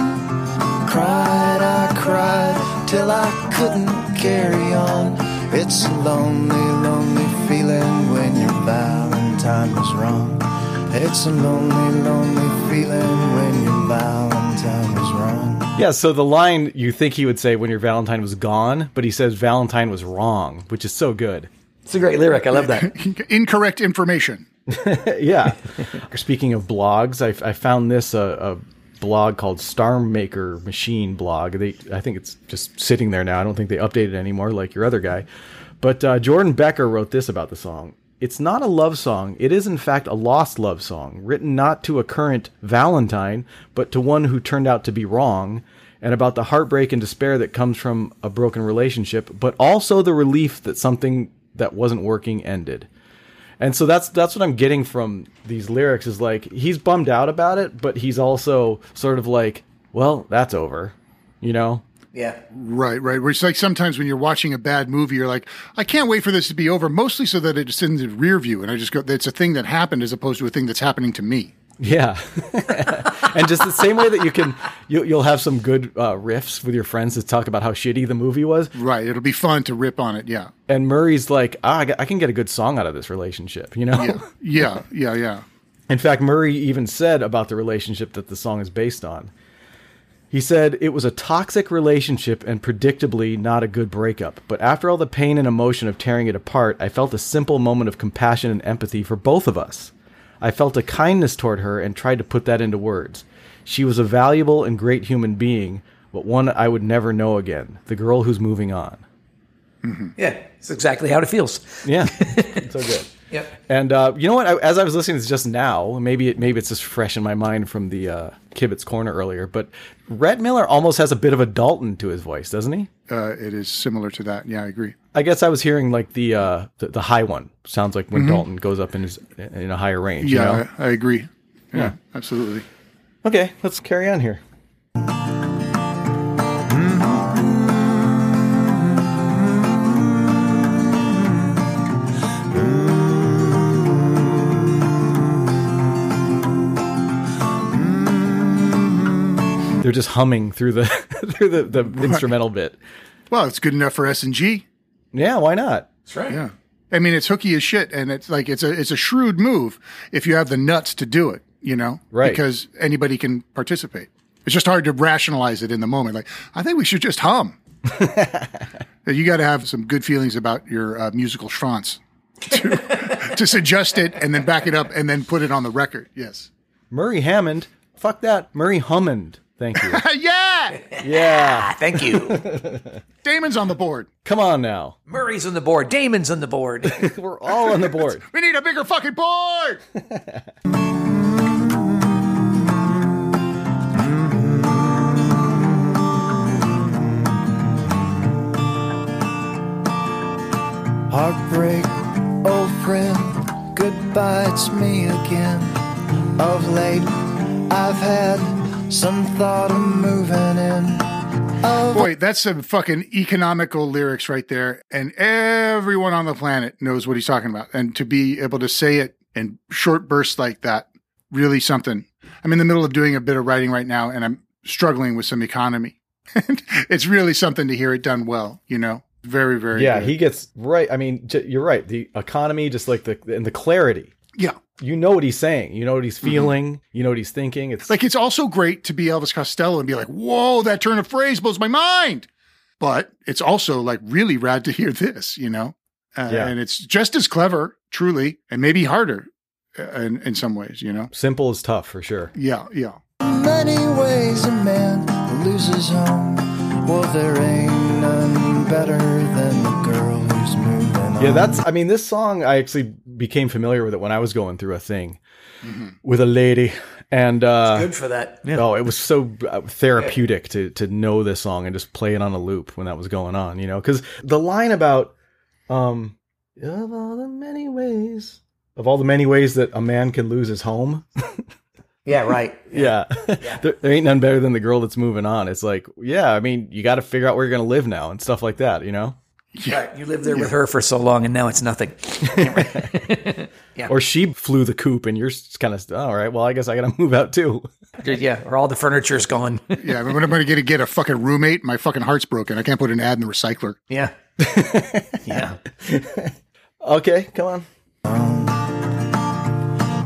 Cried, I cried till I couldn't carry on. It's a lonely, lonely feeling when your Valentine was wrong. It's a lonely, lonely feeling when your Valentine was wrong. Yeah. So the line you think he would say when your Valentine was gone, but he says Valentine was wrong, which is so good. It's a great lyric. I love that. Incorrect information. yeah. Speaking of blogs, I, I found this uh, a blog called Star Maker Machine blog. They, I think it's just sitting there now. I don't think they update it anymore, like your other guy. But uh, Jordan Becker wrote this about the song. It's not a love song. It is, in fact, a lost love song, written not to a current Valentine, but to one who turned out to be wrong, and about the heartbreak and despair that comes from a broken relationship, but also the relief that something that wasn't working ended. And so that's that's what I'm getting from these lyrics is like he's bummed out about it, but he's also sort of like, well, that's over, you know. Yeah. Right, right. Where it's like sometimes when you're watching a bad movie, you're like, I can't wait for this to be over, mostly so that it's in the rear view. And I just go, it's a thing that happened as opposed to a thing that's happening to me. Yeah. and just the same way that you can you, you'll have some good uh, riffs with your friends to talk about how shitty the movie was. Right. It'll be fun to rip on it. Yeah. And Murray's like, ah, I, g- I can get a good song out of this relationship, you know. Yeah, yeah, yeah. In fact, Murray even said about the relationship that the song is based on. He said, It was a toxic relationship and predictably not a good breakup. But after all the pain and emotion of tearing it apart, I felt a simple moment of compassion and empathy for both of us. I felt a kindness toward her and tried to put that into words. She was a valuable and great human being, but one I would never know again. The girl who's moving on. Yeah, it's exactly how it feels. Yeah, so good. Yep. And uh, you know what? I, as I was listening to this just now, maybe it, maybe it's just fresh in my mind from the uh, Kibitz Corner earlier, but Rhett Miller almost has a bit of a Dalton to his voice, doesn't he? Uh, it is similar to that. Yeah, I agree. I guess I was hearing like the uh, the, the high one sounds like when Mhm. Dalton goes up in his in a higher range. Yeah, you know? I, I agree. Yeah, Yeah. absolutely. Okay, let's carry on here. They're just humming through the through the, the instrumental bit. Well, it's good enough for S and G. Yeah, why not? That's right. Yeah, I mean it's hooky as shit, and it's like it's a it's a shrewd move if you have the nuts to do it. You know, Right. Because anybody can participate. It's just hard to rationalize it in the moment. Like I think we should just hum. you got to have some good feelings about your uh, musical schwanz to, to suggest it and then back it up and then put it on the record. Yes. Murray Hammond. Fuck that. Murray Hammond. Thank you. yeah. Yeah. Thank you. Damon's on the board. Come on now. Murray's on the board. Damon's on the board. We're all on the board. We need a bigger fucking board. Heartbreak, old friend, goodbye, it's me again. Of late, I've had some thought of moving in. Of Boy, that's some fucking economical lyrics right there. And everyone on the planet knows what he's talking about. And to be able to say it in short bursts like that, really something. I'm in the middle of doing a bit of writing right now and I'm struggling with some economy. it's really something to hear it done well, you know? Very, very yeah, good. he gets right. I mean, j- you're right. The economy, just like the and the clarity. Yeah. You know what he's saying. You know what he's feeling. You know what he's thinking. It's Like, it's also great to be Elvis Costello and be like, whoa, that turn of phrase blows my mind. But it's also like really rad to hear this, you know? Uh, Yeah. And it's just as clever, truly, and maybe harder uh, in, in some ways, you know? simple is tough for sure. Yeah, yeah. many ways a man loses home. Well, there ain't none better than the girl who's moving on. Yeah, that's. I mean, this song I actually became familiar with it when I was going through a thing with a lady, and uh, Good for that. Oh, it was so uh, therapeutic to to know this song and just play it on a loop when that was going on, you know, because the line about um Of all the many ways. of all the many ways that a man can lose his home. Yeah, right. Yeah, there, there ain't none better than the girl that's moving on. It's like, yeah, I mean, you got to figure out where you're gonna live now and stuff like that, you know. Right, You lived there with her for so long, and now it's nothing. Yeah. Or she flew the coop, and you're kind of all right. Well, I guess I gotta move out too. yeah, or all the furniture's gone. Yeah, but when I'm going to get a fucking roommate, my fucking heart's broken. I can't put an ad in the recycler. Yeah. yeah. Okay, come on.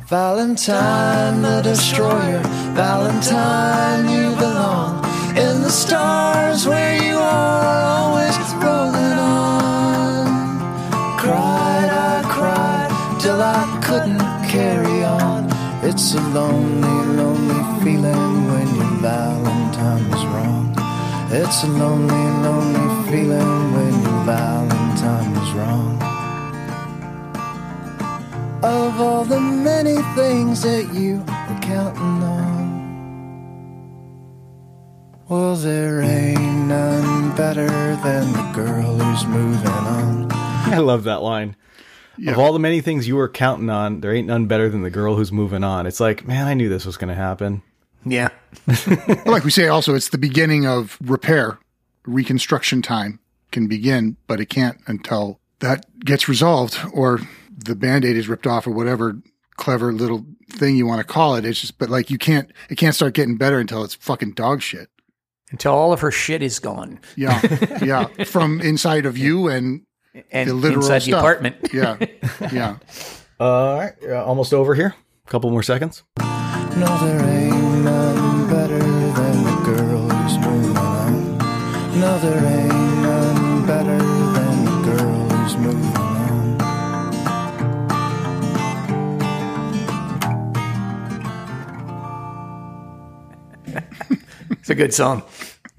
Valentine the destroyer, Valentine you belong in the stars where you are always rolling on. Cried I cried till I couldn't carry on. It's a lonely, lonely feeling when your Valentine was wrong. It's a lonely, lonely feeling when your Valentine was wrong. Of all the many things that you were counting on, well, there ain't none better than the girl who's moving on. I love that line. Of all the many things you were counting on, there ain't none better than the girl who's moving on. It's like, man, I knew this was gonna happen. Yeah. like we say, also, it's the beginning of repair. Reconstruction time can begin, but it can't until that gets resolved or the band aid is ripped off or whatever clever little thing you want to call it. It's just, but like you can't, it can't start getting better until it's fucking dog shit. Until all of her shit is gone. Yeah. yeah. From inside of you and, And inside the apartment. Yeah. Yeah. All right, uh, almost over here. A couple more seconds. No, there ain't none better than the girl who's moving on. No, there ain't none better than the girl who's moving on. It's a good song.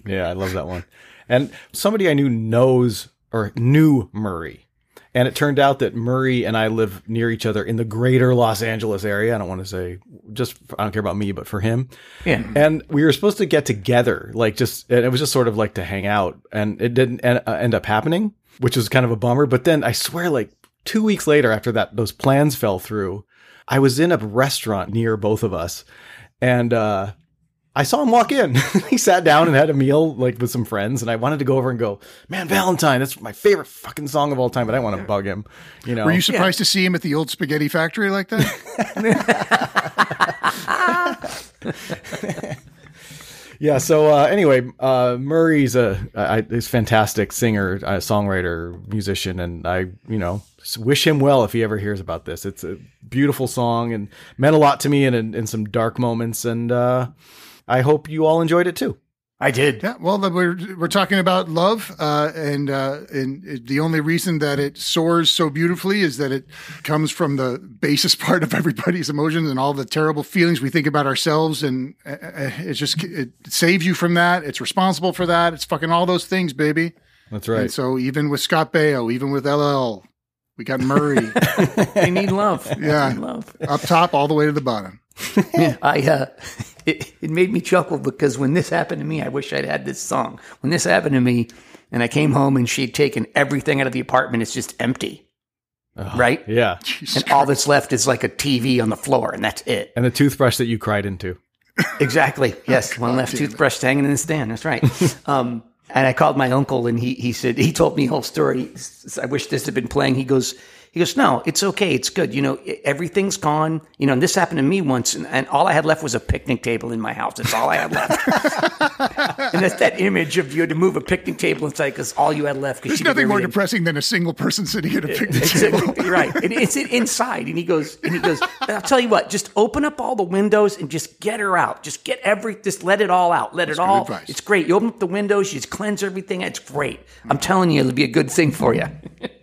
Yeah, I love that one. And somebody I knew knows or knew Murray. And it turned out that Murray and I live near each other in the greater Los Angeles area. I don't want to say just, I don't care about me, but for him. Yeah. And we were supposed to get together, like just, and it was just sort of like to hang out. And it didn't en- uh, end up happening, which was kind of a bummer. But then I swear, like two weeks later, after that, those plans fell through, I was in a restaurant near both of us. And, uh, I saw him walk in. he sat down and had a meal like with some friends, and I wanted to go over and go, "Man, Valentine, that's my favorite fucking song of all time." But I want to bug him, you know. Were you surprised to see him at the old spaghetti factory like that? Yeah. So uh, anyway, uh, Murray's a I, he's a fantastic singer, uh, songwriter, musician, and I you know s- wish him well if he ever hears about this. It's a beautiful song and meant a lot to me in in, in some dark moments, and uh, I hope you all enjoyed it too. I did. Yeah, well, the- we're we're talking about love, uh, and uh, and it- the only reason that it soars so beautifully is that it comes from the basest part of everybody's emotions and all the terrible feelings we think about ourselves, and uh, uh, it just it saves you from that. It's responsible for that. It's fucking all those things, baby. That's And so even with Scott Baio, even with LL, we got Murray. they need love. yeah, They need love. up top all the way to the bottom. I uh, it, it made me chuckle because when this happened to me, I wish I'd had this song. When this happened to me, and I came home and she'd taken everything out of the apartment, it's just empty, right? Yeah. and all that's left is like a TV on the floor, and that's it. And the toothbrush that you cried into. Exactly. Oh, Yes, one left toothbrush hanging in the stand. That's right. um, and I called my uncle, and he he said he told me the whole story. I wish this had been playing. He goes. He goes, no, it's okay. It's good. You know, e- everything's gone. You know, and this happened to me once, and, and all I had left was a picnic table in my house. That's all I had left. and that's that image of you had to move a picnic table inside because all you had left. 'cause There's you did nothing more everything. depressing than a single person sitting at a picnic It's- table. it's- right. And it's it inside. And he goes, and he goes, I'll tell you what, just open up all the windows and just get her out. Just get every, just let it all out. Let it all, advice. it's great. You open up the windows, you just cleanse everything. It's great. I'm telling you, it'll be a good thing for you.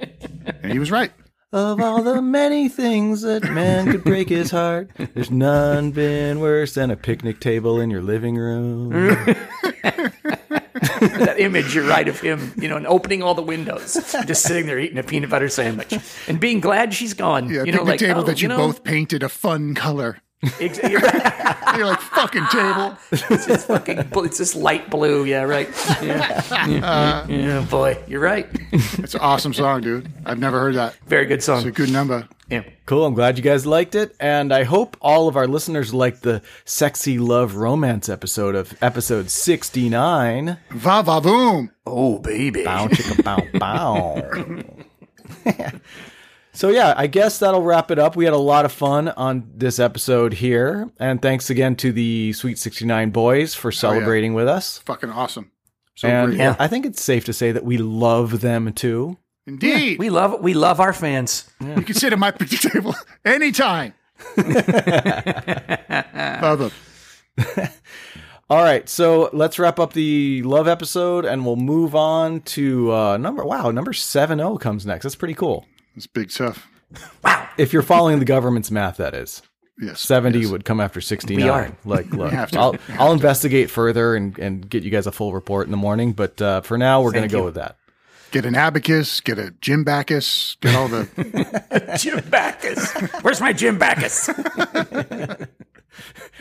he was right. Of all the many things that man could break his heart, there's none been worse than a picnic table in your living room. that image you're right of him, you know, and opening all the windows, just sitting there eating a peanut butter sandwich and being glad she's gone. Yeah, you picnic know, like, table oh, that you, know, both painted a fun color. Exactly. You're like fucking table. It's just fucking. bl- It's just light blue. Yeah, right. Yeah, yeah, yeah, boy, you're right. It's an awesome song, dude. I've never heard that. Very good song. It's a good number. Yeah. Cool. I'm glad you guys liked it, and I hope all of our listeners liked the sexy love romance episode of episode 69. Va va boom. Oh baby. Bow chicka bow bow. So yeah, I guess that'll wrap it up. We had a lot of fun on this episode here, and thanks again to the Sweet 69 boys for celebrating with us. Fucking awesome. and great. I think it's safe to say that we love them too. Indeed. we love we love our fans. You can sit at my picnic table anytime. Love them. All right, so let's wrap up the love episode, and we'll move on to uh, number. Wow, number seven zero comes next. That's pretty cool. It's big stuff. Wow. If you're following the government's math, that is. Yes, 70 would come after 69. We are. Like, look, have to. I'll, We have I'll investigate further and, and get you guys a full report in the morning. But uh, for now, we're going Thank to go you. with that. Get an abacus, get a Jim Backus, get all the. Jim Backus. Where's my Jim Backus?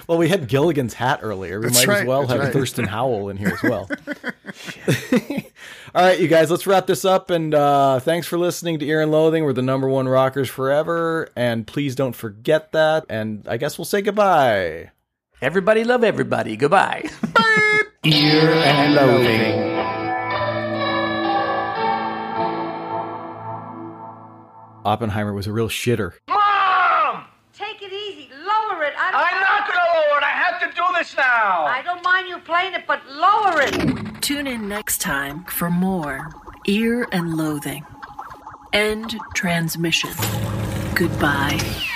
Well, we had Gilligan's hat earlier. We That's might right, as well that's have right. Thurston Howell in here as well. All right, you guys, let's wrap this up. And uh, thanks for listening to Ear and Loathing. We're the number one rockers forever. And please don't forget that. And I guess we'll say goodbye. Everybody love everybody. Goodbye. Ear and Loathing. Oppenheimer was a real shitter. Mom! Take it easy. Lower it. I I'm not gonna lower it. I have to do this now. I don't mind you playing it, but lower it. Tune in next time for more Ear and Loathing. End transmission. Goodbye.